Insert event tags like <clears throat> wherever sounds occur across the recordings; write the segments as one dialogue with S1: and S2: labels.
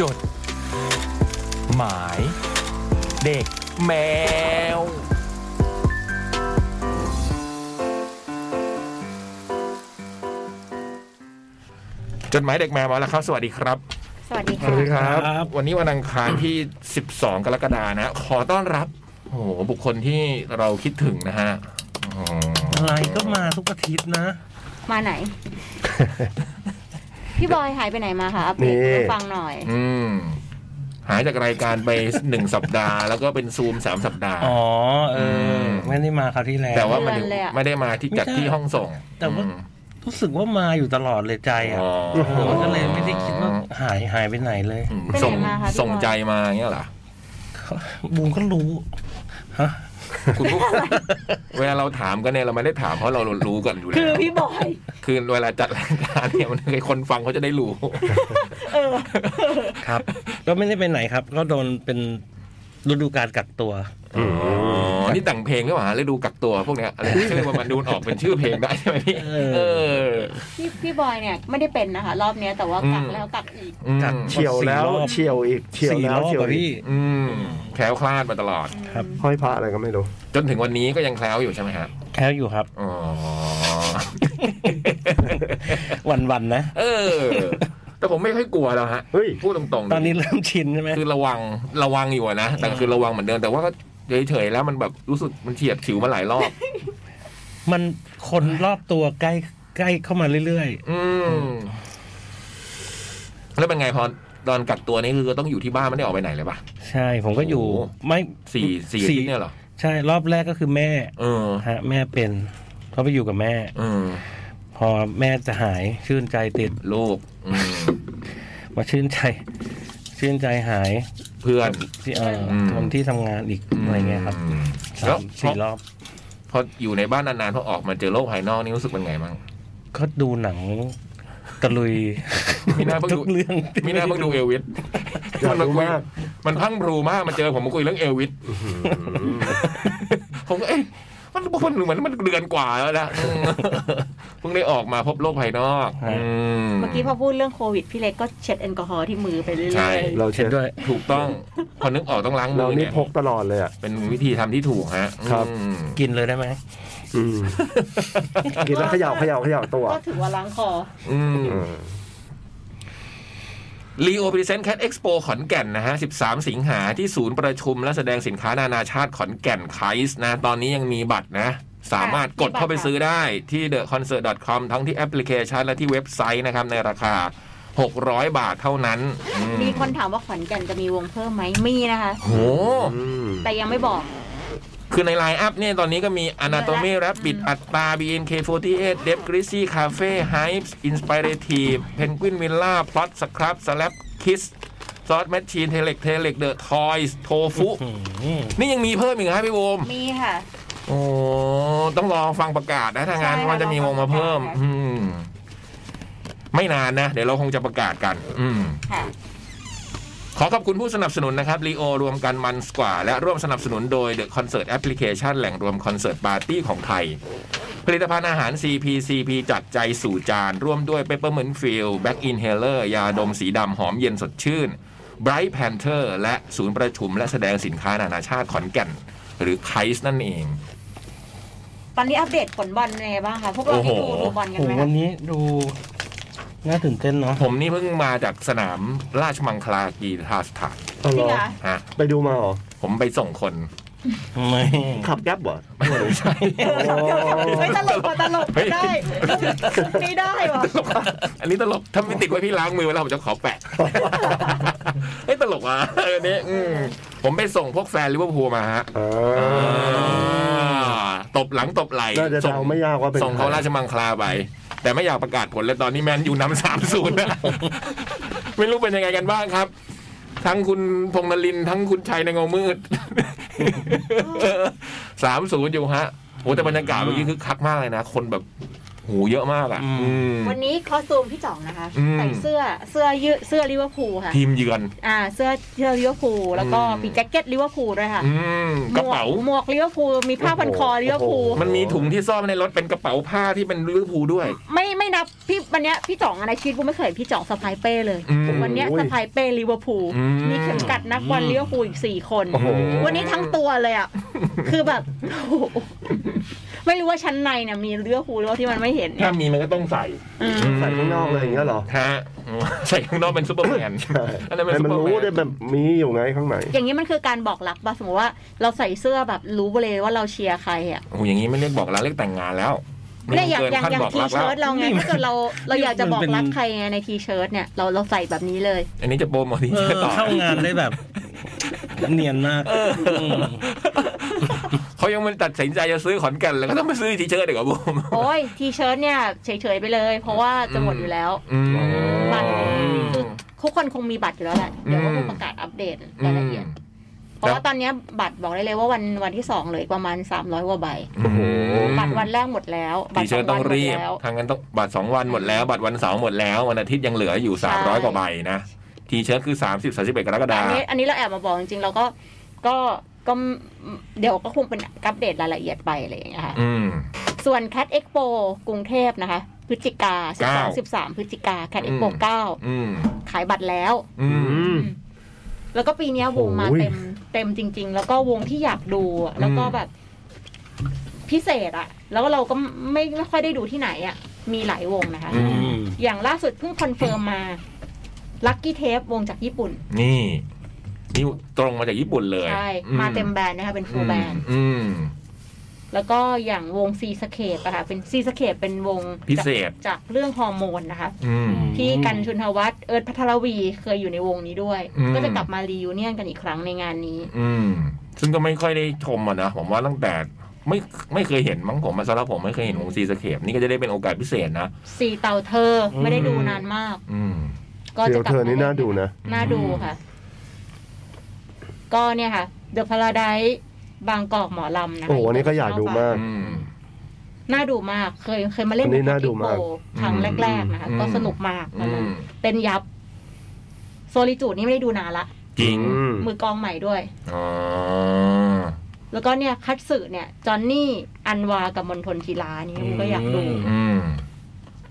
S1: จด หมาย เด็กแมว จดหมายเด็กแมวมาแล้วครับ สวัสดีครับ
S2: สวัสดีค่ะ
S3: ครับ
S1: วันนี้วันอังคารที่ 12 กรกฎานะ ขอต้อนรับโอ้โหบุคคลที่เราคิดถึงนะฮะอืม
S3: อะไรก็มาทุกอาทิตย์นะ
S2: มา <laughs> ไหน พี่บอยหายไปไหนมาคะอัปเดต
S4: นี่
S2: ให้ฟังหน่อย
S1: อืมหายจากรายการไป <laughs> หนึ่งสัปดาห์ แล้วก็เป็นซูมสามสัปดาห์
S3: อ๋อ เอออ
S1: ม
S3: ไม่ได้มาคราวที่แล้ว
S1: แต่ว่ามัน
S2: เดือนเลยอะ
S1: ไม่ได้มาที่จัดที่ห้องส่ง
S3: แต่ว่า
S1: อืม
S3: รู้สึกว่ามาอยู่ตลอดเลยใจอ่ะ
S1: อ๋อ
S3: เออก็เลยไม่ได้คิดว่าหายหายไปไหนเลย
S1: อืม
S2: ไปไหน
S1: ส่ง
S2: มาคะพี่บอย
S1: ส่งใจมาอย่างเงี้ยเหรอ
S3: บูมก็รู้ ฮะ
S1: คุณผู้ เวลาเราถามกันเนี่ยเราไม่ได้ถามเพราะเรารู้กันอยู่แล้
S2: คือ
S1: ว
S2: พี่บอย
S1: คือเวลาจัดรายการเนี่ยมันคือคนฟังเขาจะได้รู้
S3: ครับ ก็ไม่ได้ไปไหนครับ ก็โดนเป็นฤดูการกักตัว
S1: อ๋อ นี่แต่งเพลงหรือเปล่าฮะฤดูกักตัวพวกเนี้ยอะไรชื่อว่ามันดูออกเป็นชื่อเพลงได้ใช่ไหมพี่
S3: เออ
S1: เออ
S2: พี่พี่บอยเนี่ยไม่ได้เป็นนะคะ รอบเนี้ยแต่ว่ากัก
S1: อืม
S2: แล้วกักอีก
S1: อืม
S3: กัก
S4: เฉียวแล้ว
S3: สี่รอบ
S4: เฉียวอีกเฉียว
S3: สี่
S4: แล้
S3: ร
S4: ว
S3: อบ
S4: เฉียว
S3: อะ
S4: อี
S3: พี่
S4: ก
S1: อืมแคล้วคลาดมาตลอด
S3: ครับ
S4: ห้อยพระอะไรก็ไม่รู้
S1: จนถึงวันนี้ก็ยังแคล้วอยู่ใช่ไหมฮะ
S3: แค่อยู่ครับ
S1: อ๋อ
S3: วันวันๆนะ
S1: เออ แต่ผมไม่ค่อยกลัวแล้วฮะ
S4: เฮ้ย
S1: พูดตรงๆ
S3: ตอนนี้เริ่มชินใช่ไหม
S1: คือระวังระวังอยู่อะนะ แต่คือระวังเหมือนเดิมแต่ว่าก็เฉยๆแล้วมันแบบรู้สึกมันเฉียดฉิวมาหลายรอบ
S3: มันคนรอบตัวใกล้ใกล้เข้ามาเรื่อย
S1: อืม แล้วเป็นไงพอตอนกักตัวนี่คือต้องอยู่ที่บ้านไม่ได้ออกไปไหนเลยปะ
S3: ๆ ใช่ ผมก็อยู่
S1: โอ้โห
S3: ไม่
S1: สี่สี่อาทิตย์เนี่ยเหรอ
S3: ใช่รอบแรกก็คือแม่
S1: เออ
S3: ฮะแม่เป็นเขาไปอยู่กับแม่
S1: เออ
S3: พอแม่จะหายชื่นใจติด
S1: ลูกอืม
S3: มาชื่นใจ ชื่นใจหาย
S1: เพื่อน
S3: ที่เอ่ออ
S1: ม
S3: คนที่ทำงานอีกอะไรเงี้ยครับ
S1: ม
S3: สา
S1: แล้ว
S3: ม
S1: พอ
S3: สี่รอบ
S1: พออยู่ในบ้านนานๆพอออกมาเจอโลกภายนอกนี่รู้สึกเป็นไงบ้าง
S3: ก็ดูหนังตะลุย
S1: มีหน้าเพิ่งดู
S3: ทุกเรื่อง
S1: ไม่น่าเพิ่งดูเอลวิส
S4: อยาก
S1: มั
S4: ดู
S1: คุย
S4: มาก
S1: มันพรังพรูมากมันเจอผมมาคุยเรื่องเอลวิสผมก็เอ๊ะมันบางคนเหมือนมันเดือนกว่าแล้ว
S4: <laughs>
S1: นะอืมเพิ่งได้ออกมาพบโลกภายนอกอื
S2: เมื่อกี้พอพูดเรื่องโควิด พี่เล็กก็เช็ดแอลกอฮอล์ที่มือไปเรื่
S1: ใช่
S2: อย
S4: เราเช็
S3: เห็
S4: ด
S3: นด้วย
S1: ถูกต้อง พอนึกออกต้องล้างมื
S4: เรา
S1: อ
S4: นี่
S1: เนี่ย
S4: พกตลอดเลยอ่ะ
S1: เป็นวิธีทำที่ถูกฮะ
S4: ครับ
S1: อืม
S3: กินเลยได้ไหม
S4: อืมกินแล้วเขย่าเขย่าเขย่าตัว
S2: ๆ ก็ถือว่าล้างคอ
S1: อืม
S4: อืม
S1: ลีโอพรีเซนต์แคดเอ็กซ์โปขอนแก่นนะฮะ 13 สิงหาที่ศูนย์ประชุมและแสดงสินค้านานาชาติขอนแก่นไคส์นะ ตอนนี้ยังมีบัตรนะ สามารถกดเข้าไปซื้อได้ที่ theconcert.com ทั้งที่แอปพลิเคชันและที่เว็บไซต์นะครับ ในราคา 600 บาทเท่านั้นอื
S2: มีคนถามว่าขอนแก่นจะมีวงเพิ่มไหมมีนะคะ
S1: โห
S2: แต่ยังไม่บอก
S1: คือในไลน์อัพเนี่ยตอนนี้ก็มี Anatomy
S2: เยอะแล้ว
S1: Rabbit อัตตา BNK48 d e p Greasy Cafe Hypes Inspirative Penguin Villa Plot Scrub Slap Kiss ซอสแมชชีนเทเล็กเทเล็กเดอะทอยส์โท
S2: <laughs>
S1: ฟุ
S3: อืม
S1: นี่ยังมีเพิ่มอีกนะพี่โวม
S2: มีค่ะ
S1: โอ้ต้องรอฟังประกาศนะถ้างาน
S2: ใช่ค่ะ
S1: ว่าจะมีวงมาเพิ่ม
S2: รอฟังประกาศ
S1: อืม ไม่นานนะ เดี๋ยวเราคงจะประกาศกัน อืม
S2: ค่ะ
S1: ขอขอบคุณผู้สนับสนุนนะครับลีโอรวมกันมันสกว่า และร่วมสนับสนุนโดย The Concert Application แหล่งรวมคอนเสิร์ตปาร์ตี้ของไทย ผลิตภัณฑ์อาหาร CP CP จากใจสู่จาน ร่วมด้วย Peppermint Field Back Inhaler ยาดมสีดำหอมเย็นสดชื่น Bright Panther และศูนย์ประชุมและแสดงสินค้านานาชาติขอนแก่น หรือไคส์นั่นเอง
S2: ตอนนี้อัปเดตผลบอลเป็นไงบ้างคะพวกเราได้
S1: โอ้
S2: ดู
S1: โห
S2: ดูบอลกัน
S3: โอ้
S2: ไหม
S3: วั
S2: คะ
S3: นนี้ดู น่าตื่นเต้นเนาะ
S1: ผมนี่เพิ่งมาจากสนามราชมังคลากีฬาสถาน
S4: เอา
S2: จ
S4: เหร
S2: ริง
S4: อ
S2: เหรอ
S1: ฮะ
S4: ไปดูมาเหรอ
S1: ผมไปส่งคน
S3: ทำไม
S4: ขับแก๊บเหรอ
S2: ไม่ตลกกว่าตลกไม่ <laughs> ได้ไม่ได้หรอ
S1: <laughs> อันนี้ตลกถ้าไม่ติดไว้พี่ล้างมือไว้แล้วผมจะขอแปะ <laughs> เฮ้ยตลกว่ะเออเนี่ยอืมผมไปส่งพวกแฟนลิเวอร์พูลมาฮะ
S4: อ่า
S1: ตบหลังตบไหล
S4: น่าจะ
S1: ส่ง
S4: เดาไม่ยากว่าเป็น
S1: ส่งเขาราชมังคลาไป แต่ไม่อยากประกาศผลเลยตอนนี้แมนอยู่นำสามศูนย์ <laughs> นะ ไม่รู้เป็นยังไงกันบ้างครับ ทั้งคุณพงษ์นลินทร์ทั้งคุณชัยในเงามืด <laughs> สามศูนย์อยู่ฮะโอ้แต่บรรยากาศเมื่อกี้คือคักมากเลยนะ คนแบบ โหเยอะมากอ่ะ
S3: อืม
S1: อืม
S2: วันนี้คอสตูมพี่จ่องนะคะ
S1: อืม
S2: ใส่เสื้อเสื้อยืดเสื้อลิเวอร์พูลค่ะ
S1: ทีมเยือน
S2: อ่าเสื้อเสื้อลิเวอร์พูลแล้วก็
S1: อืม
S2: มีแจ็คเก็ตลิเวอร์พูลด้วยค่ะ
S1: อืมก
S2: ห
S1: ระ
S2: มวก
S1: เป๋า
S2: หมวกลิเวอร์พูลมีผ้าพันคอลิเวอร์พูล
S4: โอ้โห
S1: มันมีถุงที่ซ่อนไว้ในรถเป็นกระเป๋าผ้าที่เป็นลิเวอร์พูลด้วย
S2: ไม่ไม่นับพี่วันเนี้ยพี่จ่องอะไรชีวิตกูไม่เคยเห็นพี่จ่องสะพายเป้เลย
S1: อืม
S2: วันเนี้ยสะพายเป้ลิเวอร์พูล
S1: อืม
S2: มีเข็มกัดนักบอลลิเวอร์พูลอีกสี่คน
S4: โอ้โห
S2: วันนี้ทั้งตัวเลยอ่ะ คือแบบ <laughs> โอ้โหไม่รู้ว่าชั้นในเนี่ยมีลิเวอร์พูลหรือว่าที่มันไม่เห็นเนี่
S1: ถ้าย มีมันก็ต้องใส่
S2: อืม
S4: ใส่ข้างนอกเลยอย่างเงี้ยเหรอ
S1: ฮะอืมใส่ข้างนอกเป็นซูเปอร์แมนอันนั้นเป็น
S4: ให้
S1: ซู
S4: มัน
S1: เปอร์แม
S4: รู้ได้
S1: น
S4: แบบมีอยู่ไงข้างใน
S2: อย่างนี้มันคือการบอกรักป่ะสมมติว่าเราใส่เสื้อแบบรู้ไปเลยว่าเราเชียร์ใครอ่ะ
S1: โอ้ยอย่างนี้ไม่เรียกบอกรักเรียกแต่งงานแล้วไม่
S2: เนี่ยอย่าง
S1: เกิน
S2: อย่าง
S1: ขั้น
S2: อย่าง
S1: บอก
S2: ที
S1: รักแล้ว
S2: เชิ้ตเราไง
S3: นี่มัน
S2: ถ้าเกิดเราเราอยากจะบอก
S3: มันเป็น
S2: รักใครไงในทีเชิ้ตเนี่ยเราเราใส่แบบนี้เลย
S1: อันนี้จะโปรโมทที่
S3: เอ
S1: เชื่อ
S3: อ
S1: ต่อ
S3: เข้างานได้แบบ เนียนมากม
S1: เขายังไมันตัดสินใจจะซื้อขอนแก่นแล้วก็ต้องไปซื้อทีเชิร์ตเด็กกับบูม
S2: โอ้ยทีเชิ้ตเนี่ยเฉยๆไปเลย เพราะว่าจะหมดอยู่แล้ว
S1: อืม
S2: บัตรคือทุกคนคงมีบัตรอยู่แล้วแหละเดี๋ยวก็คงประกาศอัปเดตรายละเอียดเพราะว่าตอนเนี้ยบัตรบอกได้เลยว่าวันวันที่สองเหลืออกประมาณ 300กว่าใบ
S1: โอ้โห
S2: บัตรวันแรกหมดแล้วบัต
S1: ที
S2: รส
S1: เชิ
S2: อ
S1: ร์
S2: ง
S1: ต
S2: วั
S1: ต้อน ง
S2: หมด
S1: รีบ
S2: แล้ว
S1: ทางนั้นต้องบัตรสองวันหมดแล้ว บัตรวันเสาร์หมดแล้ว วันอาทิตย์ยังเหลืออยู่
S2: ใช่
S1: 300 กว่าใบนะ ทีเชิร์ตคือ 30 31กรกฎา
S2: อั
S1: คน ม
S2: นี้อันนี้เราแอบมาบอกจริงๆเราก็ก็ก็เดี๋ยวก็คงเป็นอัปเดตรายละเอียดไปอะไรอย่างเงี้ยค่ะ
S1: อืม
S2: ส่วน Cat Expo กรุงเทพนะคะ พฤศจิกา
S1: เก้า
S2: 12 13 พฤศจิกา Cat Expo
S1: อืม อืม
S2: 9 ขายบัตรแล้ว
S1: อืม
S4: อืม
S2: แล้วก็ปีเนี้ยวงมา
S4: โอ้ย
S2: เต็มเต็มจริง ๆ แล้วก็วงที่อยากดูอะแล้วก็แบบพิเศษอะแล้วเราก็ไม่ไม่ค่อยได้ดูที่ไหนอะมีหลายวงนะคะ
S1: อื
S3: อืม
S2: อย่างล่าสุดเพิ่งคอนเฟิร์มมา Lucky Tape วงจากญี่ปุ่น
S1: นี่ นี่ตรงมาจากญี่ปุ่นเลย
S2: ใช่
S1: อื
S2: มาเต็มแบรนด์นะคะเป็นฟูลแบรนด์
S1: อืม
S2: แล้วก็อย่างวงซีสเคปอะค่ะเป็นซีสเคปเป็นวง
S1: พิเศษ
S2: จากจากเรื่องฮอร์โมนนะคะ
S1: อืม
S2: พี่กันชุนทวัฒน์เอิร์ธพัทรวีเคยอยู่ในวงนี้ด้วย
S1: อืม
S2: ก็จะกลับมารียูเนียนกันอีกครั้งในงานนี้
S1: อืม ซึ่งก็ไม่ค่อยได้ชมอ่ะนะ ผมว่าตั้งแต่ไม่ไม่เคยเห็นมั้งผมมาสำหรับผมไม่เคยเห็นวงซีสเคปนี่ก็จะได้เป็นโอกาสพิเศษนะ
S2: ซีเตาเธอไม่ได้ดูนานมาก
S1: อืม
S2: ก็
S4: เดี๋
S2: จะ
S4: ยว
S2: กลั
S4: เธ
S2: บ
S4: อ
S2: ม
S4: นี่น่าดูนะ
S2: น่าดูค่ะ ก็เนี่ยค่ะเดอะพาราไดบางกอกหมอลำนะคะ
S4: โอ้โหอันนี้ก็อยากดูมาก
S1: อืม
S2: น่าดูมากเคยเคยมาเล่น
S4: อันนี้น่าดู
S2: ที่โป
S4: มาก
S2: ครั้งแรกๆนะคะ
S1: อืม
S2: ก็สนุกมากตอน
S1: อื
S2: นั้น
S1: ม
S2: เต้นยับ โซลิจูดนี่ไม่ได้ดูนานละ
S1: จริง
S4: อืม
S2: มือกลองใหม่ด้วย
S1: อ๋อ
S2: แล้วก็เนี่ย คัตสึเนี่ย จอนนี่ อันวา กับมนทนกีฬานี่ผมก็อยากดู
S1: อืม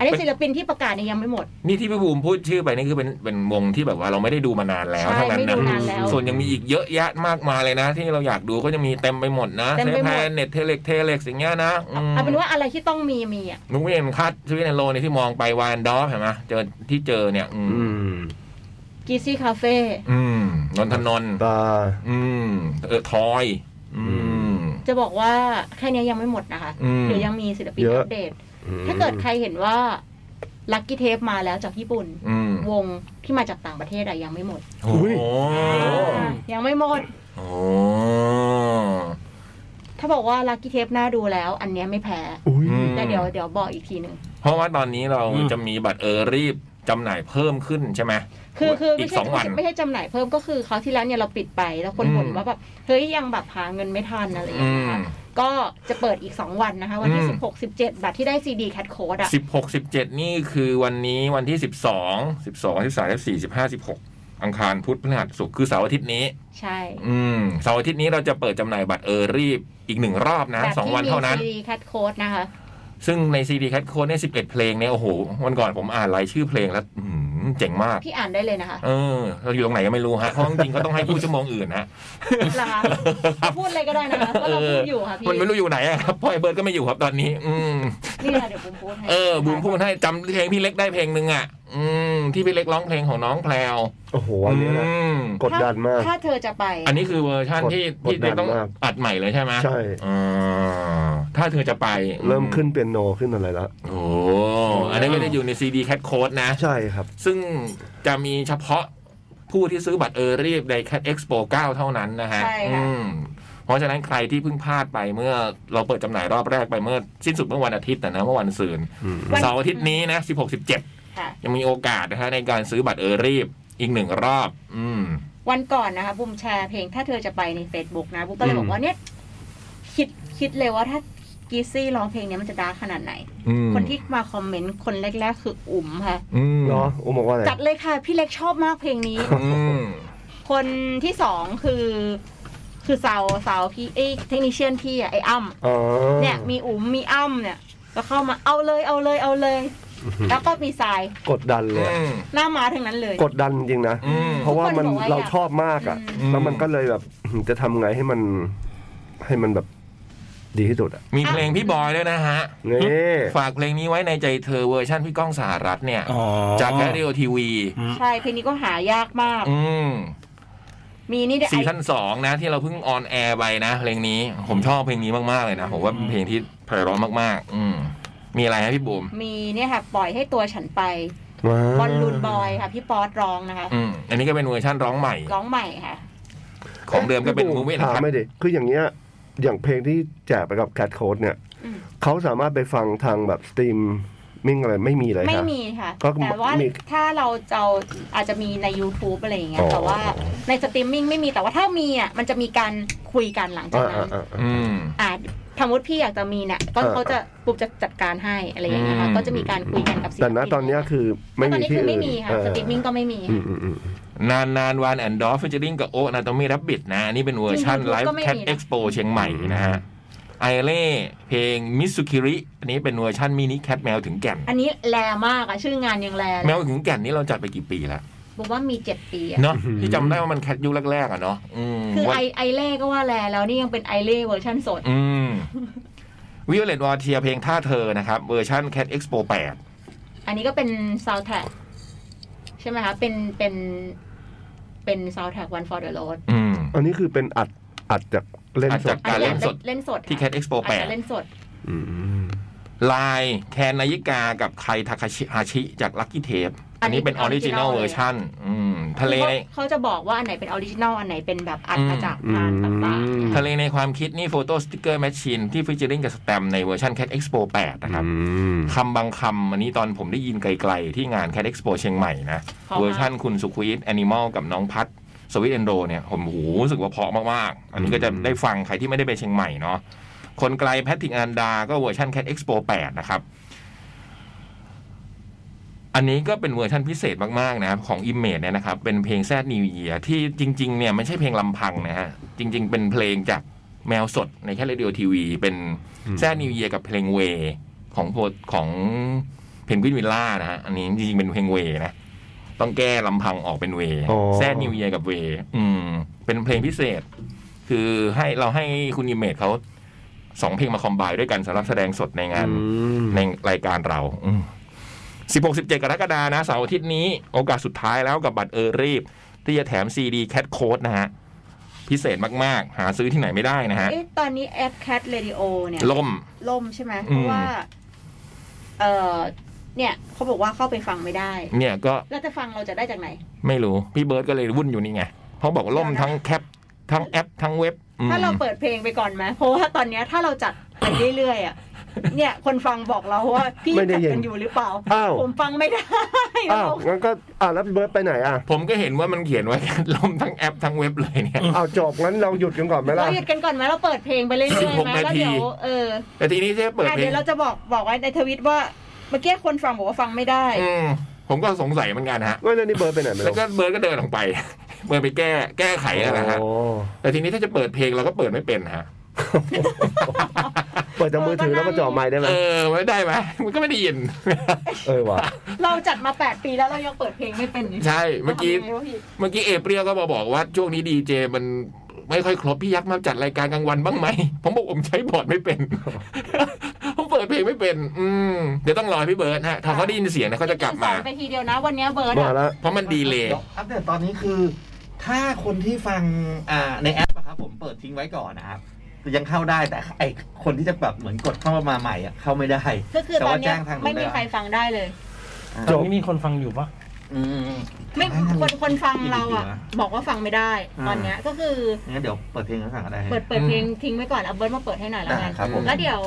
S2: อันนี้ศิลปินที่ประกาศเนี่ยยังไม่หมด
S1: นี่ที่พี่บูมพูดชื่อไปนี่คือเป็นเป็นวงที่แบบว่าเราไม่ได้ดูมานานแล้ว
S2: ใช่
S1: ทั้งนั้
S2: ไม่
S1: น
S2: ดู
S1: นะ
S2: นานแล้ว
S1: ส่วนยังมีอีกเยอะแยะมากมายเลยนะ ที่เราอยากดูก็จะมีเต็มไปหมดนะ
S2: เต็มไปหมด
S1: แพนเน็ตเทเล็กเทเล็กอย่างเงี้ยนะ
S2: เอาเอาเป็นว่าอะไรที่ต้องมีมีอ่ะ
S1: มุกเวียนคัดชีวิตในโลเนี่ยที่มองไปวานดอฟเห็นไหมเจอที่เจอเนี่ย อืม
S4: อืม
S2: กีซี่คาเฟ่
S1: อืมนนทนนท์
S4: ตา
S1: อืมเออทอย อืม
S2: จะบอกว่าแค่เนี้ยยังไม่หมดนะคะ
S1: อืม
S2: เดี๋ยวยังมีศิลปิน
S4: เยอะ
S2: อัปเดต ถ้าเกิดใครเห็นว่าลักกี้เทปมาแล้วจากญี่ปุ่น
S1: อืม
S2: วงที่มาจากต่างประเทศอะยังไม่หมด
S1: โอ้โห
S4: อุ๊ย
S2: ยังไม่หมด
S1: โอ้โห
S2: ถ้าบอกว่าลักกี้เทปน่าดูแล้ว อันเนี้ยไม่แพ้
S4: อุ้ย
S1: อืม
S2: แต่เดี๋ยวเดี๋ยวบอกอีกทีหนึ่ง
S1: เพราะว่าตอนนี้เรา
S3: อืม
S1: จะมีบัตรเออรีบจำหน่ายเพิ่มขึ้นใช่ไหม
S2: คือคือ
S1: อี
S2: ไม่
S1: ก
S2: ใช่
S1: สองวัน
S2: ไม่ใช่จำหน่ายเพิ่มก็คือเขาวที่แล้วเนี่ยเราปิดไปแล้วคน
S1: อืม
S2: บ่นว่าแบบเฮ้ยยังแบบหาเงินไม่ทันอะไรอย่าง
S1: อื
S2: เงี้ย
S1: ม
S2: ค่ะก็จะเปิดอีก 2 วันนะคะ วันที่
S1: อืม
S2: 16 17 บัตรที่ได้ซีดีแคทโคดอะ
S1: สิบหกสิบเจ็ดนี่คือวันนี้วันที่สิบสองสิบสองสิบสามสิบสี่สิบห้าสิบหกอังคารพุธพฤหัสศุกร์คือเสาร์อาทิตย์นี้
S2: ใช่
S1: อืมเสาร์อาทิตย์นี้เราจะเปิดจำหน่ายบัตรเออรีบอีกหนึ่งรอบนะ
S2: แบบ
S1: สอง
S2: ที่
S1: วัน
S2: มี
S1: เท่านั้น
S2: ซีดีแคทโคดนะคะ
S1: ซึ่งในซีดีแคทโค้ดเนี่ยสิบเอ็ดเพลงเนี่ยโอ้โห วันก่อนผมอ่านรายชื่อเพลงแล้วอื้อหือเจ๋งมาก
S2: พี่อ่านได้เลย
S1: <laughs>
S2: นะคะ
S1: เออ เราอยู่ตรงไหนก็ไม่รู้ฮะเพราะจริงๆก็ต้องให้ผู้ชั่วโมงอื่น
S2: <laughs>
S1: ฮะ
S2: เหรอคะพูดเลยก็ได้นะคะเพราะเราพูดอยู่ค่ะพี่
S1: มันไม่รู้อยู่ไหนอะครับพ่อไอ้เบิร์ดก็ไม่อยู่ครับตอนนี้ อืม
S2: นี่ค่ะเดี๋ยวบูมพูดให้
S1: เออบูมพูดให้จำเพลงพี่เล็กได้เพลงหนึ่งอ่ะ อืม ที่พี่เล็กร้องเพลงของน้องแพลว
S4: โอ้โห อันเนี้ยนะ
S1: อืม
S4: กดดันมาก
S2: ถ้าเธอจะไป
S1: อันนี้คือเวอร์ชัน
S4: กด
S1: ที่
S4: กดดัน
S1: พี่เล็กต้อง
S4: มาก
S1: อัดใหม่เลยใช่ไหม
S4: ใช่
S1: อ่าถ้าเธอจะไป
S4: เริ่มขึ้นเปียโนขึ้นอะไรแล้ว
S1: โอ้อันนี้ก็จะอยู่ในซีดีแคทโค้ดนะ
S4: ใช่ครับ
S1: ซึ่งจะมีเฉพาะผู้ที่ซื้อบัตรเออรีบใน Cat Expo 9 เท่านั้นนะฮะ
S2: ใช่ค่ะ
S1: อืมเพราะฉะนั้นใครที่เพิ่งพลาดไปเมื่อเราเปิดจำหน่ายรอบแรกไปเมื่อสิ้นสุดเมื่อวันอาทิตย์นะนะเมื่อวันศุกร์
S4: อืม
S2: วัน
S1: เสาร์อาทิตย์นี้นะ16 17
S2: ค่ะ
S1: ยังมีโอกาสนะฮะในการซื้อบัตรเออรีบอีกหนึ่งรอบ อืม
S2: วันก่อนนะคะบูมแชร์เพลงถ้าเธอจะไปใน Facebook นะบูมก็เลย
S1: อืม
S2: บอกว่าเนี่ยคิดคิดเลยว่าถ้า กีซี่ร้องเพลงเนี้ยมันจะดาร์กขนาดไหน
S1: อืม
S2: คนที่มาคอมเมนต์คนแรก ๆ คืออุ๋มค่ะ
S1: อืม
S4: เนาะอุมบอกว่าอะไร
S2: จัดเลยค่ะ พี่เล็กชอบมากเพลงนี้
S1: อืม
S2: คนที่สองคือ คือเสาวสาวพี่เอ้เทคนิเชียนพี่อะไอ้อ้ำ
S4: อ๋อ
S2: เนี่ยมีอุ๋มมีอ้ำเนี่ย ก็เข้ามาเอาเลยเอาเลยเอาเลย แล้วก็มีทราย
S4: กดดันเลยอะ
S1: อืม
S2: หน้าม้าทั้งนั้นเลย
S4: กดดันจริงนะ
S1: อืม
S4: เพราะว่ามัน
S2: ทุกคนบอกว่า
S4: เราชอบมากอ่ะ
S1: อืม
S4: แล้วมันก็เลยแบบ จะทำไงให้มัน ให้มันแบบดีที่สุดอ่ะ
S1: มีเพลงพี่บอยด้วยนะฮะ
S4: นี่
S1: ฝากเพลงนี้ไว้ในใจเธอเวอร์ชั่นพี่ก้องสหรัฐเนี่ย
S3: อ๋อ
S1: จากแคริโอทีวี
S2: ใช่เพลงนี้ก็หายากมาก
S1: อืม
S2: มีนี่ด้วย
S1: ซี
S2: ไอ้
S1: ซั่นสองนะ ที่เราเพิ่งออนแอร์ไปนะเพลงนี้ผมชอบเพลงนี้มาก ๆ เลยนะ ผมว่าเป็นเพลงที่ไพเราะมาก ๆ อืมมีอะไรฮะพี่บุ๋ม
S2: มีเนี่ยค่ะ ปล่อยให้ตัวฉันไป
S4: ว้า
S2: บอลลูนบอยค่ะ พี่ป๊อตร้องนะคะ
S1: อืมอันนี้ก็เป็นเวอร์ชั่นร้องใหม่
S2: ร้องใหม่ค่ะ
S1: ของเดิมก็เป็น
S4: พี่
S1: มู
S4: ปู่
S1: วี่
S4: ถา
S1: นะ
S4: ม
S1: ครับ
S4: ไม่ดิคืออย่างเงี้ย อย่างเพลงที่แจกไปกับแคทโค้ดเนี่ย
S2: อืม
S4: เขาสามารถไปฟังทางแบบสตรีมมิ่งอะไรไม่มีเลย
S2: ไม่
S4: ครับ
S2: มีค่ะ
S4: ก็
S2: แต่ว่า
S4: มี
S2: ถ้าเราจะเอาอาจจะมีใน YouTube อะไรอย่างเงี้ย
S4: อ๋อ
S2: แต่ว่าในสตรีมมิ่งไม่มีแต่ว่าถ้ามีอ่ะมันจะมีการคุยกันหลังจากนั้
S4: อ่าอ่าน อ่าอ่า
S1: อืม
S2: อ่าสมมติพี่อยากจะมีเนี่ยก็
S4: เออ
S2: เขาจะปุ๊บจะจัดการให้อะไรอย่างเงี้ยค่ะ
S1: อืม
S2: ก็จะมีการคุยกันกับศิลปิน
S4: แต่ณตอนเนี้ยคือไม่
S2: ตอน
S4: มี
S2: นี้
S4: ที่
S2: คือ
S4: อื่
S2: ไม่
S4: น
S2: มีค่ะ
S4: เออ
S2: สตรีมมิ่งก็ไม่มี
S4: อื
S2: ค่ะ
S4: มอืมอืม
S1: นานนานวานแอนด์ดอฟฟิชเชอริงกับโอนาโตมี่รับบิดนะอันนี่เป็นเวอร์ชัน
S2: จริงๆ
S1: ไล
S2: ก็
S1: v ์
S2: ไม่
S1: แค t
S2: มีนะ
S1: เอ็กซ์โปเชียงใหม่นะฮะไอเล่เพลงมิสุคิริอันนี้เป็นเวอร์ชันมินิแคทแมวถึงแก่น
S2: อันนี้แรมากอ่ะชื่องานยังแรเล
S1: แม
S2: ยว
S1: ถึงแก่นนี่เราจัดไปกี่ปีแล้ว
S2: บอกว่ามีเจ็ดปีอะ
S1: เนาะ
S4: อืม
S1: ที่จำได้ว่ามันแคทยุคแรกๆอะเนาะอืม
S2: คือ
S1: ว่า
S2: ไอไอเล่ก็ว่าแรแล้วนี่ยังเป็นไอเล่เวอร์ชันสด
S1: อืมวิโอเลตวอเทียเพลงท่าเธอนะครับเวอร์ชันแคทเอ็กซ์โปแปด
S2: อันนี้ก็เป็นซาวแท็กใช่ไหมคะ เป็นเป็นเป็นซาวแท็ก one for the road
S1: อืม
S4: อันนี้คือเป็นอัดอัดจากเล่น
S1: อัด
S4: ส
S1: จา
S4: ด
S1: กการเล่นสด
S2: เล่นสด
S1: ที่แคทเอ็กซ์โป
S2: อา
S1: แป
S2: จ
S1: ด
S2: จะเล่นสด
S4: อืมอืม
S1: ลายแคนนายิกากับใครทาคาชิฮาชิจากลั c กี้เทป
S2: อั
S1: อัน
S2: นนี้
S1: นี้เป็นออริจินอล
S2: เป็น original
S1: เวอร์ชันอืมทะเลใน
S2: เขาจะบอกว่าอันไหนเป็นออริจินอลอันไหนเป็นแบบอัด
S1: อืม
S2: มาจากงานต่าง
S4: อืม
S1: ทะเลในความคิดนี่โฟโต้สติกเกอร์แมชชีนที่ฟิชเจอริงกับสแตมป์ในเวอร์ชันแคทเอ็กซ์โปแปดนะครับ
S4: อืม
S1: คำบางคำอันนี้ตอนผมได้ยินไกลๆ ที่งานแคทเอ็กซ์โปเชียงใหม่นะ
S2: ๆขง
S1: เวอร์ชันคุณสุควีตแอนิมอลกับน้องพัดสวิตเอนโดเนี่ย ผมโหรู้สึกว่าเพราะมาก ๆ อันนี้ก็จะ
S4: อืม
S1: ได้ฟังใครที่ไม่ได้ไปเชียงใหม่เนาะคนไกลแพทริกอันดา ก็เวอร์ชันแคทเอ็กซ์โปแปดนะครับ อันนี้ก็เป็นเวอร์ชันพิเศษมาก ๆ นะครับ ของ i m เม e เนี่ยนะครับ เป็นเพลงแซดนิวเยียที่จริง ๆ เนี่ยไม่ใช่เพลงลำพังนะฮะ จริง ๆ เป็นเพลงจากแมวสดในแค่เรดิโอทีวี เป็นแซดนิวเยียกับเพลงเวของโพสของเพนกวินวิลล่านะฮะอันนี้จริง ๆ เป็นเพลงเวนะ ต้องแก้ลำพังออกเป็นเว
S4: อ๋อ
S1: แซดนิวเยียกับเวอืม เป็นเพลงพิเศษ คือให้เราให้คุณอิมเมจเขาสองเพลงมาคอมไบน์ด้วยกันสำหรับแสดงสดในงาน ในรายการเรา 16 17 กรกฎานะ เสาร์อาทิตย์นี้ โอกาสสุดท้ายแล้วกับบัตรเออรีบ ที่จะแถมซีดีแคทโค้ดนะฮะ พิเศษมาก ๆ หาซื้อที่ไหนไม่ได้นะฮะ
S2: เอ๊ะตอนนี้แอป Cat Radio เนี่ย
S1: ล่ม
S2: ล่มใช่ไหม
S1: อืม
S2: เพราะว่า เออเนี่ยเขาบอกว่าเข้าไปฟังไม่ได้
S1: เนี่ยก็
S2: แล้วจะฟังเราจะได้จากไหน
S1: ไม่รู้ พี่เบิร์ดก็เลยวุ่นอยู่นี่ไงเขาบอกว่าล่มทั้งแคป ทั้งแอป ทั้งเว็บอืม
S2: ถ้าเราเปิดเพลงไปก่อนไหมเพราะว่าตอนเนี้ยถ้าเราจัดไปเรื่อยๆอ่ะ เนี่ยคนฟังบอกเราว่าพี่
S4: ไม่ได้
S2: จัด
S4: ยิน
S2: กันอยู่หรือเปล่า
S4: อ้าว
S2: ผมฟังไม่ได้ <laughs>
S4: อ้าว
S2: แล้ว
S4: งั้นก็อ่าแล้วพี่เบิร์ดไปไหนอ่ะ
S1: ผมก็เห็นว่ามันเขียนไว้ <laughs> ล่มทั้งแอป ทั้งเว็บเลยเนี่ย
S4: เอาจบงั้นเราหยุดกันก่อนไหม
S2: เรา
S4: ล่ะ
S2: หยุดกันก่อนไหมเราเปิดเพลงไปเรื่อยๆ
S1: 16
S2: ไหมแล้วเดี๋ยว
S1: นาที
S2: เออ
S1: แต่ทีนี้จะเปิด
S2: อ่ะ
S1: เพล
S2: เดี๋
S1: ง
S2: ยวเราจะบอกบอกไว้ในทวิตว่าเมื่อกี้คนฟังบอกว่าฟังไม่ได้
S1: อืมผมก็สงสัยเหมือนกันฮะ
S4: ไม่แล้วนี่เบิร์ดไปไหนไม่
S1: แล้ว
S4: รู้
S1: ก็เบิร์ดก็เดินออกไป <laughs> เบิร์ดไปแก้แก้ไขนั่นแหละฮะ
S4: โอ้
S1: แต่ทีนี้ถ้าจะเปิดเพลงเราก็เปิดไม่เป็นฮะ
S4: เปิดจากมือถือแล้วมาจ่อไม้ได้ไหม
S1: <laughs> เออไม่ได้ไหมมันก็ไม่ได้ยิน <laughs>
S4: เออว่ะ
S2: เราจัดมา 8 ปีแล้วเรายังเปิดเพลงไม่เป็นเลย
S1: ใช่ เมื่อกี้
S2: ทำยังไงวะพี่
S1: เมื่อกี้เอเปรียวก็มาบอกว่าช่วงนี้ดีเจมันไม่ค่อยครบพี่ยักษ์มาจัดรายการกลางวัน <laughs> บ้างไหม ผมบอกผมใช้บอร์ดไม่เป็น <laughs> ผมเปิดเพลงไม่เป็น อืมเดี๋ยวต้องรอให้พี่เบิร์ดฮะ ถ้าเขาได้ยินเสียงนะเขาจะกลับมา
S2: สอนไปทีเดียวนะ วันเนี้ยเบิร์ด
S4: มา
S2: อะ
S4: แล้ว
S1: เพราะมันดีเลย์
S5: ดี๋วอัปเดตตอนนี้คือ ถ้าคนที่ฟังอ่าในแอปอะครับผมเปิดทิ้งไว้ก่อนนะครับยังเข้าได้แต่ไอคนที่จะแบบเหมือนกดเข้ามาใหม่อะเข้าไม่ได้
S2: ก็คือ
S5: แต่
S2: ตอน
S5: ว่า
S2: เนี้
S5: แจ้
S2: ย
S5: งทางนู้น
S2: ไม่มีใครฟังได้เลย
S3: ตอนนี้มีคนฟังอยู่ปะ
S5: อืม
S2: ไม่
S5: อ่า
S2: คนคนฟังเราอ่ะ
S5: ดีๆนะ
S2: บอกว่าฟังไม่ได้
S5: อ่า
S2: ตอนเนี้ยก็คือ
S5: งั้นเดี๋ยวเปิดเพลงแล้วสั่งก็ได้
S2: เปิดเปิดเพลงทิ้งไว้ก่อนเอาเบิร์ดมาเปิดให้หน่อยแล้วกั
S5: อ่าน ครับผม
S2: แล้วเดี๋ยว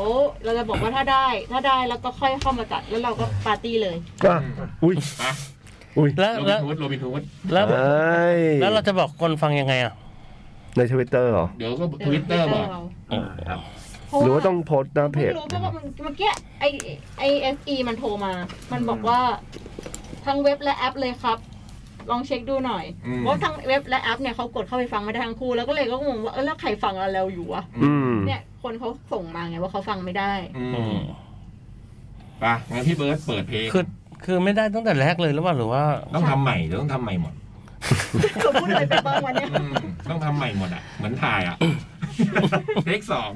S2: เราจะบอกว่าถ้าได้ถ้าได้แล้วก็ค่อยเข้ามาจัดแล้วเราก็ปาร์ตี้เลย
S4: อ่ะอุ้ย
S1: อ่ะ
S4: อุ้ย
S3: แล้ว
S1: โรบิ
S3: แล้
S1: น
S3: ว
S1: ฮูดโรบินฮูด
S3: แล้ว
S4: เอ้ย
S3: แล้วเราจะบอกคนฟังยังไงอ่ะ
S4: ในทวิตเตอร์เหรอ
S1: เดี๋ยวก็ทวิตเตอร์บอก
S2: เรา
S5: ครับ
S2: เพราะ
S4: หรือ
S2: ว่า
S4: ว่าต้องโพสต์หน้าเพ
S2: เพิ่ง
S4: จ
S2: รู้เพราะว่ามันเมื่อกี้ไอไอเอสีมันโทรมา มันบอกว่าทั้งเว็บและแอปเลยครับ ลองเช็คดูหน่อย
S1: อืม
S2: เพราะทั้งเว็บและแอปเนี่ยเขากดเข้าไปฟังไม่ได้ทั้งคู่แล้วก็เลยก็งงว่าเออแล้วใครฟังเราแล้วอยู่วะ
S4: อืม
S2: เนี่ยคนเขาส่งมาไงว่าเขาฟังไม่ได้
S1: อื
S3: อื
S1: ม
S3: ม
S1: ไปงั้นพี่เบิร์ดเปิดเพลง
S3: คือคือไม่ได้ตั้งแต่แรกเลยหรือเปล่าหรือว่า
S1: ต้องทำใหม่เดี๋ยวต้องทำใหม่หมด
S2: เขาพูดอะไรไปบ้างวันนี้
S1: อืมต้องทำใหม่หมดอ่ะ เหมือนถ่ายอ่ะ <laughs> เทคสอง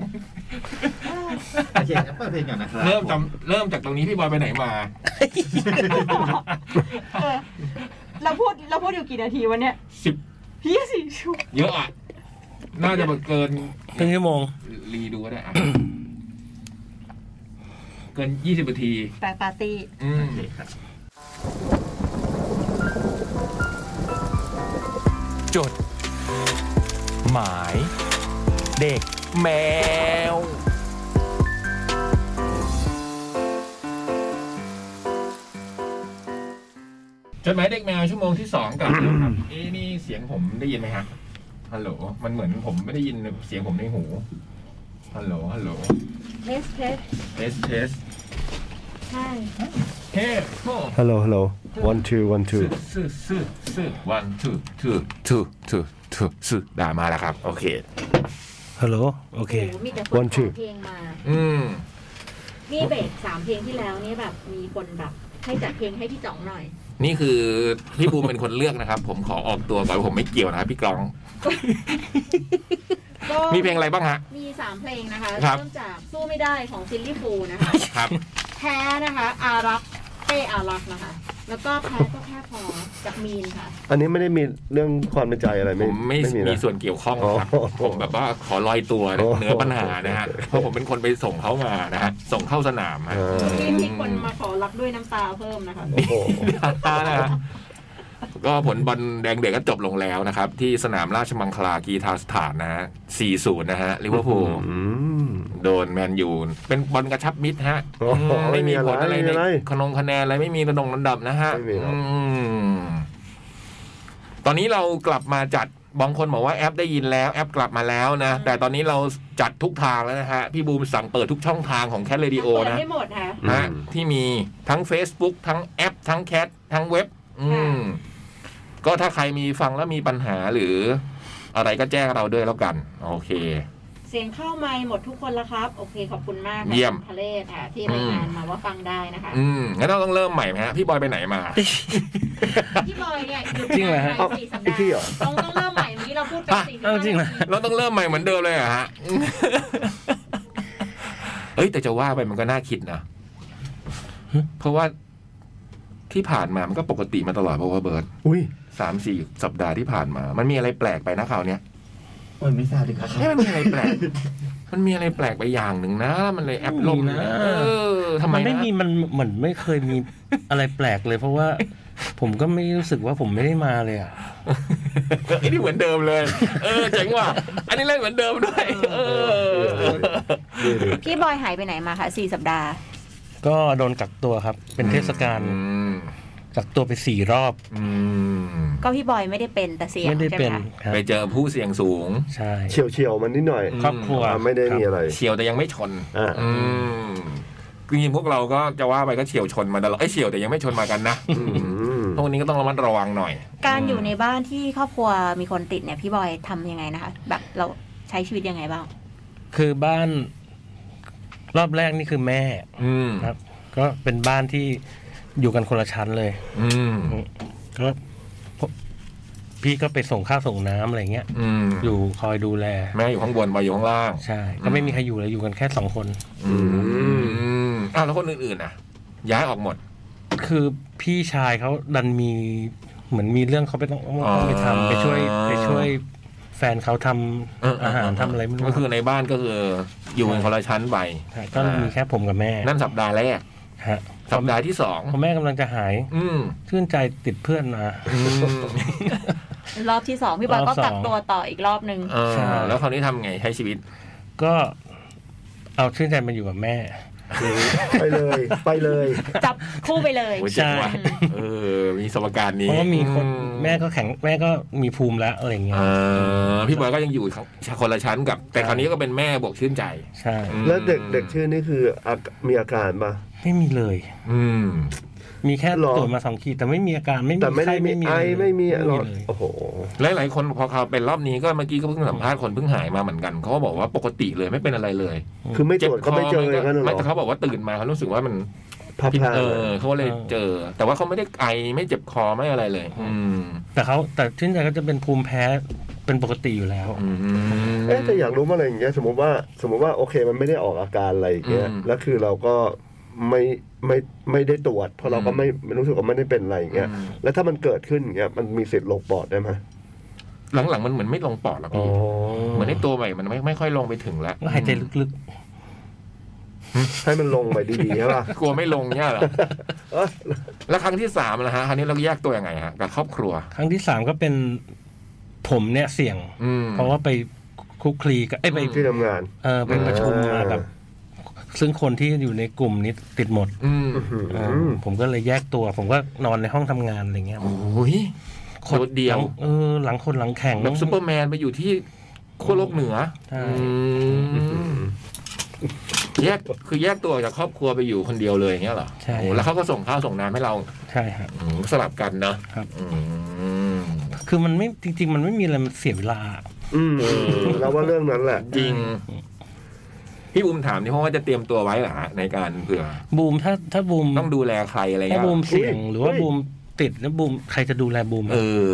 S5: โอเคงั้นเปิดเพลงก่อนนะครับ
S1: เริ่มจำเริ่มจากตรงนี้พี่บอยไปไหนมา
S2: เออเราพูดเราพูดอยู่กี่นาทีวันเนี้ย
S1: สิบ
S2: พี่สิบชั่ว
S1: เยอะอ่ะ น่าจะเกิน
S3: ครึ่งชั่วโมง
S1: รีดูก็ได้อ่ะ เกินยี่สิบนาที
S2: แปปาร์ตี้
S1: อืม
S5: โอเคครับ
S6: จด หมาย เด็กแมว
S1: จดหมายเด็กแมวชั่วโมงที่สอง
S5: <clears throat>
S1: กลับแล้วครับ เอ๊ะนี่เสียงผมได้ยินไหมฮะฮัลโหล มันเหมือนผมไม่ได้ยินเสียงผมในหู ฮัลโหล ฮัลโหล
S2: Let's play
S1: เทสเทส
S2: Hi
S1: เฮ้โม่
S4: ฮัลโหลฮัลโหล one two one
S1: ซื้
S4: two
S1: อซื้อซื้อซื้อ one two two two two two ซื้อได้มาแล้วครับ โอเค
S3: ฮัลโหล โอเค
S2: โอ้โหมีแต่คนข
S4: One, two
S2: อเพลงมา
S1: อืม
S2: นี่เบรกสามเพลงที่แล้วเนี่ยแบบมีคนแบบ ให้จัดเพลงให้พี่จ๋องหน่อย
S1: นี่คือพี่ภูมิเป็นคนเลือกนะครับ ผมขอออกตัวก่อนว่าผมไม่เกี่ยวนะครับพี่กรอง
S2: ก็
S1: มีเพลงอะไรบ้างฮะ
S2: มีสามเพลงนะคะ
S1: ครับ
S2: เริ่มจากสู้ไม่ได้ของซิลลี่ฟูนะคะ
S1: ครับ
S2: แพ้นะคะ อารักษ์เป้อารักษ์นะคะ แล้วก็แพ้ก็แค่พอจากมีนค่ะ
S4: อันนี้ไม่ได้มีเรื่องความในใจอะไร
S1: ผ
S4: ไม่
S1: มไม่
S4: มี
S1: มี
S4: นะ
S1: ส่วนเกี่ยวข้องครับ
S4: อ๋อ
S1: ผมแบบว่าขอลอยตัวนะ
S4: โอ้
S1: เหนื้อปัญหานะฮะ เพราะผมเป็นคนไปส่งเขามานะฮะ ส่งเข้าสนามฮะ
S4: เออ
S2: ที่มีคนมาขอรักด้วยน้ำตาเพิ่มนะคะ
S4: โอ้โห
S1: นะฮะ <laughs> ก็ผลบอลแดงเด็กก็จบลงแล้วนะครับ ที่สนามราชมังคลากีฬาสถานนะฮะ 4-0 นะฮะลิเวอร์พูล
S4: อืม
S1: โดนแมนยูเป็นบอลกระชับมิตรฮะ
S4: โอ้โห
S1: ไม่มีผลอะไร
S4: ไม่มี
S1: ใน
S4: อะไร
S1: คะนงคะแนนอะไรไม่มีกระดงระดับนะฮะ
S4: ไม่มีครับ
S1: อืมตอนนี้เรากลับมาจัดบางคนบอกว่าแอปได้ยินแล้วแอปกลับมาแล้วนะ แต่ตอนนี้เราจัดทุกทางแล้วนะฮะ พี่บูมสั่งเปิดทุกช่องทางของแคทเรดิโอ
S2: เปิด
S1: นะ
S2: ได้หมดค่ะ
S4: อืม
S1: ฮะที่มีทั้ง Facebook ทั้งแอป ทั้งแคททั้งเว็บ อืม ก็ถ้าใครมีฟังแล้วมีปัญหาหรือ อะไรก็แจ้งเราด้วยแล้วกัน โอเค
S2: เสียงเข้าไมค์หมดทุกคนแล้วครับ โอเคขอบคุณมากค่ะ
S1: เยี่ยม
S2: คุณทะเลศค่ะที่รายงานมาว่าฟังได้นะคะ
S1: อืม งั้นเราต้องเริ่มใหม่ไหมฮะ พี่บอยไปไหนมา
S2: พี่บอยเนี่ยหยุด
S3: จริงเหรอฮะ
S2: งานไปสี่สัปดา
S4: พี่เหรอ
S2: ห์ต้องต้องเริ่มใหม่เมื่อกี้เราพูดไปสี่
S3: เอ้าจริงเหรอ
S1: เราต้องเริ่มใหม่เหมือนเดิมเลยเหรอะฮะ เอ้ยแต่จะว่าไปมันก็น่าคิดนะ เพราะว่าที่ผ่านมามันก็ปกติมาตลอดเพราะว่าเบิร์ต
S4: อุ้ย
S1: สามสี่สัปดาห์ที่ผ่านมา มันมีอะไรแปลกไปนะคราวเนี้ย
S5: โอ้ยไม่ทราบดีครับ
S1: นี่มันมีอะไรแปลก มันมีอะไรแปลกไปอย่างหนึ่งนะ มันเลยแอปล่ม
S3: ไม่มีนะ
S1: เออทำไม
S3: มัน
S1: นะ
S3: ไม่มีมันเหมือนไม่เคยมีอะไรแปลกเลย เพราะว่าผมก็ไม่รู้สึกว่าผมไม่ได้มาเลยอ่ะ
S1: ไอ้นี่เหมือนเดิมเลย เออเจ๋งว่ะ อันนี้เล่นเหมือนเดิมด้วย เออ
S2: พี่บอยหายไปไหนมาคะสี่สัปดาห์
S3: ก็โดนกักตัวครับ เป็นเทศกาล
S1: อืม
S3: กักตัวไปสี่รอบ
S1: อืม
S2: ก็พี่บอยไม่ได้เป็นแต่เสียง
S3: ไม่ได้
S2: ใช่ไหม
S3: เป็น
S2: คะ
S3: ครับ
S1: ไปเจอผู้เสี่ยงสูง
S3: ใช่
S4: เฉียวเฉียวๆมันนิดหน่อย
S3: ครอบครัว
S4: อ่าไม่ได้
S3: ครั
S4: มี
S3: บ
S4: อะไร
S1: เฉียวแต่ยังไม่ชน
S4: อ่า
S1: อืมจริงๆพวกเราก็จะว่าไปก็เฉียวชนมาตลอดไอ้ยเฉียวแต่ยังไม่ชนมากันนะ
S4: อืม
S1: พวกนี้ก็ต้องระมัดระวังหน่อย
S2: การอยู่ในบ้านที่ครอบครัวมีคนติดเนี่ยพี่บอยทำยังไงนะคะ แบบเราใช้ชีวิตยังไงบ้าง
S3: คือบ้านรอบแรกนี่คือแม่
S1: อืม
S3: ครับ ก็เป็นบ้านที่อยู่กันคนละชั้นเลย
S1: อืม
S3: ก็พี่ก็ไปส่งข้าวส่งน้ำอะไรเงี้ย
S1: อืม
S3: อยู่คอยดูแล
S1: แม่อยู่ข้างบนบอยอยู่ข้างล่าง
S3: ใช่ ก็ไม่มีใครอยู่เลยอยู่กันแค่สองคน
S1: อื
S4: ม
S1: มอ้าวแล้วคนอื่นๆน่ะ ย้ายออกหมด
S3: คือพี่ชายเขาดันมีเหมือนมีเรื่องเขาไปต้องต้องไปทำไปช่วยไปช่วย แฟนเขาทำอาหารทำอะไรไม่รู้
S1: ก็คือในบ้านก็คืออยู่กันคนละชั้นไป
S3: ฮะก็มีแค่ผมกับแม่
S1: นั่นสัปดาห์แรก
S3: ฮะ
S1: สัปดาห์ที่สอง
S3: พอแม่กำลังจะหาย
S1: อืม
S3: ชื่นใจติดเพื่อนมา
S1: อืม
S2: รอบที่สองพี่บอย
S3: รอบ
S2: ก็
S3: สอง
S2: กักตัวต่ออีกรอบห
S3: <laughs>
S2: นึ่ง
S1: เออแล้วคราวนี้ทำไงใช้ชีวิต
S3: ก็เอาชื่นใจมาอยู่กับแม่
S4: ไปเลย ไปเลย
S2: จับคู่ไปเลย
S1: โอ้ยเจ๋ง
S3: <laughs>
S1: ว่ะเออ มีสมการนี้
S3: เพราะว่ามีคน
S1: อื
S3: แม่ก็แข็งแม่ก็มีภูมิแล้วอะไรอย่างเงี้ย
S1: เออพี่บอยก็ยังอยู่คนละชั้นกับ แต่คราวนี้ก็เป็นแม่บวกชื่นใจ
S3: ใช่
S1: อืม
S4: แล้วเด็กเด็กชื่อนี่คืออาการมีอาการปะ
S3: ไม่มีเลย
S1: อืม
S3: มีแค่
S4: หรอ
S3: ตรวจมาสองขีดแต่ไม่มีอาการไม่มี
S4: แต่ไม่ได้
S3: ไข้
S4: มี
S3: ไม่มี
S4: ไอไม่มี
S3: อะ
S4: ห
S3: รเล
S4: ลอด
S3: ย
S4: โอ้โห
S1: หลายหลายๆคนพอเขาเป็นรอบนี้ก็เมื่อกี้ก็เพิ่งสัมภาษณ์คนเพิ่งหายมาเหมือนกันเขาก็บอกว่าปกติเลยไม่เป็นอะไรเลย
S4: คือไม่ตรวจก็ไม่เจออย่างนั้นหร
S1: ไม่
S4: อ
S1: แต่เขาบอกว่าตื่นมาเขารู้สึกว่ามัน
S4: พับ
S1: ผิด
S4: พลาด
S1: เออเขาเลยเจอ แต่ว่าเขาไม่ได้ไอไม่เจ็บคอไม่อะไรเลย อืม
S3: แต่เขาแต่ชื่นใจก็จะเป็นภูมิแพ้เป็นปกติอยู่แล้ว
S1: อืม
S4: เอ๊ะแต่อยากรู้ว่าอะไรอย่างเงี้ยสมมติว่าสมมติว่าโอเคมันไม่ได้ออกอาการอะไรอย่างเงี้ย
S1: อืม
S4: แล้วคือเราก็ไม่ไม่ไม่ได้ตรวจเพราะเราก็
S1: อืม
S4: ไม่รู้สึกว่าไม่ได้เป็นอะไรอย่างเงี้ยแล้วถ้ามันเกิดขึ้นอย่างเงี้ยมันมีสิทธิ์ลงปอดได้ไหม
S1: หลังๆมันเหมือนไม่ลงปอดหรอก
S4: อ๋อ
S1: พี่เหมือนไอ้ตัวใหม่มันไม่ไม่ค่อยลงไปถึงแล้ว
S3: ก็หายใจลึก
S4: ให้มันลงไปดีๆใช่ป่ะ
S1: กลัวไม่ลงเนี่ยเหรอ
S4: เอ้ย
S1: แล้วครั้งที่สามนะฮะครั้งนี้เราแยกตัวยังไงฮะกับครอบครัว
S3: ๆ ครั้งที่สามก็เป็นผมเนี่ยเสี่ยง
S1: อืม
S3: เพราะว่าไปคุกคลีกับเอ้ยไป
S4: ที่ทำงาน
S3: เออไปประชุมมากับ ซึ่งคนที่อยู่ในกลุ่มนี้ติดหมด
S1: อืม
S3: เออผมก็เลยแยกตัว ผมก็นอนในห้องทำงานอะไรเงี้ย
S1: โอ้ย โดดเดี่ยว
S3: หลังเออหลังคนหลังแข็ง
S1: แบบซูเปอร์แมนไปอยู่ที่ขั้วโลกเหนือ
S3: ใช่
S1: อืมแยกคือแยกตัวจากครอบครัวไปอยู่คนเดียวเลยอย่างเงี้ยเหรอ
S3: ใช่
S1: โอ้แล้วเขาก็ส่งข้าวส่งน้ำให้เรา
S3: ใช่ครับ
S1: อืมสลับกันเนาะ
S3: ครับ
S1: อืม
S3: คือมันไม่จริง ๆ มันไม่มีอะไรมันเสียเวลา
S4: อืมเราว่าเรื่องนั้นแหละ
S1: จริง พี่บูมถามนี่เพราะว่าจะเตรียมตัวไว้เหรอฮะในการเผื่อ
S3: บูมถ้าถ้าบูม
S1: ต้องดูแลใครอะไร
S3: ถ้า
S1: เงี้ย
S3: บูมเสี่ยง หรือว่า
S4: เฮ้ย
S3: บูมติดแล้วบูมใครจะดูแลบูมอะ
S1: เออ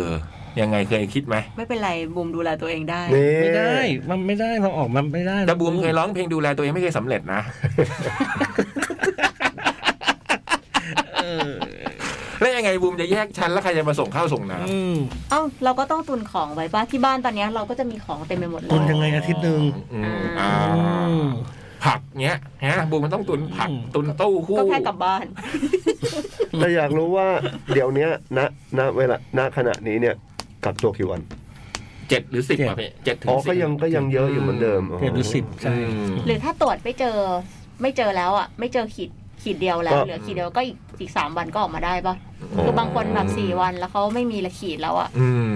S1: ยังไงเคยคิดไหม
S7: ไม่เป็นไรบูมดูแลตัวเองได้
S4: นี่
S3: ไม่ได้ มันไม่ได้ เราออกมาไม่ได้
S1: แต่บูมเคยร้องเพลงดูแลตัวเองไม่เคยสำเร็จนะแล้วยังไงบูมจะแยกชั้นแล้วใครจะมาส่งข้าวส่งน้ำ
S3: อืม
S2: เอ้าเราก็ต้องตุนของไว้บ้านที่บ้านตอนเนี้ยเราก็จะมีของเต็มไปหมดเล
S3: ตุน
S2: ย
S3: ยังไงอาทิตย์หนึ่ง
S1: อืม
S2: อ่า
S1: อ่า
S3: อืม
S1: ผักเนี้ยฮะบูมมันต้องตุนผัก
S3: อืม
S1: ตุนเต้าหู้
S2: ก็แค่กลับบ้าน
S4: แต่อยากรู้ว่าเดี๋ยวเนี้ยณณเวลาณขณะนี้เนี่ยกักตัวกี่วัน
S1: เจ็ดหรือสิบ
S3: เจ็ด
S1: อ่ะพี่เจ็ดถึง
S4: อ๋อ
S1: สิบ
S4: ก็ยังก็ยังเยอะอยู่เหมือนเดิม
S3: เจ็ดหรือสิบใช่
S1: อืม
S2: หรือถ้าตรวจไม่เจอไม่เจอแล้วอ่ะ ไม่เจอขีดขีดเดียวแล้วเหลือขีดเดียวก็อีกอีกสามวันก็ออกมาได้ปะคือบางคนแบบสี่วันแล้วเขาไม่มีละขีดแล้วอ่ะ
S1: อืม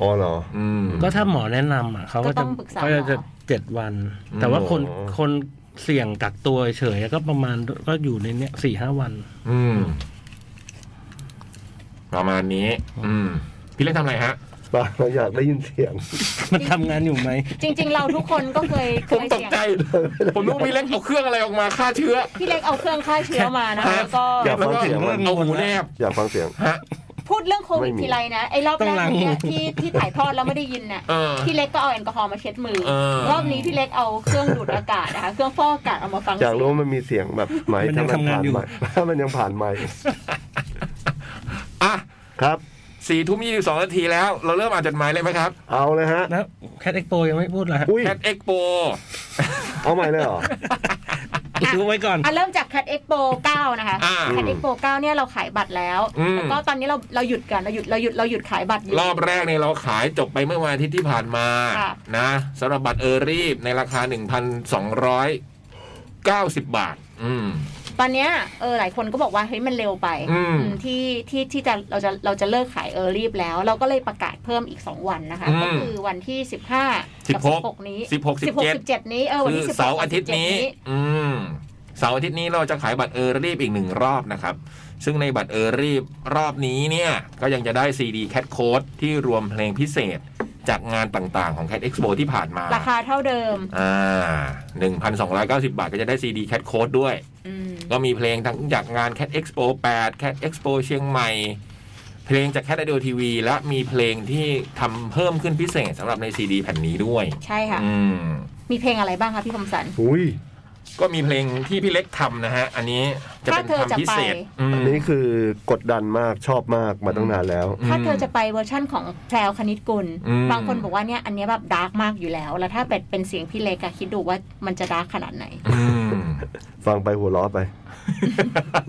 S4: อ๋อเหรอ
S1: อืม
S3: ก็ถ้าหมอแนะนำอ่ะเขาก็
S2: ก็ต้
S3: จะ
S2: องปรึกษาห
S3: ก็
S2: ม
S3: จะ
S2: อ
S3: เจ็ดวัน
S1: อืม
S3: แต่ว่าคน
S4: โอ้
S3: คนเสี่ยงกักตัวเฉยๆก็ประมาณก็อยู่ในเนี้ยสี่ห้าวัน
S1: อืมประมาณนี้ อืม พี่เล่นทำอะไรฮะ
S4: ป่ะเราอยากได้ยินเสียง
S3: มันทำงานอยู่ไหม
S2: จริง ๆ เราทุกคนก็เคยเค
S1: ผม
S2: ย
S1: ตก
S2: เสี่ยง
S1: ใจ ผมรู้พี่เล็กเอาเครื่องอะไรออกมาฆ่าเชื้อ
S2: พี่เล็กเอาเครื่องฆ่าเชื้อมานะแล้วก็
S4: อย่า ฟั
S1: แล้ว
S4: ง
S1: ก็
S4: เสียงมัน
S1: เอาหูแนบ
S4: อยากฟังเสียง
S1: ฮะ
S2: พูดเรื่องโควิด
S4: ไม่มี
S2: ทีไรนะไอ้รอบ
S3: ต้
S2: แร
S3: อง
S2: ก
S3: ล้าง
S2: เนี่ยที่ที่ถ่ายทอดแล้วไม่ได้ยินน่ะ
S1: เออ
S2: พี่เล็กก็เอาแอลกอฮอล์มาเช็ดมือ
S1: เออ
S2: รอบนี้พี่เล็กเอาเครื่องดูดอากาศนะคะเครื่องฟอกอากาศเอามาฟัง
S4: อยาก
S2: เสียง
S4: รู้ว่ามันมีเสียงแบบไหม
S3: มันยั
S4: ถ้างมัน
S3: ทำงาน
S4: ผ่าน
S3: อยู่
S4: ไหมถ้า <laughs> มันยังผ่านไหม
S1: อ่ะ
S4: ครับ
S1: สี่ทุ่มยี่สิบสองนาทีแล้ว เราเริ่มอ่านจดหมายเลยไหมครับ
S4: เอาเลย
S3: <laughs>
S4: ฮะ
S3: แล้วแคทเอ็กโปยังไม่พูดเหรอฮะ
S4: อุ้ย
S1: แคทเอ็กโป
S4: เอาใหม่เลยเหรอ
S3: ดูไว้ก่อน
S2: อ่ะเริ่มจาก Cat Expo 9 นะคะ
S1: อ่า
S2: Cat Expo 9 เนี่ยเราขายบัตรแล้ว
S1: อืม
S2: แล้วก็ตอนนี้เราเราหยุดกันเราหยุดเราหยุดเราหยุดขายบัตรอยู่
S1: รอบแรกเนี่ยเราขายจบไปเมื่อวันอาทิตย์ที่ผ่านมา
S2: ค่ะ
S1: นะสำหรับบัตรเออรีบในราคา 1,290 บาท อืม
S2: ตอนเนี้ยเออหลายคนก็บอกว่าเฮ้ยมันเร็วไป
S1: อืม
S2: อืมที่ที่ที่จะเราจะเราจะเลิกขายเออรีบแล้ว เราก็เลยประกาศเพิ่มอีก 2 วันนะคะ
S1: อืม
S2: ก็คือวันที่ 15 กับ
S1: 16
S2: 16 นี้
S1: 16
S2: 16
S1: 17
S2: 17 นี้เออวัน
S1: คือ
S2: ที่16
S1: เสาร์อาทิตย์นี้
S2: 17
S1: อืมเสาร์อาทิตย์นี้เราจะขายบัตรเออรีบอีกหนึ่งรอบนะครับ ซึ่งในบัตรเออรีบรอบนี้เนี่ย ก็ยังจะได้ซีดีแคทโค้ดที่รวมเพลงพิเศษจากงานต่างๆของ Cat Expo ที่ผ่านมา
S2: ราคาเท่าเดิม
S1: อ่า 1,290 บาทก็จะได้ซีดีแคทโค้ดด้วย
S2: อืม
S1: ก็มีเพลงทั้งจากงาน Cat Expo 8 Cat Expo เชียงใหม่ เพลงจาก Cat Audio TV และมีเพลงที่ทำเพิ่มขึ้นพิเศษสำหรับในซีดีแผ่นนี้ด้วย
S2: ใช่ค่ะ
S1: อืม
S2: มีเพลงอะไรบ้างคะพี่คมสัน
S4: อุ้ย
S1: ก็มีเพลงที่พี่เล็กทำนะฮะ อันนี้จะเป็น
S2: ถ้าเธอจะ
S1: ทำพิเศษ
S2: ไป
S1: อืม
S4: อันนี้คือกดดันมากชอบมากมาตั้งนานแล้ว
S1: อืม
S2: ถ้าเธอจะไปเวอร์ชั่นของแพรวคณิตกุล
S1: อืม
S2: บางคนบอกว่าเนี่ยอันเนี้ยแบบดาร์กมากอยู่แล้ว แล้วถ้าเป็นเป็นเสียงพี่เล็กอะคิดดูว่ามันจะดาร์กขนาดไหน
S1: อืม
S4: ฟังไปหัวล้อไป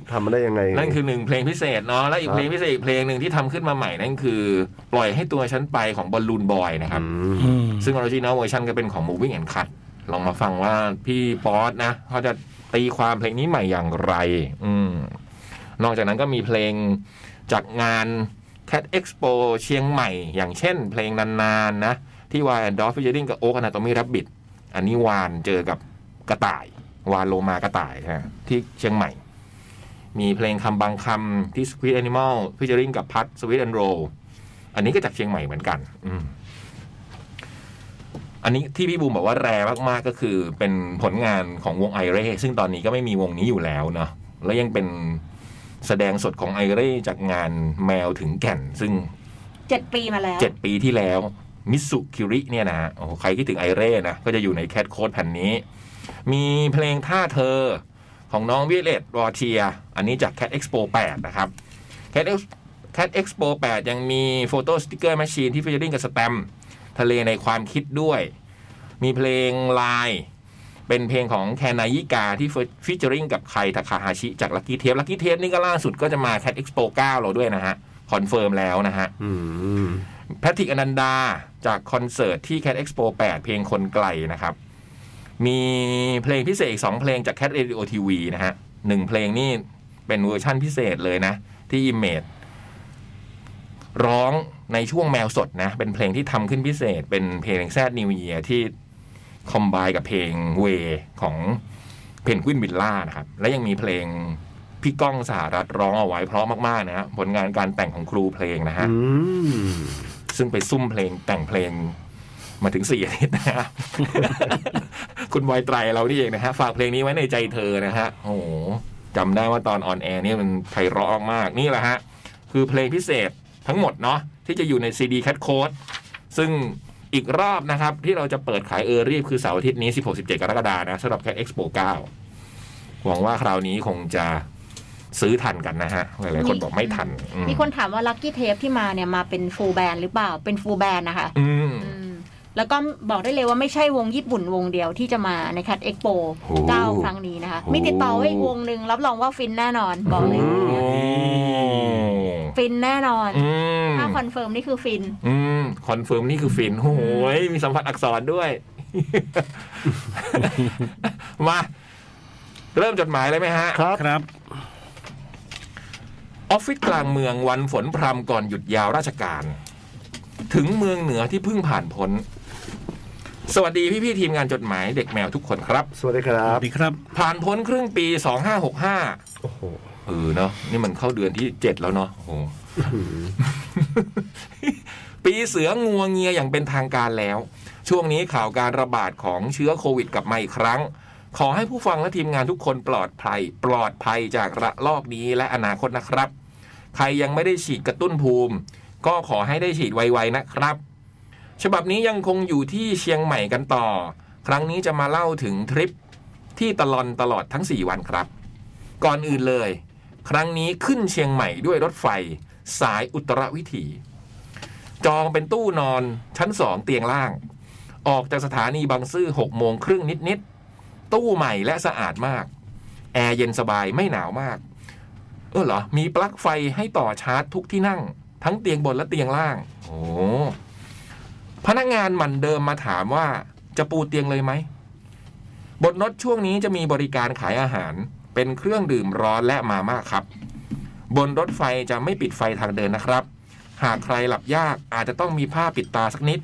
S4: <laughs> ทำมันได้ยังไง
S1: นั่นคือหนึ่งเพลงพิเศษเนาะและอีกเพลงพิเศษอีกเพลงหนึ่งที่ทำขึ้นมาใหม่นั่นคือ ปล่อยให้ตัวฉันไปของบอลลูนบอยนะครับ
S4: ม
S3: อืม
S1: ซึ่งออริจินอลเวอร์ชันก็เป็นของ Moving and Cut ลองมาฟังว่าพี่ป๊อตนะเขาจะ ตีความเพลงนี้ใหม่อย่างไร อืม นอกจากนั้นก็มีเพลงจากงาน Cat Expo เชียงใหม่ อย่างเช่น เพลงนานๆนะ ที่วายดอฟฟิเชอริงกับโอ๊กอนาโตมี่รับบิด อันนี้วานเจอกับกระต่าย วานโลมากระต่ายฮะที่เชียงใหม่ มีเพลงคำบางคำที่ Sweet Animal ฟิเชอริงกับพัท Sweet and Roll อันนี้ก็จากเชียงใหม่เหมือนกัน อืม อันนี้ที่พี่บูมบอกว่าแรงมากๆก็คือ เป็นผลงานของวงไอเร่ซึ่งตอนนี้ก็ไม่มีวงนี้อยู่แล้วเนาะแล้วยังเป็นแสดงสดของไอเร่จากงานแมวถึงแก่น ซึ่ง
S2: เจ็ดปีมาแล้ว
S1: เจ็ดปีที่แล้วมิสุคิริเนี่ยนะฮะโอ้โหใครคิดถึงไอเร่นะ ก็จะอยู่ในแคทโค้ดแผ่นนี้ มีเพลงท่าเธอของน้องวิเลตรอเทีย อันนี้จาก Cat Expo 8 นะครับ Cat Ex Cat Expo 8 ยังมีโฟโต้สติกเกอร์แมชชีนที่ฟิชเชอริงกับสแตมป์ทะเลในความคิดด้วย มีเพลงลาย เป็นเพลงของแคนายิกาที่ฟิชเชอริงกับใครทาคาฮาชิจากลักกี้เทปลักกี้เทปนี่ก็ล่าสุดก็จะมา Cat Expo 9 เราด้วยนะฮะ คอนเฟิร์มแล้วนะฮะ
S4: อืม
S1: แพทริกอนันดาจากคอนเสิร์ตที่ Cat Expo 8 เพลงคนไกลนะครับ มีเพลงพิเศษอีกสองเพลงจาก Cat Radio TV นะฮะหนึ่งเพลงนี่เป็นเวอร์ชั่นพิเศษเลยนะ ที่ Image ร้องในช่วงแมวสดนะ เป็นเพลงที่ทำขึ้นพิเศษ เป็นเพลงแซดนิวเยียที่คอมไบกับเพลงเวของเพนกวินบิลล่านะครับ และยังมีเพลงพี่ก้องสหรัฐร้องเอาไว้เพราะมากๆนะฮะผลงานการแต่งของครูเพลงนะฮะ
S4: อืม
S1: ซึ่งไปซุ่มเพลงแต่งเพลงมาถึงสี่อาทิตย์นะครับ <laughs> คุณวอยไตรเรานี่เองนะฮะ ฝากเพลงนี้ไว้ในใจเธอนะฮะ โอ้โหจำได้ว่าตอนออนแอร์เนี่ยมันไพเราะมากๆนี่แหละฮะ คือเพลงพิเศษทั้งหมดเนาะที่จะอยู่ในซีดีแคทโค้ดซึ่งอีกรอบนะครับ ที่เราจะเปิดขายเออรีบคือเสาร์อาทิตย์นี้ 16-17 กรกฎานะสำหรับแคทเอ็กซ์โป9หวังว่าคราวนี้คงจะซื้อทันกันนะฮะหลายๆคนบอกไม่ทันอื
S2: มีคนถามว่าลั c กี้เทปที่มาเนี่ยมาเป็นฟูลแบนหรือเปล่า เป็นฟูลแบนนะคะ
S1: อืม
S2: อืม แล้วก็บอกได้เลยว่าไม่ใช่วงญี่ปุ่นวงเดียวที่จะมาในคัดเอ็กโป
S4: โห
S2: เก้าครั้งนี้นะคะ
S4: โห
S2: มีติดต่อไว้อีกวงหนึ่งรับรองว่าฟินแน่นอน บอกเลย ฟินแน่นอน
S1: อืม
S2: ถ้าคอนเฟิร์มนี่คือฟิน
S1: อืมคอนเฟิร์มนี่คือฟินโอ้โหยมีสัมผัสอักษรด้วย มา เริ่มจดหมายเลยไหมฮะ
S4: ครับ
S3: ครับ
S1: ออฟฟิศกลางเมืองวันฝนพรำก่อนหยุดยาวราชการ ถึงเมืองเหนือที่เพิ่งผ่านพ้น สวัสดีพี่ๆทีมงานจดหมายเด็กแมวทุกคนครับ
S4: สวัสดีค
S3: ส
S4: รับ
S3: วัสดีครับ
S1: ผ่านพ้นครึ่งปี 2565
S4: โอ้โห
S1: เออเนาะนี่มันเข้าเดือนที่ 7 แล้วเนาะโอ้โห
S4: หือ
S1: ปีเสืองัวเงียอย่างเป็นทางการแล้ว ช่วงนี้ข่าวการระบาดของเชื้อโควิดกลับมาอีกครั้ง ขอให้ผู้ฟังและทีมงานทุกคนปลอดภัย ปลอดภัยจากระลอกนี้และอนาคตนะครับ ใครยังไม่ได้ฉีดกระตุ้นภูมิ ก็ขอให้ได้ฉีดไวๆนะครับ ฉบับนี้ยังคงอยู่ที่เชียงใหม่กันต่อ ครั้งนี้จะมาเล่าถึงทริปที่ตลอนตลอดทั้ง 4 วันครับ ก่อนอื่นเลย ครั้งนี้ขึ้นเชียงใหม่ด้วยรถไฟ สายอุตรวิถี จองเป็นตู้นอนชั้นสองเตียงล่าง ออกจากสถานีบางซื่อหกโมงครึ่งนิดๆ ตู้ใหม่และสะอาดมาก แอร์เย็นสบายไม่หนาวมาก เออเหรอ มีปลั๊กไฟให้ต่อชาร์จทุกที่นั่ง ทั้งเตียงบนและเตียงล่าง โอ้พนักงานหมันเดิมมาถามว่าจะปูเตียงเลยไหม บนรถช่วงนี้จะมีบริการขายอาหาร เป็นเครื่องดื่มร้อนและมาม่าครับ บนรถไฟจะไม่ปิดไฟทางเดินนะครับ หากใครหลับยากอาจจะต้องมีผ้าปิดตาสักนิด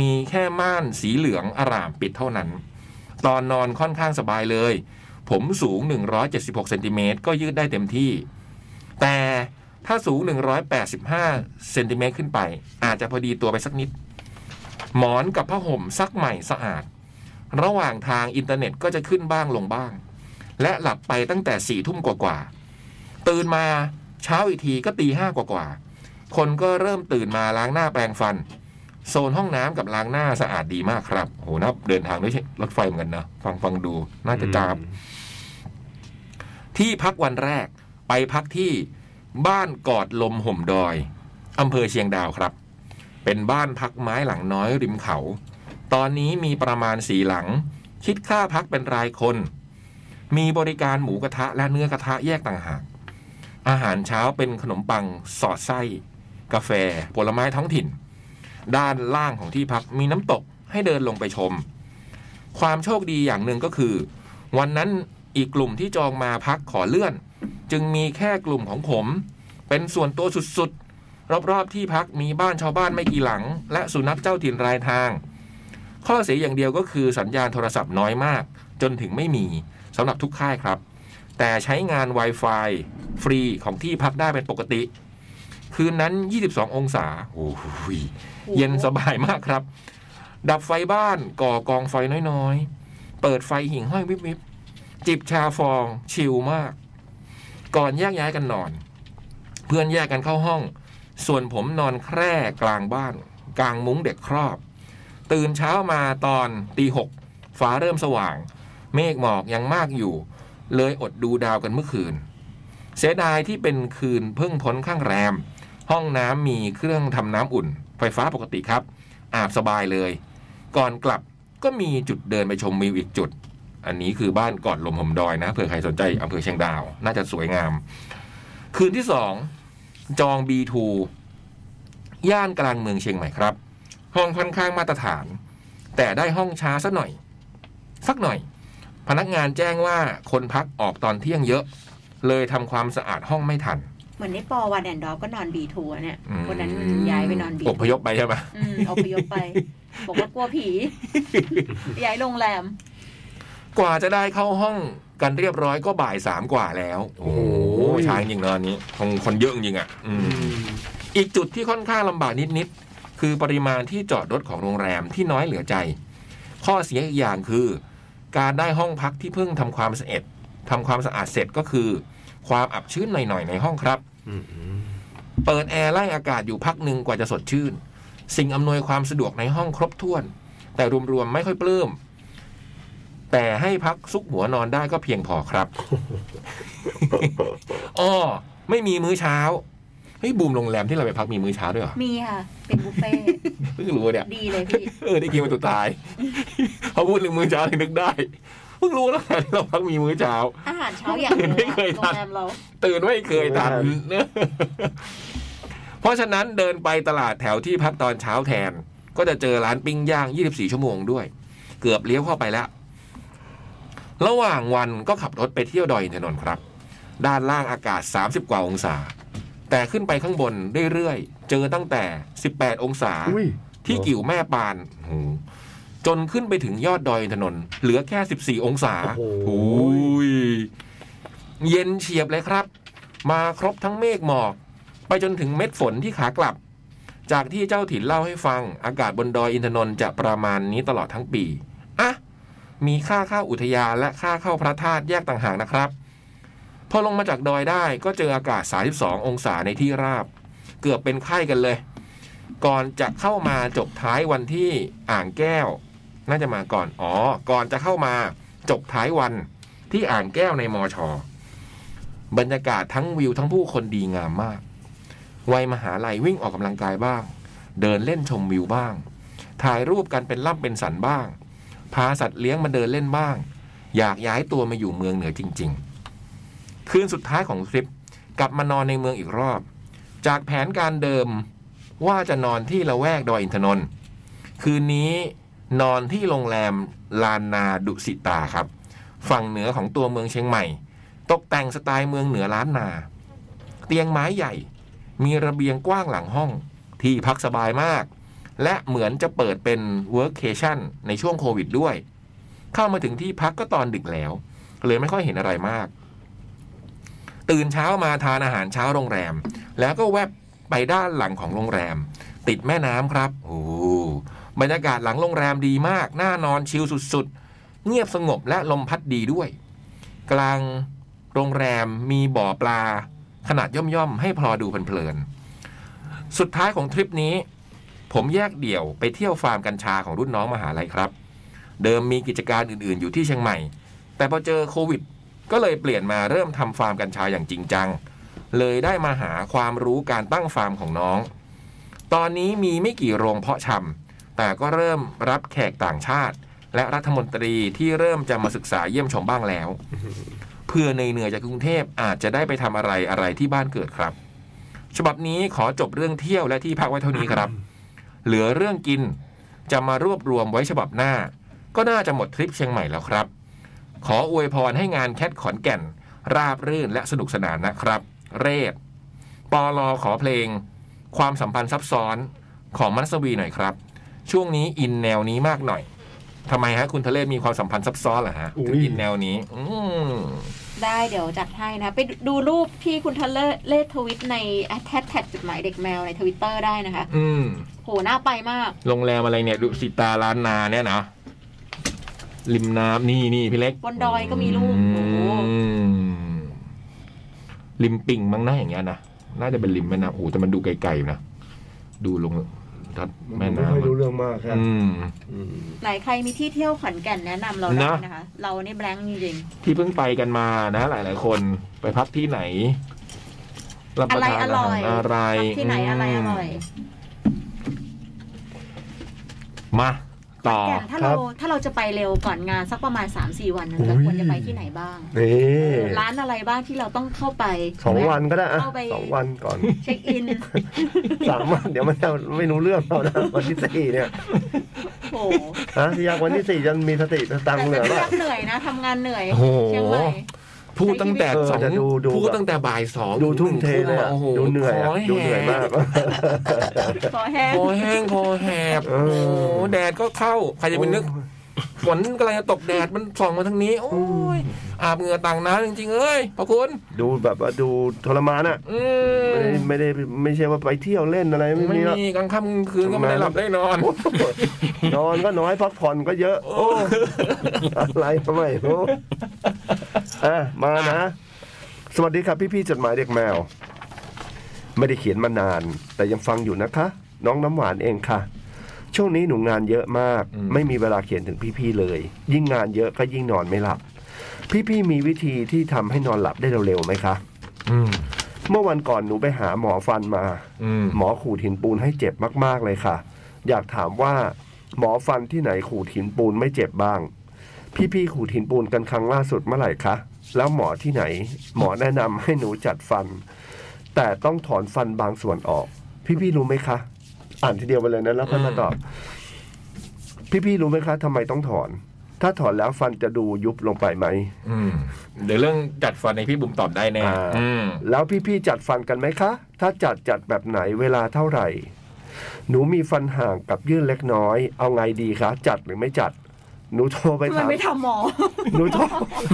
S1: มีแค่ม่านสีเหลืองอร่ามปิดเท่านั้น ตอนนอนค่อนข้างสบายเลย ผมสูง 176เซนติเมตรก็ยืดได้เต็มที่ แต่ถ้าสูง 185เซนติเมตรขึ้นไป อาจจะพอดีตัวไปสักนิด หมอนกับผ้าห่มซักใหม่สะอาด ระหว่างทางอินเทอร์เน็ตก็จะขึ้นบ้างลงบ้าง และหลับไปตั้งแต่สี่ทุ่มกว่าๆตื่นมาเช้าอีกทีก็ตีห้ากว่าๆ คนก็เริ่มตื่นมาล้างหน้าแปรงฟัน โซนห้องน้ำกับล้างหน้าสะอาดดีมากครับโหนับเดินทางด้วยรถไฟเหมือนกันนะฟังฟังดูน่าจะจาม ที่พักวันแรกไปพักที่บ้านกอดลมห่มดอยอำเภอเชียงดาวครับ เป็นบ้านพักไม้หลังน้อยริมเขา ตอนนี้มีประมาณสีหลัง คิดค่าพักเป็นรายคน มีบริการหมูกระทะและเนื้อกระทะแยกต่างหาก อาหารเช้าเป็นขนมปังสอดไส้ กาแฟ ผลไม้ท้องถิ่น ด้านล่างของที่พักมีน้ำตกให้เดินลงไปชม ความโชคดีอย่างหนึ่งก็คือ วันนั้น อีกกลุ่มที่จองมาพักขอเลื่อน จึงมีแค่กลุ่มของผม เป็นส่วนตัวสุดๆ รอบๆที่พักมีบ้านชาวบ้านไม่กี่หลัง และสุนัขเจ้าถิ่นรายทาง ข้อเสียอย่างเดียวก็คือสัญญาณโทรศัพท์น้อยมาก จนถึงไม่มีสำหรับทุกค่ายครับ แต่ใช้งาน Wi-Fi ฟรีของที่พักได้เป็นปกติ คืนนั้น 22 องศาโอ้โหเย็นสบายมากครับ ดับไฟบ้านก่อกองไฟน้อยๆ เปิดไฟหิ่งห้อยวิบวิบจิบชาฟองชิลมาก ก่อนแยกย้ายกันนอน เพื่อนแยกกันเข้าห้อง ส่วนผมนอนแคร่กลางบ้าน กลางมุ้งเด็กครอบ ตื่นเช้ามาตอนตีหกฟ้าเริ่มสว่าง เมฆหมอกยังมากอยู่ เลยอดดูดาวกันเมื่อคืน เสียดายที่เป็นคืนเพิ่งพ้นข้างแรม ห้องน้ำมีเครื่องทำน้ำอุ่น ไฟฟ้าปกติครับ อาบสบายเลย ก่อนกลับก็มีจุดเดินไปชมวิวอีกจุด อันนี้คือบ้านก่อนลมหมดอยนะเผื่อใครสนใจอำเภอเชียงดาว น่าจะสวยงาม คืนที่สองจอง B2 ย่านกลางเมืองเชียงใหม่ครับ ห้องค่อนข้างมาตรฐาน แต่ได้ห้องช้าสักหน่อย สักหน่อย พนักงานแจ้งว่าคนพักออกตอนเที่ยงเยอะ เลยทำความสะอาดห้องไม่ทัน
S2: เหมือนในปอวันแอนดอฟก็นอนบีทัวเนี่ย
S1: อืม
S2: คนนั้นมันย้ายไปนอนบี
S1: อพยพไปใช่ไหม
S2: อืมเอาไปยกไป บอกว่ากลัวผี
S1: <laughs>
S2: ย้ายโรงแรม
S1: กว่าจะได้เข้าห้องกันเรียบร้อยก็บ่ายสามกว่าแล้ว โอ้โหช้างจริงนะอันนี้คงคนเยอะจริงๆอ่ะอืมอีกจุดที่ค่อนข้างลำบากนิดๆคือปริมาณที่จอดรถของโรงแรมที่น้อยเหลือใจ ข้อเสียอีกอย่างคือ การได้ห้องพักที่เพิ่งทำความสะอาดทำความสะอาดเสร็จก็คือ ความอับชื้นหน่อยๆในห้องครับ เปิดแอร์ไล่อากาศอยู่พักหนึ่งกว่าจะสดชื่น สิ่งอำนวยความสะดวกในห้องครบถ้วน แต่รวมๆไม่ค่อยปลื้ม แต่ให้พักซุกหัวนอนได้ก็เพียงพอครับ <laughs> อ้อไม่มีมื้อเช้า เฮ้ยบูมโรงแรมที่เราไปพักมีมื้อเช้าด้วยเหรอ
S2: มีค่ะ เป็นบุฟเฟ่ต์
S1: เพิ่งรู้เนี่ย
S2: ดีเลยพี่
S1: เออได้กินมาตุดตาย <laughs> พอพูดถึงมื้อเช้าถึงนึกได้เพิ่งรู้แล้ว <laughs> ไงเราพักมีมื้อเช้า
S2: อาหารเช้าอย่างเดียว
S1: ไม่เคย
S2: อะโร
S1: ทำ
S2: งแรมเรา
S1: ตื่นไม่เคยทัน <laughs> เพราะฉะนั้นเดินไปตลาดแถวที่พักตอนเช้าแทน ก็จะเจอร้านปิ้งย่าง 24 ชั่วโมงด้วย เกือบเลี้ยวเข้าไปแล้ว ระหว่างวันก็ขับรถไปเที่ยวดอยอินทนนท์ครับ ด้านล่างอากาศ 30 กว่าองศา แต่ขึ้นไปข้างบนเรื่อยๆ เจอตั้งแต่ 18 องศา
S4: อุ้ย
S1: ที่กิ่วแม่ปานโหจนขึ้นไปถึงยอดดอยอินทนนท์เหลือแค่ 14 องศา
S4: โอ้โห
S1: ยเย็นเฉียบเลยครับ มาครบทั้งเมฆหมอก ไปจนถึงเม็ดฝนที่ขากลับ จากที่เจ้าถิ่นเล่าให้ฟัง อากาศบนดอยอินทนนท์จะประมาณนี้ตลอดทั้งปีอ่ะมีค่าเข้าอุทยานและค่าเข้าพระธาตุแยกต่างหากนะครับ พอลงมาจากดอยได้ก็เจออากาศ 32 องศาในที่ราบ เกือบเป็นไข้กันเลย ก่อนจะเข้ามาจบท้ายวันที่อ่างแก้ว น่าจะมาก่อน อ๋อ ก่อนจะเข้ามาจบท้ายวันที่อ่างแก้วในมอชบรรยากาศทั้งวิวทั้งผู้คนดีงามมาก วัยมหาลัยวิ่งออกกำลังกายบ้าง เดินเล่นชมวิวบ้าง ถ่ายรูปกันเป็นล่ำเป็นสันบ้าง พาสัตว์เลี้ยงมาเดินเล่นบ้าง อยากย้ายตัวมาอยู่เมืองเหนือจริง ๆ คืนสุดท้ายของทริปกลับมานอนในเมืองอีกรอบ จากแผนการเดิม ว่าจะนอนที่ละแวกดอยอินทนนท์คืนนี้นอนที่โรงแรมลานนาดุสิตาครับ ฝั่งเหนือของตัวเมืองเชียงใหม่ ตกแต่งสไตล์เมืองเหนือล้านนา เตียงไม้ใหญ่ มีระเบียงกว้างหลังห้อง ที่พักสบายมาก และเหมือนจะเปิดเป็นเวิร์กเคชั่นในช่วงโควิดด้วย เข้ามาถึงที่พักก็ตอนดึกแล้ว เลยไม่ค่อยเห็นอะไรมาก ตื่นเช้ามาทานอาหารเช้าโรงแรม แล้วก็แวบไปด้านหลังของโรงแรม ติดแม่น้ำครับ โอ้โหบรรยากาศหลังโรงแรมดีมาก น่านอนชิลสุดๆ เงียบสงบและลมพัดดีด้วย กลางโรงแรมมีบ่อปลา ขนาดย่อมๆ ให้พลอดูเพลินๆ สุดท้ายของทริปนี้ ผมแยกเดี่ยวไปเที่ยวฟาร์มกัญชาของรุ่นน้องมหาลัยครับ เดิมมีกิจการอื่นๆ อยู่ที่เชียงใหม่ แต่พอเจอโควิด ก็เลยเปลี่ยนมาเริ่มทำฟาร์มกัญชาอย่างจริงจัง เลยได้มาหาความรู้การตั้งฟาร์มของน้อง ตอนนี้มีไม่กี่โรงเพาะชำ แต่ก็เริ่มรับแขกต่างชาติ และรัฐมนตรีที่เริ่มจะมาศึกษาเยี่ยมชมบ้างแล้ว เพื่อในเหนือๆจากกรุงเทพอาจจะได้ไปทำอะไรอะไรที่บ้านเกิดครับ ฉบับนี้ขอจบเรื่องเที่ยวและที่พักไว้เท่านี้ครับ เหลือเรื่องกินจะมารวบรวมไว้ฉบับหน้า ก็น่าจะหมดทริปเชียงใหม่แล้วครับ ขออวยพรให้งานแคทขอนแก่น ราบรื่นและสนุกสนานนะครับ เรศปอลอขอเพลง ความสัมพันธ์ซับซ้อนของมัสวีหน่อยครับ ช่วงนี้อินแนวนี้มากหน่อยทำไมฮะคุณทะเลศมีความสัมพันธ์ซับซ้อนเหรอฮะถึงอินแนวนี้อืม
S2: ได้เดี๋ยวจัดให้นะ ไปดูรูปที่คุณทะเลเลทวิตในแท็กแท็กจุดหมายเด็กแมวในทวิตเตอร์ได้นะคะ
S1: อืม
S2: โหน่าไปมาก
S1: โรงแรมอะไรเนี่ยดุสิตาร้านนาเนี่ยนะริมน้ำนี่นี่พี่เล็ก
S2: บนดอยก็มีรูปโอ้โห
S1: อืมริมปิงมั้งนะอย่างเงี้ยนะน่าจะเป็นริมแม่น้ำโอ้โหแต่มันดูไกลๆอยู่นะดูลงทัดแม่
S4: ไม่
S1: น้ำ
S4: ค่อยรู้
S1: อะ
S4: เรื่องมากครับ
S1: อืม
S4: อืม
S2: ไหนใครมีที่เที่ยวขอนแก่นแนะนำเราได้
S1: นะ
S2: นะคะ เรานี่แบงค์จริง
S1: ที่เพิ่งไปกันมานะหลาย ๆ คนไปพักที่ไหนรับ
S2: ๆ
S1: ป
S2: อะ
S1: ระ
S2: ไร
S1: ทานอา
S2: อร่อ
S1: หาร
S2: ย
S1: อะไร
S2: พักที่ไหนอะไรอร่อย
S1: มมาต่อ
S2: แก่นถ้าเราถ้าเราจะไปเร็วก่อนงานสักประมาณ 3-4 วันนั้นเราควรจะไปที่ไหนบ้าง
S4: นี่
S2: ร้านอะไรบ้างที่เราต้องเข้าไป
S4: สองวันก็ได้อะ
S2: เอาไป
S4: สองวันก่อน
S2: เช็คอิน
S4: สามวันเดี๋ยวมันจะไม่รู้เรื่องเรานะวันที่สี่เนี่ย
S2: โอ้โห
S4: ฮะที่ยากวันที่สี่ยังมีสติสตังค์เหลื
S2: แต่
S4: อ
S2: เป็น
S4: ป่ะ
S2: เรื่องเหนื่อยนะทำงานเหนื่อย
S1: โอ้โห
S2: เชียงใหม่
S1: พูดตั้งแต่
S4: เออ
S1: สอง
S4: แต่ดูดู
S1: พูด
S4: แบบ
S1: ตั้งแต่บ่ายสอง
S4: ดูทุ่มเทเลยอะ
S1: โอ้โห
S4: ดูเหนื่อยอะ
S1: คแ
S4: ดูเหนื่อยมาก
S2: ขอแห้ง
S1: คอแห้งคอแหบ
S4: เอ
S1: โอ้
S4: อ
S1: โหแดดก็เข้า ใครจะไปนึกฝนกำลังจะตกแดดมันส่องมาทางนี้ โอ้ยอาบเหงื่อต่างน้ำจริงๆเอ้ยพระคุณ
S4: ดูแบบว่าดูทรมานอ่ะ
S1: อื
S4: ไม่
S1: ม
S4: ได้ไม่ได้ไม่ใช่ว่าไปเที่ยวเล่นอะไรไม่
S1: ไม่
S4: มีหรอก
S1: มีกลางค่ำกลางคืนก็ไม่ได้หลับได้นอน
S4: <laughs> นอนก็น้อยพักผ่อนก็เยอะ โอ้อะไรทำไมโอ้อ่ะมานะ สวัสดีครับพี่ๆจดหมายเด็กแมว ไม่ได้เขียนมานาน แต่ยังฟังอยู่นะคะ น้องน้ำหวานเองค่ะ ช่วงนี้หนูงานเยอะมาก
S1: อืม
S4: ไม่มีเวลาเขียนถึงพี่ๆเลย ยิ่งงานเยอะก็ยิ่งนอนไม่หลับ พี่ๆมีวิธีที่ทำให้นอนหลับได้เร็วๆไหมคะ
S1: อืม
S4: เมื่อวันก่อนหนูไปหาหมอฟันมา
S1: อืม
S4: หมอขูดหินปูนให้เจ็บมาก ๆ เลยค่ะ อยากถามว่า หมอฟันที่ไหนขูดหินปูนไม่เจ็บบ้าง พี่ๆขูดหินปูนกันครั้งล่าสุดเมื่อไหร่คะ แล้วหมอที่ไหน หมอแนะนำให้หนูจัดฟัน แต่ต้องถอนฟันบางส่วนออก พี่ๆรู้ไหมคะ อ่านทีเดียวไปเลยนะแล้วค่อยมาตอบ พี่ๆรู้ไหมคะทำไมต้องถอน ถ้าถอนแล้วฟันจะดูยุบลงไปไหม
S1: อืมเดี๋ยวเรื่องจัดฟันในพี่บุ๋มตอบได้แน่
S4: อ่า
S1: อืม
S4: แล้วพี่ๆจัดฟันกันไหมคะ ถ้าจัดจัดแบบไหนเวลาเท่าไหร่ หนูมีฟันห่างกับยื่นเล็กน้อย เอาไงดีคะ จัดหรือไม่จัด หนูโทรไป
S2: ทำไม
S4: ถาม
S2: ไม่ทำหมอ
S4: <laughs> หนูโทร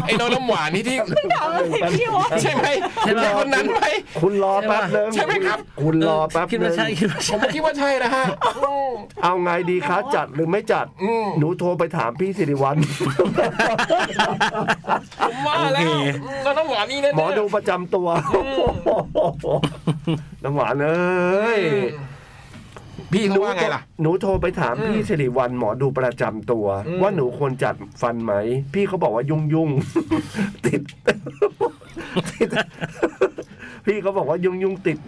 S1: ไอ้น้องน้ำหวานนี่ที่
S2: ไม่ทำอะไรพี่วะ
S1: ใช่ไหม
S4: ใช่ไหม
S1: คนนั้นไหม
S4: คุณรอแป๊บนึง
S1: ใช่ไหมครับ
S4: คุณรอแป๊บ
S3: คิด
S4: นึ
S3: ว่าง ใช่คิดว่า
S1: ผ
S3: ใช่
S1: มก็คิดว่าใช่นะฮะอืม
S4: เอาไงดีคะ จัดหรือไม่จัด
S1: อืม
S4: หนูโทรไปถามพี่สิริวัล
S1: ผมว่าแล้ว
S3: โอเค
S1: อืมน้องน้ำหวานนี่แน่ๆ
S4: หมอดูประจำตัว <laughs> น้ำหวานเอ้ย
S1: พี่เขาว่าไงล่ะ
S4: หนูโทรไปถาม
S1: อืม
S4: พี่สิริวัลหมอดูประจำตัว
S1: อืม
S4: ว่าหนูควรจัดฟันไหม พี่เขาบอกว่ายุ่งยุ่งๆ <laughs> ติด <laughs> ติด <laughs> พี่เขาบอกว่ายุ่งยุ่งๆติด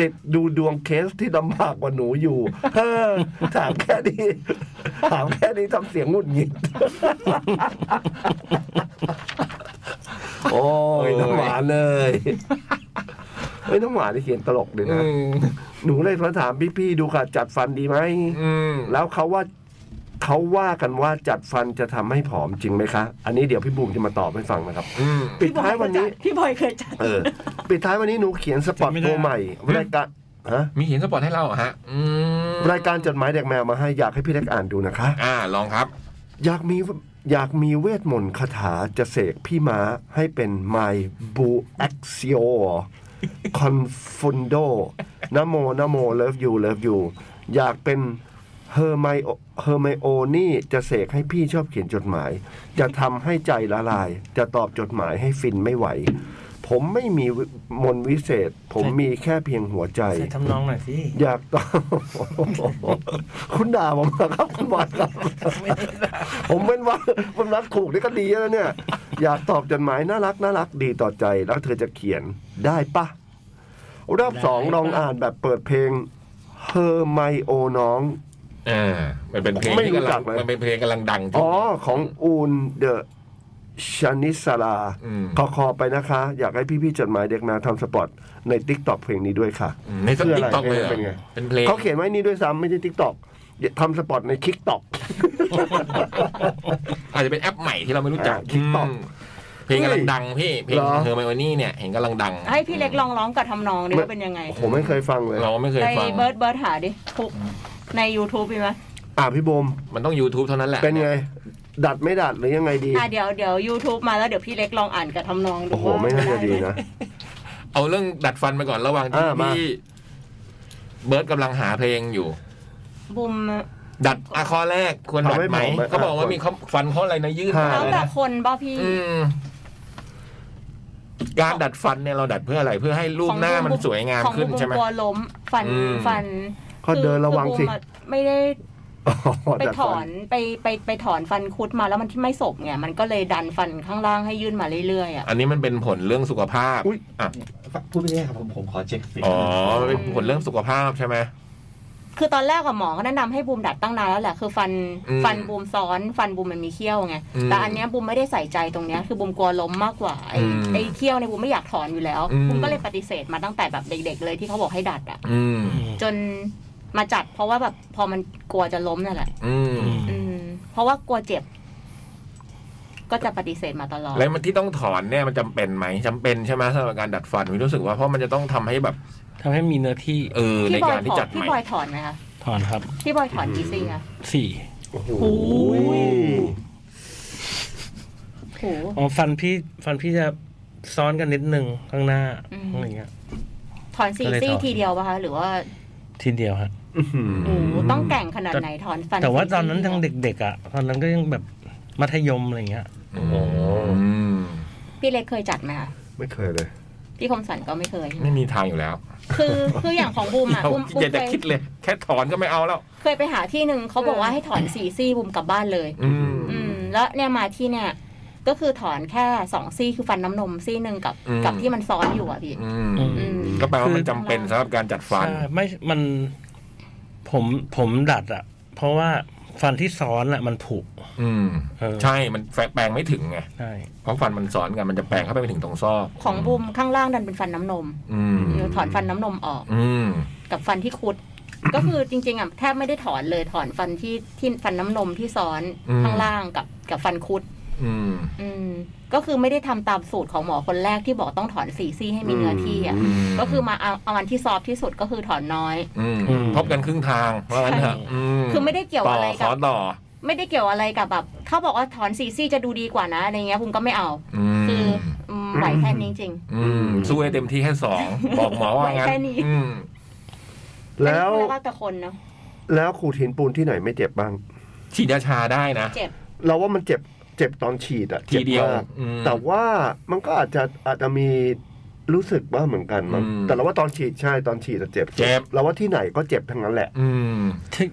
S4: ติดดูดวงเคสที่ลำบากกว่าหนูอยู่ <laughs> เออถามแค่นี้ <laughs> ถามแค่นี้ทำเสียงหงุดห <laughs> งิด โอ้ยน้ำหวานเลยเฮ้ยน้ำหวานนี่เขียนตลกเลย
S1: อื
S4: นะ
S1: ม
S4: หนูเลยมาถามพี่ๆดูค่ะ จัดฟันดีไหม
S1: อืม
S4: แล้วเขาว่าเขาว่ากันว่าจัดฟันจะทำให้ผอมจริงไหมคะ อันนี้เดี๋ยวพี่บูมจะมาตอบให้ฟังนะครับ
S1: อืม
S4: ปิดท้ายวันนี้
S2: พี่บอยเคยจัด
S4: เออ ปิดท้ายวันนี้หนูเขียนสปอต
S3: จำไม่ได้
S4: ตัวใหม่รายการฮะ
S1: มีเห็นสปอร์ตให้เราเหรอฮะอืม
S4: รายการจดหมายเด็กแมวมาให้อยากให้พี่เล็กอ่านดูนะคะ
S1: อ่าลองครับ
S4: อยากมีอยากมีเวทมนต์คาถาจะเสกพี่ม้าให้เป็นไมบูแอคซิโอคอนฟุนโด <laughs> นะโมนะโมเลิฟยูเลิฟยูอยากเป็นเฮอร์ไมเฮอร์ไมโอนี่จะเสกให้พี่ชอบเขียนจดหมาย จะทำให้ใจละลาย จะตอบจดหมายให้ฟินไม่ไหว ผมไม่มีมนต์วิเศษ ผมมีแค่เพียงหัวใจ
S3: ใส่ทำนองหน่อยสิ
S4: อยากตอบ <laughs> คุณด่าผมนะครับคุณบอลครับ ผมเป็นว่าผมรักถูกนี่ก็ดีแล้วเนี่ย อยากตอบจดหมายน่ารักน่ารักดีต่อใจแล้วเธอจะเขียนได้ปะรอบสองลองอ่านแบบเปิดเพลงเฮอไมโอน้อง
S1: อ่า มันเป็นเพลง
S4: ไม่
S1: ที่
S4: รู้
S1: กำ
S4: จั
S1: ลั
S4: ก
S1: ง
S4: เลย
S1: มันเป็นเพลงกำลังดังช่วง
S4: อ๋อ
S1: นี้
S4: ของอูนเดอะชานิสลา
S1: อืม
S4: ขอขอไปนะคะ อยากให้พี่ๆจดหมายเด็กนาทำสปอตในติ๊กต็อกเพลงนี้ด้วยค่ะ
S1: ในสติ๊กต็อก
S4: คืออะไร
S1: เลยเหรอ
S4: เป็นไง
S1: เป็นเพลง
S4: เขาเขียนไว้นี่ด้วยซ้ำไม่ใช่ติ๊กต็อก เดี๋ยวทำสปอตในคิกต็อก
S1: อาจจะเป็นแอปใหม่ที่เราไม่รู้จัก
S4: อ่า TikTok
S1: มเพลงกำลังดังพี่ เพลง
S4: เหรอ
S1: เฮอร์ไมโอนี่เนี่ยเห็นกำลังดัง
S2: ให้พี่เล็กลองร้องกับทำนองดิว่าเป็นยังไง
S4: ผมไม่เคยฟังเลย
S1: เราไม่เคย
S2: ไป
S1: ฟัง
S2: เบิร์ดเบิร์ดหาดิคุกใน YouTube มีไหม
S4: อ่ะพี่บูม
S1: มันต้อง YouTube เท่านั้นแหละ
S4: เป็นไง ดัดไม่ดัดหรือยังไงดี
S2: อ่ะเดี๋ยวเดี๋ยว YouTube มาแล้วเดี๋ยวพี่เล็กลองอ่านกับทำนองดู
S4: โอ้โห
S2: ว่
S4: ไม่น่าจะดี
S2: ไหม
S4: นะ
S1: เอาเรื่องดัดฟันไปก่อนระหว่างที่
S4: อ่ามา
S1: พี่เบิร์ดกำลังหาเพลงอยู่
S2: บุม
S1: ดัดอะคอแรกควรดัดไหม
S4: เขาไม่บอกไหม
S1: เขาบอกว่ามีเขาฟันเขาอะไรนะยืด
S4: ใช่
S1: มา
S2: แล้ว
S1: เลย
S2: แต่
S1: นะ
S2: คนป่ะพี่
S1: อืมการดัดฟันเนี่ยเราดัดเพื่ออะไรเพื่อให้รูปหน้ามันสวยงาม
S2: ของ
S1: ขึ้น
S2: บุ
S1: ใช่ไหม
S2: กลัวล้ม ฟัน
S1: อืม
S2: ฟัน
S4: ก็เดินระวัง
S2: คื
S4: สิ
S2: อบูมอะไม่ได้
S4: อ๋อ
S2: ไป
S4: ดัด
S2: ถ
S4: ฟั
S2: อนไปไปไปถอนฟันคุดมาแล้วมันที่ไม่สบไงมันก็เลยดันฟันข้างล่างให้ยื่นมาเรื่อยๆอ่ะ
S1: อันนี้มันเป็นผลเรื่องสุขภาพ
S4: อุ้ย
S1: อ่ะ
S5: พูดไม่ได้ครับผมผมขอเช็คเสียง
S1: อ๋อมันเป็นผลเรื่องสุขภาพใช่ไหม
S2: คือตอนแรกกับหมอก็แนะนำให้บูมดัดตั้งนานแล้วแหละคือฟัน
S1: อืม
S2: ฟันบูมซ้อนฟันบูมมันมีเขี้ยวไง
S1: อืม
S2: แต่อันเนี้ยบูมไม่ได้ใส่ใจตรงเนี้ยคือบูมกลัวล้มมากกว่าไอ้
S1: อืม
S2: ไอ้เขี้ยวเนี่ยบูมไม่อยากถอนอยู่แล้ว
S1: อืม
S2: บูมก็เลยปฏิเสธมาตั้งแต่แบบเด็ก ๆ เลยที่เขาบอกให้ดัดอ่ะ
S1: อืม
S2: จนมาจัดเพราะว่าแบบพอมันกลัวจะล้มนั่นแหละ
S1: อืม
S3: อืม
S2: อืม เพราะว่ากลัวเจ็บ ก็จะปฏิเสธมาตลอด
S1: แล้วมันที่ต้องถอนเนี่ยมันจำเป็นไหมจำเป็นใช่ไหมสำหรับการดัดฟันผมรู้สึกว่าเพราะมันจะต้องทำให้แบบ
S3: ทำให้มีเนื้อที่
S1: เออใน
S2: พี่บอย
S1: การที่
S2: ถอ
S1: จั
S2: น
S1: ดให
S2: พี่
S1: ม่
S2: บอยถอนไหมคะ
S3: ถอนครับ
S2: พี่บอยถอนกี่ซี่คะ
S3: สี่
S4: โอ้โห
S2: โห
S3: อ๋อฟันพี่ฟันพี่จะซ้อนกันนิดนึงข้างหน้า
S2: อืม
S3: อะไรเงี้ย
S2: ถอนสี่
S3: ก็เลย
S2: ซี่
S3: ถอน
S2: ทีเดียวป่ะคะหรือว่า
S3: ทีเดียวฮะ
S4: อื้อหือ
S2: โอ้ต้องแกร่งขนาดไหนถอนฟัน
S3: แต่ว่า
S2: สี่ซี่
S3: ตอนนั้นยัง
S2: ทีเดียว
S3: เด็กๆอ่ะตอนนั้นก็ยังแบบมัธยมอะไรเงี้ย
S1: อืม
S2: พี่เล็กเคยจัดไหมคะ
S4: ไม่เคยเลย
S2: พี่คมสันก็ไม่เคย
S1: ไม่มีทางอยู่แล้ว
S2: คือคืออย่างของบูม
S1: <laughs>
S2: อ่ะ
S1: เรา
S2: บูมบูม
S1: อย่า
S2: เค
S1: จะ
S2: ย
S1: คิดเลย แค่ถอนก็ไม่เอาแล้ว
S2: เคยไปหาที่หนึ่งเขาบอกว่าให้ถอนสี่ซี่บูมกลับบ้านเลย
S1: อืม
S2: อืมแล้วเนี่ยมาที่เนี่ย ก็คือถอนแค่สองซี่คือฟันน้ำนมซี่หนึ่งกับ
S1: อืม
S2: กับที่มันซ้อนอยู่อ่ะพี่
S1: อืม
S3: อืม
S2: อืม
S1: ก็แปลว่ามัน
S3: คือ
S1: จำเป็นสำหรับการจัดฟัน
S3: ใช่ไม่มันผมผมดัดอ่ะ เพราะว่าฟันที่ซ้อนอ่ะมันผุ
S1: อืม
S3: เออ
S1: ใช่มันแฝงแปลงไม่ถึงไง
S3: ใช่
S1: เพราะฟันมันซ้อนกันมันจะแปลงเข้าไปไม่ถึงตรงซอก
S2: ของบูมข้างล่างดันเป็นฟันน้ำนม
S1: อืม
S2: หนูถอนฟันน้ำนมออก
S1: อืม
S2: กับฟันที่คุด ก็คือจริงๆอ่ะแทบไม่ได้ถอนเลยถอนฟันที่ที่ฟันน้ำนมที่ซ้อน
S1: อืม
S2: ข้างล่างกับกับฟันคุด
S1: อืม
S2: อืม ก็คือไม่ได้ทำตามสูตรของหมอคนแรกที่บอกต้องถอนสี่ซี่ให้มีเนื้อที่อ่ะ
S1: อืม
S2: ก็คือมาเอาเอาอันที่ซอฟต์ที่สุดก็คือถอนน้อย
S1: อืมพบกันครึ่งทางว่างั้นเถอะม
S2: คือไม่ได้เกี่ยว
S1: ต่อ
S2: อะไร
S1: ข
S2: กับ
S1: อต่อ
S2: ไม่ได้เกี่ยวอะไรกับแบบเขาบอกว่าถอนสี่ซี่จะดูดีกว่านะอะไรเงี้ยบุมก็ไม่เอา
S1: อืม
S2: คืออืมไหวแค่นี้จริง
S1: อืมสู้ให้เต็มที่แค่สอง บอกหมอว่างั้น
S2: แค่นี้
S1: อืม
S2: ๆ
S4: แล้ว
S2: อันนี้ก็แต่คนเนาะ
S4: แล้วขูดหินปูนที่ไหนไม่เจ็บบ้าง
S1: ฉีดยาชาได้นะ
S2: เจ็บ
S4: เราว่ามันเจ็บเจ็บตอนฉีดอะ
S1: ทีเดียว
S4: จ็บมาก
S1: อืม
S4: แต่ว่ามันก็อาจจะอาจจะมีรู้สึกบ้างเหมือนกันมั้ง
S1: อืม
S4: แต่เราว่าตอนฉีดใช่ตอนฉีดอะเจ็บ
S1: เจ็บ
S4: เราว่าที่ไหนก็เจ็บทั้งนั้นแหละ
S1: อืม
S3: ที่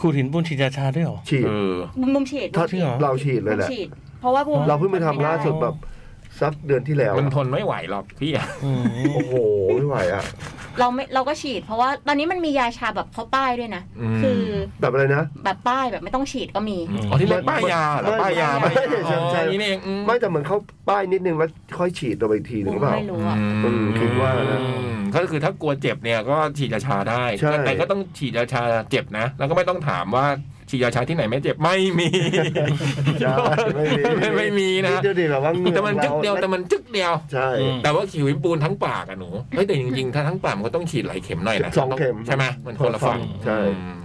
S3: ขูดหินปูนฉีดยาชาด้วยเหรอ
S4: ฉีด
S1: เออ
S2: บุมบุมฉีด
S4: ถ้า
S3: จริงเหรอ
S4: เราฉีดเลยแหละ
S2: บุมฉีด เพราะว่าบุม
S4: เราเพิ่งไปทำ
S2: นด้
S4: ล่าสุดแบบสักเดือนที่แล้ว
S1: มันทนไม่ไหวหรอกพี่อะ
S3: อืม
S4: โอ้โหไม่ไหวอ่ะ
S2: เราไม่เราก็ฉีด เพราะว่าตอนนี้มันมียาชาแบบเขาป้ายด้วยนะ
S1: ม
S2: คือ
S4: แบบอะไรนะ
S2: แบบป้ายแบบไม่ต้องฉีดก็มี
S1: อ๋อที่เรียกป้ายยาเหรอ
S4: ไม่
S1: ป้ายยา
S4: ไม่
S1: ป้ายยา
S4: ใช่
S1: อ๋อ
S4: ใช่
S1: นี่เองอืม
S4: ไม่แต่เหมือนเขาป้ายนิดนึงแล้วค่อยฉีดตัวไปอีกทีหนึ่งหรือเปล่า
S2: ไม่รู้อะ
S4: อืมคิดว่านะ
S1: อืมก็คือถ้ากลัวเจ็บเนี่ยก็ฉีดยาชาได้
S4: ใช่
S1: แต่ก็ต้องฉีดยาชาเจ็บนะ แล้วก็ไม่ต้องถามว่าฉีดยาชาที่ไหนไม่เจ็บไม่มี
S4: ใช่ไม่
S1: ไม่มีนะ
S4: เดียวดีแบบว่าเหงื่อ
S1: แต่มันจึกเดียวแต่
S4: รา
S1: มันจึกเดียว
S4: ใช่
S1: แต่ว่าขีวิมปูนทั้งปากอะหนูเฮ้ยแต่จริงๆ ถ้าทั้งปากมันก็ต้องฉีดหลายเข็มหน่อยนะ
S4: สองเข็ม
S1: ใช่ไหมมันคนละฝั่ง
S4: ใช่
S1: อืม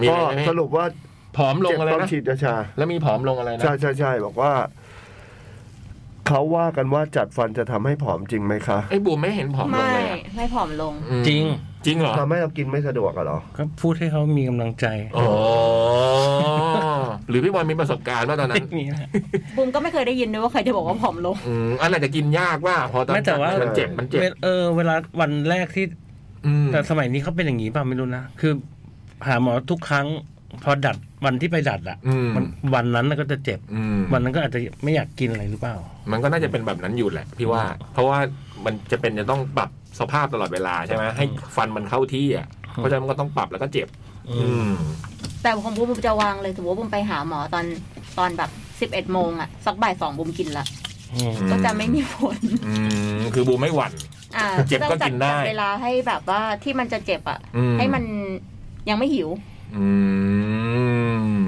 S1: มี
S4: ก็
S1: อะไรไหม
S4: สรุปว่า
S1: ผอมลง
S4: เจ็บ
S1: อะไร
S4: ตอน
S1: นะ
S4: ฉีดยาชา
S1: แล้วมีผอมลงอะไรนะ
S4: ใช่ใช่ใช่บอกว่า เขาว่ากันว่าจัดฟันจะทำให้ผอมจริงไหมคะ
S1: ไอ้บูมไม่เห็นผอมลง
S2: ไม่
S1: เลยอะ
S2: ไม่ผอมลง
S1: อืม
S3: จริง
S1: จริงเหรอ
S4: ทำให้เรากินไม่สะดวกอะเหรอ
S3: ก็พูดให้เขามีกำลังใจ
S1: อ๋อหรือพี่บอลมีประสบการณ์ว่าตอน
S4: <laughs>
S1: นั้น
S3: นี่แหละ
S2: บุมก็ไม่เคยได้ยินด้วยว่าใครจะบอกว่าผอมลง
S1: อืมอันอาจจะกินยากว่าพอตอน
S3: ไม่แต่ว่า
S1: นเจ็บมันเจ็บ
S3: เออเวลาวันแรกที่
S1: อืม
S3: แต่สมัยนี้เขาเป็นอย่างนี้ป่ะไม่รู้นะ คือ หาหมอทุกครั้ง พอดัดวันที่ไปดัดอ่ะ
S1: อืม
S3: มันวันนั้นน่ะก็จะเจ็บ
S1: อืม
S3: วันนั้นก็อาจจะไม่อยากกินอะไรหรือเปล่า
S1: มันก็น่าจะเป็นแบบนั้นอยู่แหละ พี่ว่า เพราะว่ามันจะเป็นจะต้องปรับสภาพตลอดเวลาใช่ไหมให้ฟันมันเข้าที่อ่ะเพราะฉะนั้นมันก็ต้องปรับแล้วก็เจ็บ อืม
S2: แต่ของบุมบุมจะวางเลยสมมติว่าบุมไปหาหมอตอนตอนแบบสิบเอ็ดโมงอะสักบ่ายสองบุมกินละ
S3: อืม
S2: ก็จะไม่มีผล
S1: อืมคือบูมไม่หวั่น
S2: อ่า
S1: เจ็บก็
S2: ต้องจั
S1: กินได้
S2: จัเวลาให้แบบว่าที่มันจะเจ็บอ่ะ
S1: อืม
S2: ให้มันยังไม่หิว
S1: อืม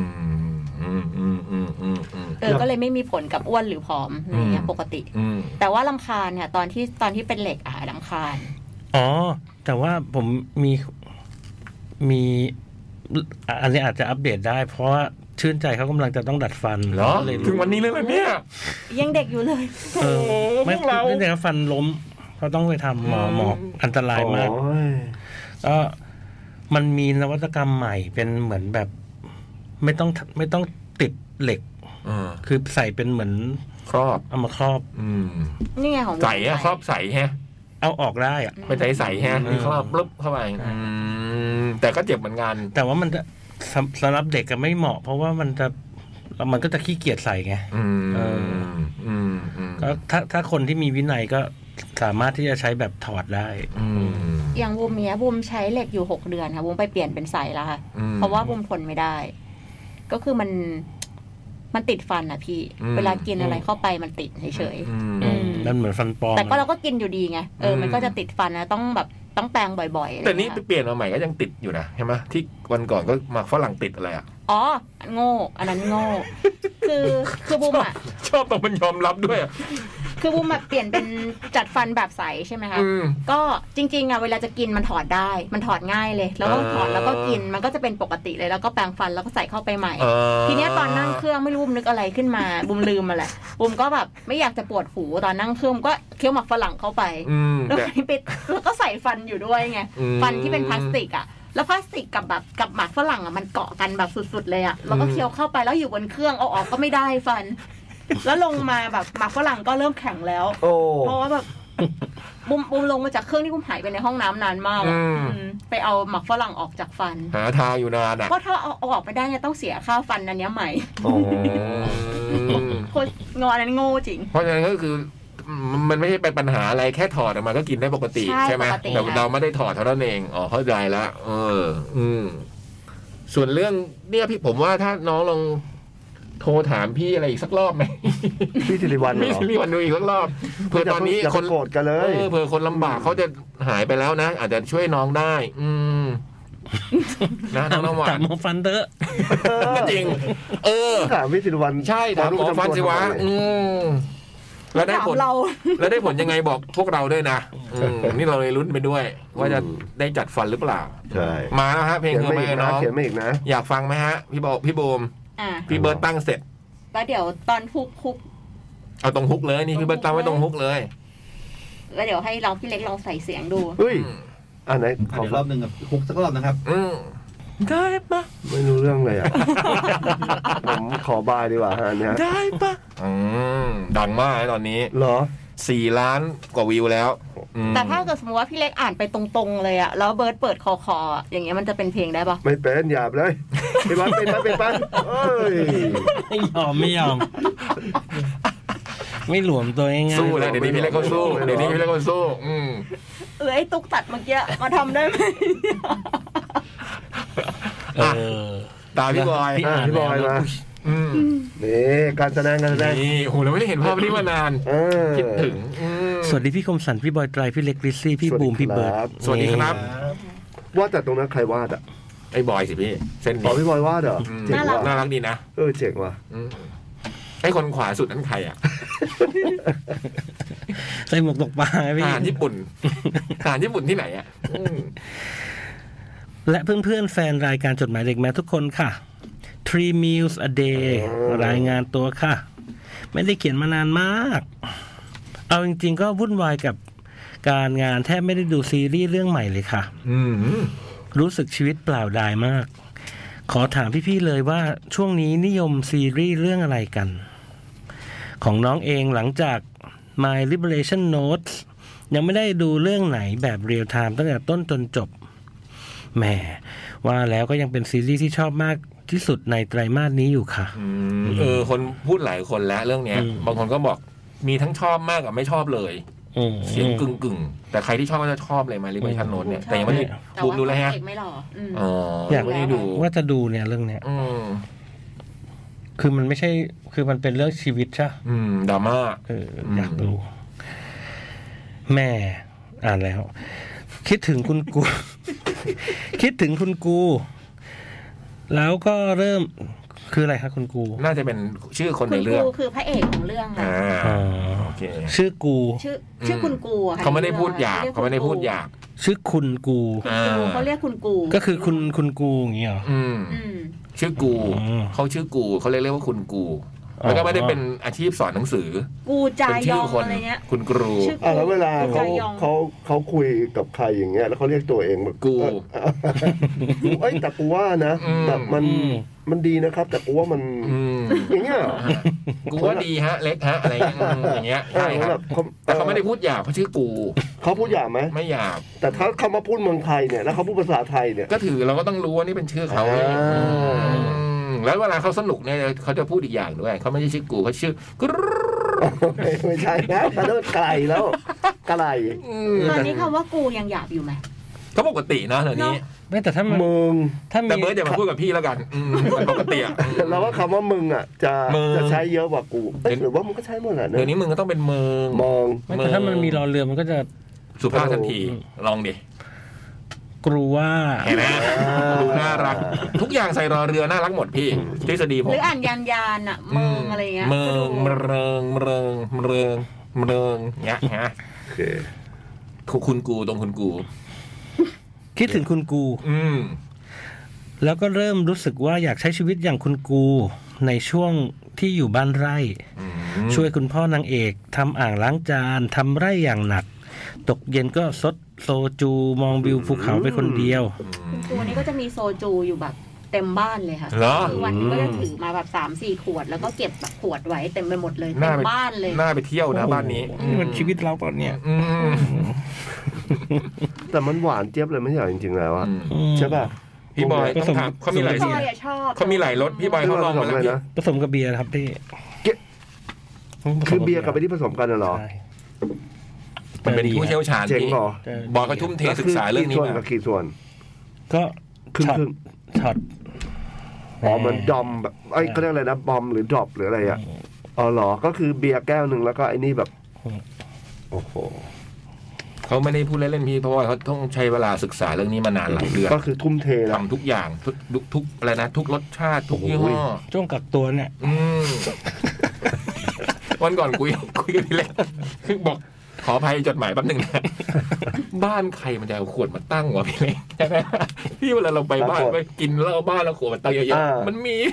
S1: อืมอืมอืมอืมอืม
S2: เออก็เลยไม่มีผลกับอ้วนหรือผอมอะไรเงี้ยปกติ
S1: อืม
S2: แต่ว่าลำคาญเนี่ยตอนที่ตอนที่เป็นเหล็กอะลำคาญ
S3: อ๋อ แต่ว่าผมมีมีอ่ะอันนี้อาจจะอัปเดตได้ เพราะว่าชื่นใจเขากำลังจะต้องดัดฟัน
S1: เหรอ
S3: ก็เลย
S1: ถึงวันนี้เลยเหรอเนี่ย
S2: ยังเด็กอยู่เลย
S3: เออไม่
S1: พวกเรา
S3: ไม่ได้ฟันล้มเขาต้องไปทำหมอหมออันตรายมาก
S4: โอ้ย
S3: ก็มันมีนวัตกรรมใหม่เป็นเหมือนแบบ ไม่ต้องไม่ต้องติดเหล็ก
S1: อ่า
S3: คือใส่เป็นเหมือน
S1: ครอบ
S3: เอามาครอบ
S1: อืม
S2: นี่ไงของ
S1: ใสอะครอบใสแฮะ
S3: เอาออกได้อะ
S1: ไปใสใสแฮะมีครอบลุบเข้าไปอืมแต่ก็เจ็บเหมือนกัน
S3: แต่ว่ามันจะสำสำหรับเด็กก็ไม่เหมาะ เพราะว่ามันจะมันก็จะขี้เกียจใส่ไง
S1: อืม
S3: เออ
S1: อืมอืม
S3: ก็ถ้าถ้าคนที่มีวินัยก็สามารถที่จะใช้แบบถอดได้
S1: อืม
S2: อย่างบูมเนี้ยบูมใช้เหล็กอยู่หกเดือนค่ะบูมไปเปลี่ยนเป็นใสแล้วค่ะ
S1: อืม
S2: เพราะว่าบุมทนไม่ได้ ก็คือมันมันติดฟันอ่ะพี่
S1: อืม
S2: เวลากินอะไรเข้าไปมันติดเฉย
S1: อืม
S2: ๆอืม
S3: มันเหมือนฟันปลอม
S2: แต่ก็เราก็กินอยู่ดีไงเอออ
S1: ม
S2: มันก็จะติดฟันนะต้องแบบต้องแปรงบ่อยๆอะไร
S1: แต่นี่
S2: เงี้ย
S1: ไปเปลี่ยนมาใหม่ก็ยังติดอยู่นะใช่ไหมที่วันก่อนก็หมักฝรั่งติดอะไรอ่ะ
S2: อ๋อโง่ อันนั้น
S1: <laughs>
S2: โง่ คือคือบุมอ่ะ
S1: ชอบตรงมันยอมรับด้วยอะ
S2: คือบุมแบบเปลี่ยนเป็นจัดฟันแบบใสใช่ไหมคะ
S1: อืม
S2: ก็จริงๆอ่ะเวลาจะกินมันถอดได้ มันถอดง่ายเลย แล้วก็ถอดแล้วก็กินมันก็จะเป็นปกติเลยแล้วก็แปรงฟันแล้วก็ใส่เข้าไปใหม่
S1: เอ่อ
S2: ทีเนี้ยตอนนั่งเครื่องไม่รู้บุมนึกอะไรขึ้นมาบุมลืมมาแหละบุมก็แบบไม่อยากจะปวดหูตอนนั่งเครื่องก็เคี้ยวหมักฝรั่งเข้าไป
S1: อืม
S2: แล้ว
S1: แต่
S2: ไปปิดแล้วก็ใส่ฟันอยู่ด้วยไง
S1: อืม
S2: ฟันที่เป็นพลาสติกอ่ะแล้วพลาสติกกับแบบกับหมักฝรั่งอ่ะมันเกาะกันแบบสุดๆเลยอ่ะแล้วก็
S1: อืม
S2: เคี้ยวเข้าไปแล้วอยู่บนเครื่องเอาออกก็ไม่ได้ฟัน แล้วลงมาแบบหมักฝรั่งก็เริ่มแข็งแล้ว
S4: โอ้
S2: เพราะว่าแบบบุมบุมลงมาจากเครื่องที่บุมหายไปในห้องน้ำนานมาก
S1: อื
S2: อะ
S1: ม
S2: อืมไปเอาหมักฝรั่งออกจากฟัน
S1: หาทางอยู่นานอ่ะ
S2: เพราะถ้าเอาเอาออกไปได้เนี่ยต้องเสียค่าฟันอันเนี้ยใหม่
S1: อ๋อ
S2: โคตรงอนอันนั้นโง่จริง
S1: เพราะฉะนั้นก็คือมันมันไม่ใช่เป็นปัญหาอะไรแค่ถอดออกมาก็กินได้ปกติ
S2: ใช่
S1: ไหม
S2: ปกติ
S1: แต่
S2: ค่ะ
S1: เราไม่ได้ถอดเท่านั้นเองอ๋อเข้าใจละเออ อืม ส่วนเรื่องเนี่ยพี่ผมว่าถ้าน้องลองโทรถามพี่อะไรอีกสักรอบไหม
S4: พี่สิริวัลเหร
S1: <laughs> พี่
S4: อ
S1: สิริวันดูอีกสักรอบเผื่อตอนนี้
S4: ย่า
S1: ค
S4: เพิ่
S1: น
S4: งอย่าเพิ่งโกรธกันเลย
S1: เออเผื่อคนลำบากเขาจะหายไปแล้วนะ อาจจะช่วยน้องได้ อืม นะน้องน้ำหวา
S3: ตัด
S1: น
S3: หมอฟันเถอะ
S1: ก็จริง เออ
S4: ถามพี่สิริวัล
S1: ใช่ถามหมอฟันสิวะ อืม แล้วได้
S2: ถาม
S1: ผล
S2: เรา
S1: แล้วได้ผลยังไงบอกพวกเราด้วยนะอืมนี่เราเลยลุ้นไปด้วย ว่าจะได้จัดฟันหรือเปล่า
S4: ใช่
S1: มาแล้วฮะเพลง
S4: เขียน
S1: เธอ
S4: ไม่
S1: ไม่
S4: อี
S1: น้
S4: กนะ
S1: อง
S4: เขียนไม่อีกนะ
S1: อยากฟังไหมฮะ พี่บอกพี่โบม
S2: อ่ะ
S1: พี่เบิร์ตตั้งเสร็จ
S2: แล้วเดี๋ยวตอนคุกคุก
S1: เอาตรงฮุกเลยนี่พี่เบิร์ตตั้งไว้ตรงฮุกเลย
S2: แล้วเดี๋ยวให้ลองพี่เล็กลองใส่เสียงดู
S4: เฮ้ยอันไหนขอ
S5: เดี๋ยว
S4: ฟั
S5: รง อบหนึ่งกับฮุกสักรอบนะครับ
S1: อืมได้ปะ
S4: ไม่รู้เรื่อง
S1: <laughs>
S4: เลยอ่ะ ผมขอบายดีกว่าฮะอันเนี้ย
S1: ได้ปะอืมดังมากนะตอนนี้
S4: เหรอ
S1: สี่ล้านกว่าวิวแล้วอืม
S2: แต่ถ้าเกิดสมมติว่าพี่เล็กอ่านไปตรงๆเลยอะแล้วเบิร์ดเปิดคอคออะอย่างเงี้ยมันจะเป็นเพลงได้ปะ
S4: ไม่เป็นหยาบเลยไปบ้านไปบ้านไปบ้านเอ้ย
S3: ไม่ยอมไม่ย
S1: <laughs>
S3: อม ไม่หลวมตัวง่าย
S1: สู้แล้วเดี๋ยวนี้พี่เล็กเขาสู้เดี๋ยวนี้พี่เล็กเขาสู้ อืม
S2: เออไอ้ตุ๊กตัดเมื่อกี้มาทำได้ไหม
S3: ๆเออ
S1: ตามพี่บอย
S4: อ่ะพี่บอยมา
S1: อืม
S4: นี่การแสดงการแสดง
S1: นี่โอ้โหเราไม่ได้เห็นภาพนี้มานาน
S4: เออ
S1: คิดถึงอืม
S3: สวัสดีพี่คมสันพี่บอยไตรพี่เล็กลิซซี่พี่
S4: สวัสดี
S3: บูมพี่
S4: ครับ
S3: เบิร์ด
S1: สวัสดีครับ
S4: วาดแต่ตรงนั้นใครวาดอ่ะ
S1: ไอ้บอยสิพี่ เส้น
S4: ขอ
S1: นี้
S4: พี่บอยวาดเหรอ
S1: อืม
S4: เจ๋งว่ะ
S1: น่ารักดีนะ
S4: เออเจ๋งว่ะ
S1: อืมไอ้คนขวาสุดนั้นใครอ่ะ
S3: ใส่หมวกตกปลาไง
S1: ท
S3: พี่
S1: หารญี่ <laughs> ปุ่นทหารญี่ปุ่นที่ไหนอ่ะอืม
S3: และเพื่อนๆแฟนรายการจดหมายเด็กแม้ทุกคนค่ะ three meals a day รายงานตัวค่ะ ไม่ได้เขียนมานานมาก เอาจริงๆ ก็วุ่นวายกับการงานแทบไม่ได้ดูซีรีส์เรื่องใหม่เลยค่ะ
S1: อืม
S3: รู้สึกชีวิตเปล่าดายมาก ขอถามพี่ ๆ เลยว่าช่วงนี้นิยมซีรีส์เรื่องอะไรกัน ของน้องเองหลังจาก My Liberation Notes ยังไม่ได้ดูเรื่องไหนแบบเรียลไทม์ตั้งแต่ต้นจนจบ แหม ว่าแล้วก็ยังเป็นซีรีส์ที่ชอบมากที่สุดในไตรมาสนี้อยู่ค่ะ
S1: อืมเออ คนพูดหลายคนแล้วเรื่องเนี้ย
S3: อืม
S1: บางคนก็บอกมีทั้งชอบมากกับไม่ชอบเลย
S3: อืม
S1: เสียงกึ่งกึ่งๆแต่ใครที่ชอบก็จะชอบเลยมาลิเบชันโนนเนี่ย <laughs> แต่ยังไม่ได้
S2: แต่
S1: บูม
S2: ว่า
S1: ดูแล้วฮะ
S2: เอกไม่หล่ออืม
S1: อ๋อ
S3: อ
S1: ยั
S3: ยาก
S1: งไม่ได้ดู
S3: ว่าจะดูเนี่ยเรื่องเนี้ย
S1: อืม
S3: คือมันไม่ใช่ คือมันเป็นเรื่องชีวิตใช่ปะ
S1: อืมดราม่า
S3: เออ
S1: อืม
S3: อยากดู แม่
S1: <laughs>
S3: อ่านแล้ว คิดถึงคุณกู คิดถึงคุณกู แล้วก็เริ่มคืออะไรครับคุณกู
S1: น่าจะเป็นชื่อคน
S2: คุ
S1: ใน
S2: ณ
S1: เรื่อง
S2: กูคือพระเอกของเรื่องค่ะ
S1: อ่า
S3: อ๋อ
S1: โอเค
S3: ชื่อกู
S2: ชื่อชื่อคุณกูอะค่ะ
S1: เขาไม่ได้พูดหยาบ
S2: รี
S1: เขาไม่ได้พูดหยาบ
S3: ชื่อคุณกู
S2: คุณกูเขาเรียกคุณกู
S3: ก็คือคุณคุณกูอย่างเงี้ยเหรอ
S1: อืม
S2: อืม
S1: ชื่อกู
S3: อืม
S1: เขาชื่อกูเขาเลยเรียกว่าคุณกู
S3: อ๋อ
S1: แล้วก็ไม่ได้เป็นอาชีพสอนหนังสือ
S2: กูจา
S1: เป็น
S2: ย
S1: ชื่
S2: อ
S1: องคน
S2: อะไรเงี้ย
S1: คุณครู
S2: ชื่อ
S4: อ่ะแล้วเวลาเขา
S2: ใจยอง
S4: เขาเขาคุยกับใครอย่างเงี้ย แล้วเขาเรียกตัวเองแบบ
S1: กู
S4: เออกูเอ้ยแต่กูว่านะ
S1: อืม
S4: แบบมัน
S3: อืม
S4: มันดีนะครับ แต่กูว่ามัน
S1: อืม
S4: อย่างเงี้ยเหรอ
S1: กูว่าดีฮะ เล็กฮะอะไรอย่างเงี้ยอืมอย่างเงี้ยใช่ค
S4: เออ
S1: รั
S4: แบบ บเขา
S1: แต่เขาไม่ได้พูดหยาบเขาชื่อกู
S4: เขาพูดหยาบไหม
S1: ไม่หยาบ
S4: แต่ถ้าเขามาพูดเมืองไทยเนี่ยแล้วเขาพูดภาษาไทยเนี่ย <laughs>
S1: ก็ถือเราก็ต้องรู้ว่านี่เป็นชื่อเขา
S4: อ่า
S1: อืมแล้วเวลาเขาสนุกเนี่ยเขาจะพูดอีกอย่างด้วยเขาไม่ใช่ชื่อกูเขาชื่อกู
S4: ไม่ใช่นะมันเริ่มไกลแล้วไกล
S2: ตอนนี้คำว่ากูยังหยาบอยู่ไหม
S1: เขาปกตินะเดี๋ยวนี้
S2: เนอะ
S3: ไม่แต่ถ้ามัน
S4: มึง
S3: ถ้ามี
S1: แต่เบิร์ดอย่ามาพูดกับพี่แล้วกันอืมมันปกติอะอืม
S4: แล้วว่าคำว่ามึงอ่ะจะ
S1: มึง
S4: จะใช้เยอะกว่ากูเอ้ย
S1: เดี๋ยว
S4: หรือว่ามึงก็ใช้หมดแหละนะ
S1: เดี๋ยวนี้มึงก็ต้องเป็นเมือง
S4: มอง
S3: ไม่แต่ถ้ามันมีรอเรือมันก็จะ
S1: สุภาพทันที ลองดิ
S3: กลัวว่า
S1: เห็นไหม
S4: อ่า
S1: ดูน่ารัก ทุกอย่างใส่รอเรือน่ารักหมดพี่ทฤษฎีผ
S2: ห
S1: ม
S2: รืออ่านยานยานอะเมืองอะไรเงี้ย
S1: เมืองเมืองเมืองเมืองเมืองเงี้ยฮะ
S4: โอเค
S1: คุณกูตรงคุณกู
S3: คิดถึงคุณกู
S1: อืม
S3: แล้วก็เริ่มรู้สึกว่าอยากใช้ชีวิตอย่างคุณกู ในช่วงที่อยู่บ้านไร่ ช่วยคุณพ่อนางเอกทำอ่างล้างจานทำไร่อย่างหนัก ตกเย็นก็ซดโซจูมองวิวภูเขาไปคนเดียว
S2: คุณกูนี่ก็จะมีโซจูอยู่แบบเต็มบ้านเลยค่ะ
S1: เหรอ
S2: คือวันนี้ก็จะถือมาแบบสามสี่ขวด แล้วก็เก็บแบบขวดไว้เต็มไปหมดเลย
S1: ห
S2: เต็
S1: น้าม ไป
S2: บ้านเลย
S1: หน้าไปเที่ยวนะบ้านนี้
S3: นี่มันชีวิตเราตอนเนี้ย
S1: อืม
S4: แต่มันหวานเจี๊ยบเลยไม่ใช่เหรอจริงๆแล้วอะ
S1: อืม
S3: อืม
S4: ใช่ป่ะ
S1: พี่บอย
S3: ผ
S1: ต้อ
S3: ส
S1: ง
S3: ม
S1: ถามเขามีหลาย
S2: พี่บอยอะชอบ
S1: เขามีหลายรถพี่บอย
S4: ที่
S1: เขาล
S4: มั
S1: อน ง
S4: ผ
S1: มาม
S4: ส
S1: แล้ว
S4: เลย
S1: พี่
S4: นะ
S3: ผสมกับเบียร์ครับพี่
S4: คือเบียร์กับไปที่ผสมกันน่ะเหรอ
S3: ใช่
S1: มันเป็นผู้เชี่ยวชาญ
S4: เจ๋ง
S1: พี่
S4: เหรอบ
S1: อยเขาทุ่มเทศึกษาเรื่องนี้
S4: แล้วคืกี่ส่วนกั
S1: มา
S4: บ
S3: ก็
S4: กี่ส่วนครึ่ง
S3: ช็อต
S4: ครึ่ง
S3: ช็อต
S4: อ๋อมันดอมแบบไอ้ยเขาเรียกอะไรนะบอมหรือดรอปหรืออะไรอ่ะอ๋อเหรอก็คือเบียร์แก้วหนึ่งแล้วก็ไอ้นี่แบบ
S3: อืม
S4: โอ้โห
S1: เขาไม่ได้พูดเล่นๆพี่เพราะว่าเขาต้องใช้เวลาศึกษาเรื่องนี้มานานหลายเดือน
S4: ก็คือทุ่มเทนะ
S1: ทำทุกอย่างทุกทุกทุกอะไรนะ ทุกรสชาติทุกยี่ห้อ
S3: ช่วงกักตัวเนี่ย
S1: อื
S4: <laughs>
S1: มวันก่อนคุยคุยกับพี่เล็กคือบอกขออภัยจดหมายแป๊บหนึ่งนะบ้านใครมันจะเอาขวดมาตั้งวะพี่เล็ก <laughs> ใช่ไหมพี่เวลาเราไปบ้าน
S4: ครับผม
S1: ไปกินเหล้าบ้านแล้วขวดมันตั้งเยอะ
S4: อ่า
S1: ๆ
S4: มั
S1: มันมี <laughs>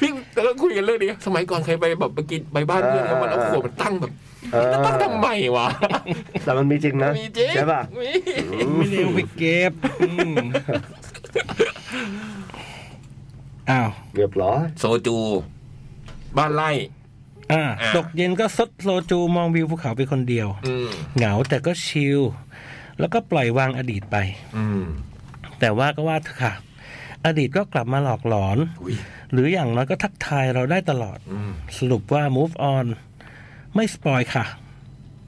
S1: พี่เราคุยกันเรื่องนี้สมัยก่อนเคยไปแบบไปกินไปบ้านเพื่อนแล้วมันเอาขวดมันตั้งแบบ
S4: เออ
S1: ตั้งทำไมวะ
S4: แต่มันมีจริงนะ
S1: มีจริง
S4: ใช่ป่ะ
S1: มี
S3: ไม่ได้เอาไปเก็บอื
S4: <laughs>
S3: มอ้าว
S4: เรียบร้อย
S1: โซจู บ้านไร่
S3: อ่า
S1: อ่า
S3: ตกเย็นก็ซดโลจูมองวิวภูเขาไปคนเดียว
S1: อืม
S3: เหงาแต่ก็ชิล แล้วก็ปล่อยวางอดีตไป
S1: อืม
S3: แต่ว่าก็ว่าเถอะค่ะ อดีตก็กลับมาหลอกหลอน
S1: อุ้ย
S3: หรืออย่างน้อยก็ทักทายเราได้ตลอด
S1: อืม
S3: สรุปว่า move on ไม่สปอยค่ะ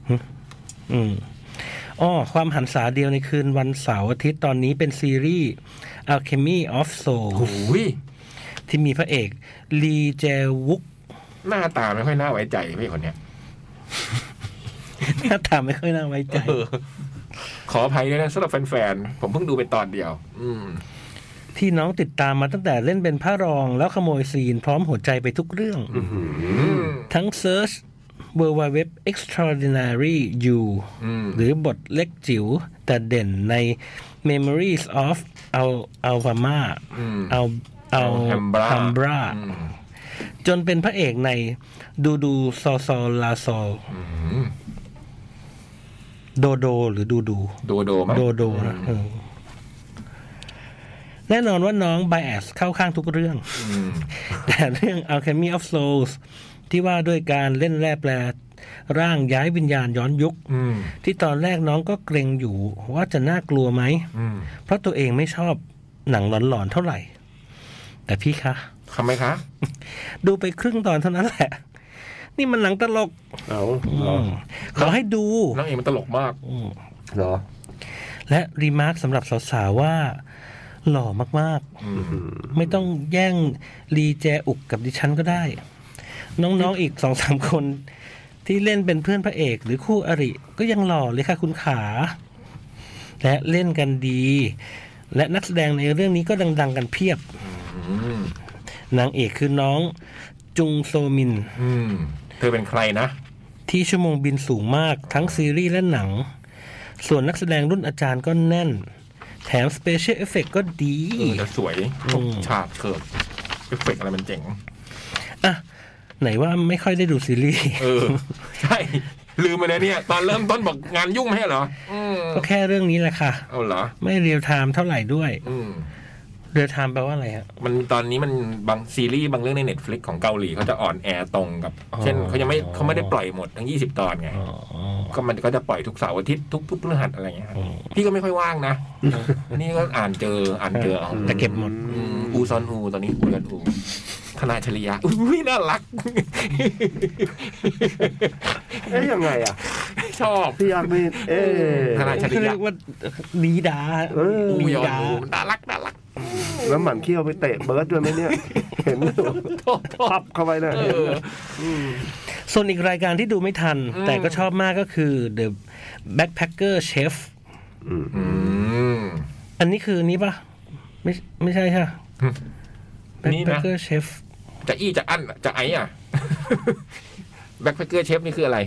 S3: หึอืมอ๋อความหันษาเดียวในคืนวันเสาร์อาทิตย์ตอนนี้เป็นซีรีส์ Alchemy of Soul
S1: โอ้ย
S3: ที่มีพระเอก ลีเจวุก
S1: หน้าตาไม่ค่อยน่าไว้ใจพี่คนเนี้ย
S3: หน้าตาไม่ค่อยน่าไว้ใจ
S1: เออขออภัยด้วยนะสำหรับแฟนๆ ผมเพิ่งดูไปตอนเดียว อืม
S3: ที่น้องติดตามมาตั้งแต่เล่นเป็นพระรองแล้วขโมยซีนพร้อมหัวใจไปทุกเรื่อง
S1: อืม
S3: ทั้ง Search w w w extraordinary you
S1: อืม
S3: หรือบทเล็กจิ๋วแต่เด่นใน Memories of Al Alabama
S1: อืม
S3: Al Al
S1: Alhambra
S3: Alhambra
S1: อืม
S3: จนเป็นพระเอกในดูดูซอซอลาซอ
S1: อืม
S3: โดโดหรือดูดู
S1: โดโดมั้ย
S3: โดโดนะเออแน่นอนว่าน้องไบแอสเข้าข้างทุกเรื่อง
S1: อืม
S3: แต่เรื่อง Alchemy of Souls ที่ว่าด้วยการเล่นแร่แปรร่างย้ายวิญญาณย้อนยุค
S1: อืม
S3: ที่ตอนแรกน้องก็เกรงอยู่ว่าจะน่ากลัวไหม
S1: อืม
S3: เพราะตัวเองไม่ชอบหนังหลอนๆเท่าไหร่ แต่พี่คะ
S1: ทำไมคะ
S3: ดูไปครึ่งตอนเท่านั้นแหละ นี่มันหนังตลก
S4: เอา
S3: อื
S4: เหรอ
S3: มขอให้ดู
S1: น้องเองมันตลกมาก
S4: เหรอ
S3: และรีมาร์คสำหรับสาวๆว่า หล่อมากๆ ไม่ต้องแย่งลีแจอุกกับดิฉันก็ได้ น้องๆอีกสองสามคน ที่เล่นเป็นเพื่อนพระเอก หรือคู่อริ ก็ยังหล่อเลยค่ะคุณขา และเล่นกันดี และนักแสดงในเรื่องนี้ก็ดัง ๆ กันเพียบ
S1: อืม
S3: นางเอกคือน้องจุงโซมิน
S1: อืมเธอเป็นใครนะ
S3: ที่ชั่วโมงบินสูงมากทั้งซีรีส์และหนัง ส่วนนักแสดงรุ่นอาจารย์ก็แน่น แถมสเปเชียลเอฟเฟกก็ดี
S1: เออแต่สวย
S3: อืม
S1: ฉากเฉิดเอฟเฟกต์อะไรมันเจ๋ง
S3: อ่ะ ไหนว่าไม่ค่อยได้ดูซีรีส์
S1: เออ ใช่ ลืมไปแล้วเนี่ย ตอนเริ่มต้นบอกงานยุ่งไม่ใช่เหรอ อืม
S3: ก็แค่เรื่องนี้แหละค่ะ
S1: เอาเหรอ
S3: ไม่เรียลไทม์เท่าไหร่ด้วย
S1: อืม
S3: เรียลไทม์แปลว่าอะไรฮะ
S1: มันตอนนี้มันบางซีรีส์บางเรื่องใน Netflix ของเกาหลีเขาจะอ่อนแอร์ตรงกับ
S3: อ๋อ
S1: เช่นเขายังไม่เขาไม่ได้ปล่อยหมดทั้ง 20 ตอนไง
S3: อ๋อ
S1: ก็มันก็จะปล่อยทุกเสาร์อาทิตย์ทุกพุธพฤหัสอะไรเงี้ยครับ
S3: อืม
S1: พี่ก็ไม่ค่อยว่าง
S3: <laughs>
S1: นะ นี่ก็อ่านเจออ่านเจอเอา
S3: แต่เก็บหมด
S1: อืมอูซอนอูตอนนี้อูซอนอูทนายชริยะอุ้ยน่ารัก <laughs>
S4: เอ๊ยยังไงอ่ะ
S1: ชอบ
S4: พี่ยักษ์นี่เอ๊ะ
S1: ขนาด
S3: ก็เรียกว่าดีดา
S4: เออ
S1: อู
S3: ดี
S1: ยอน
S3: ดา
S1: อูน่ารักน่ารัก
S4: แล้วหมันเขี้ยวไปเตะเบิร์ดด้วยไหมเนี่ย เห็นอยู่
S1: โทษโทษ
S4: ปับเข้าไปเลย
S1: เอ
S4: เห็น
S1: อ
S4: เลยม
S3: ส่วนอีกรายการที่ดูไม่ทัน
S1: อืม
S3: แต่ก็ชอบมากก็คือ The Backpacker Chef
S4: อืม
S1: อืม
S3: อันนี้คือนี้ปะไม่ไม่ใช่ใช่ปะ
S1: อืมนี่นะ
S3: Backpacker Chef
S1: จะอี้จะอั้นจะไอ้อ่ะ <laughs> แบ็คแพคเกอร์เชฟนี่คืออะไร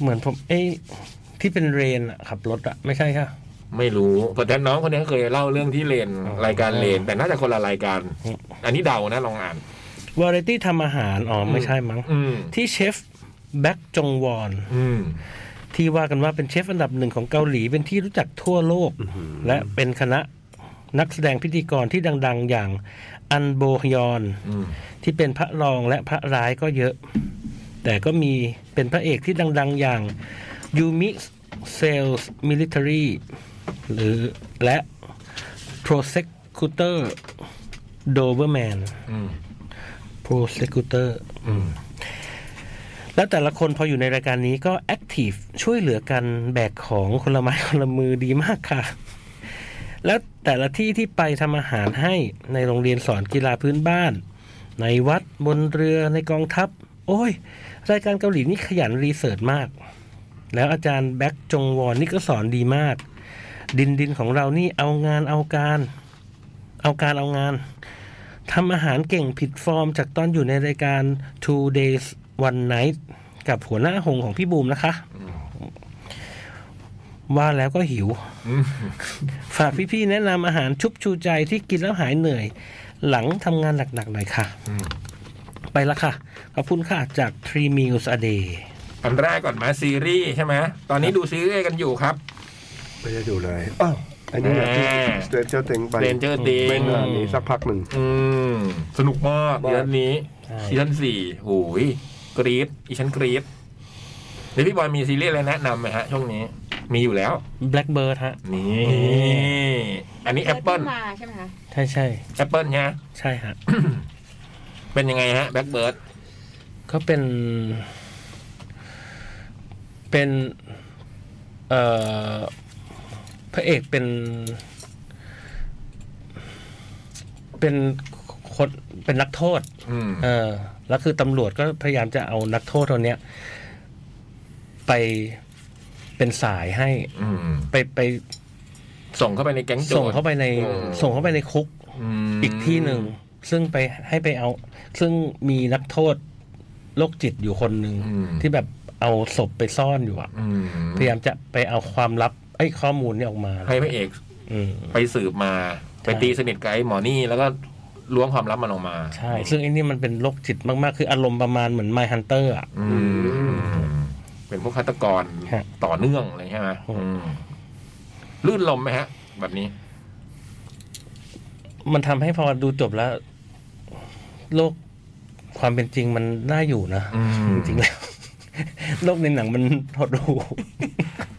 S3: เหมือนผมเอ้ยที่เป็นเรนอะขับรถอะไม่ใช่ค่ะ
S1: ไม่รู้แต่แทนน้องคนนี้เคยเล่าเรื่องที่เลน
S3: อ๋อ
S1: รายการเลน แต่น่าจะคนละรายการ
S3: อืม
S1: อันนี้เดานะลองอ่าน
S3: วาไรตี้ทำอาหาร อ๋อไม่ใช่มั้ง
S1: อืม
S3: ที่เชฟแบ็กจงวอน
S1: อืม
S3: ที่ว่ากันว่าเป็นเชฟอันดับหนึ่งของเกาหลีเป็นที่รู้จักทั่วโลก และเป็นคณะนักแสดงพิธีกรที่ดัง ๆ อย่างอันโบฮยอน
S1: อืม
S3: ที่เป็นพระรองและพระร้ายก็เยอะ แต่ก็มีเป็นพระเอกที่ดัง ๆ อย่างยูมิเซลส์มิลิเตอรี่หรือและ Prosecutor Doberman
S1: อืม
S3: Prosecutor แล้วแต่ละคนพออยู่ในรายการนี้ก็แอคทีฟช่วยเหลือกันแบกของคนละไม้คนละมือดีมากค่ะ แล้วแต่ละที่ที่ไปทำอาหารให้ในโรงเรียนสอนกีฬาพื้นบ้าน ในวัดบนเรือในกองทัพ โอ้ย รายการเกาหลีนี่ขยันรีเสิร์ชมาก แล้วอาจารย์แบ็กจงวอนนี่ก็สอนดีมาก ดินดินของเรานี่เอางานเอาการ เอาการเอางานทำอาหารเก่งผิดฟอร์มจากตอนอยู่ในรายการ Two Days One Night กับหัวหน้าหงของพี่บูมนะคะ ว่าแล้วก็หิว ฝากพี่ๆแนะนำอาหารชุบชูใจที่กินแล้วหายเหนื่อย หลังทำงานหนักๆหน่อยค่ะ
S1: อืม
S3: ไปละค่ะ ขอบคุณค่ะ จาก Three Meals a Day
S1: อันแรกก่อนไหมาซีรีส์ใช่ไหมตอนนี้ดูซีรีส์กันอยู่ครับ
S4: ไม่ได้ดูเลยอ้าวอันนี้แหละที่
S1: แหม
S4: สเตนเจอร์เต็งไป
S1: เรนเจอร์ติ
S4: ไม่
S1: ง
S4: นานนี้สักพักหนึ่ง
S1: อืม สนุกมาก
S4: มาก
S1: เดือนนี้
S3: ใช่
S1: ซีซั่นสี่โอ้ยกรี๊ดอีฉันกรี๊ดเดี๋ยวพี่บอยมีซีรีส์อะไรแนะนำไหมฮะ ช่วงนี้ มีอยู่แล้ว
S3: Blackbird ฮะ
S1: นี่อันนี้แอปเปิล
S2: พิ่งมาใช่ไหมคะ
S3: ใช่ใช่
S1: แอปเปิลฮะ
S3: ใช่ฮะ
S1: เป็นยังไงฮะแบ็กเบิร์ด
S3: ก็เป็น เป็น เอ่อ พระเอกเป็น เป็นคนเป็นนักโทษ
S1: อืม
S3: เออ แล้วคือตำรวจก็พยายามจะเอานักโทษคนเนี้ย ไปเป็นสายให้
S1: อืม
S3: ไปไป
S1: ส่งเข้าไปในแก๊งโจร
S3: ส่งเข้าไปใน
S1: โอ้
S3: ส่งเข้าไปในคุก
S1: ม
S3: อีกที่หนึ่ง ซึ่งไปให้ไปเอา ซึ่งมีนักโทษโรคจิตอยู่คนหนึ่ง
S1: อืม
S3: ที่แบบเอาศพไปซ่อนอยู่อะ
S1: อืม
S3: พยายามจะไปเอาความลับไอ้ยข้อมูลเนี่ยออกมา
S1: ให้พระเอก
S3: อืม
S1: ไปสืบมา ไป
S3: ใช่
S1: ตีสนิทกับไอ้หมอนี่แล้วก็ล้วงความลับมันออกมา
S3: ใช่ ซึ่งไอ้นี่มันเป็นโรคจิตมาก ๆ คืออารมณ์ประมาณเหมือน My Hunter อ่ะ
S1: อืมเป็นพวกฆาตกร
S3: ฮะ
S1: ต่อเนื่องอะไรใช่ไหม
S3: อืม
S1: อืมลื่นลมไหมฮะ แบบนี้
S3: มันทำให้พอดูจบแล้ว โลกความเป็นจริงมันน่าอยู่นะ
S1: อืม
S3: จริงๆแล้ว <laughs> โลกในหนังมันห
S2: <laughs>
S3: ดหู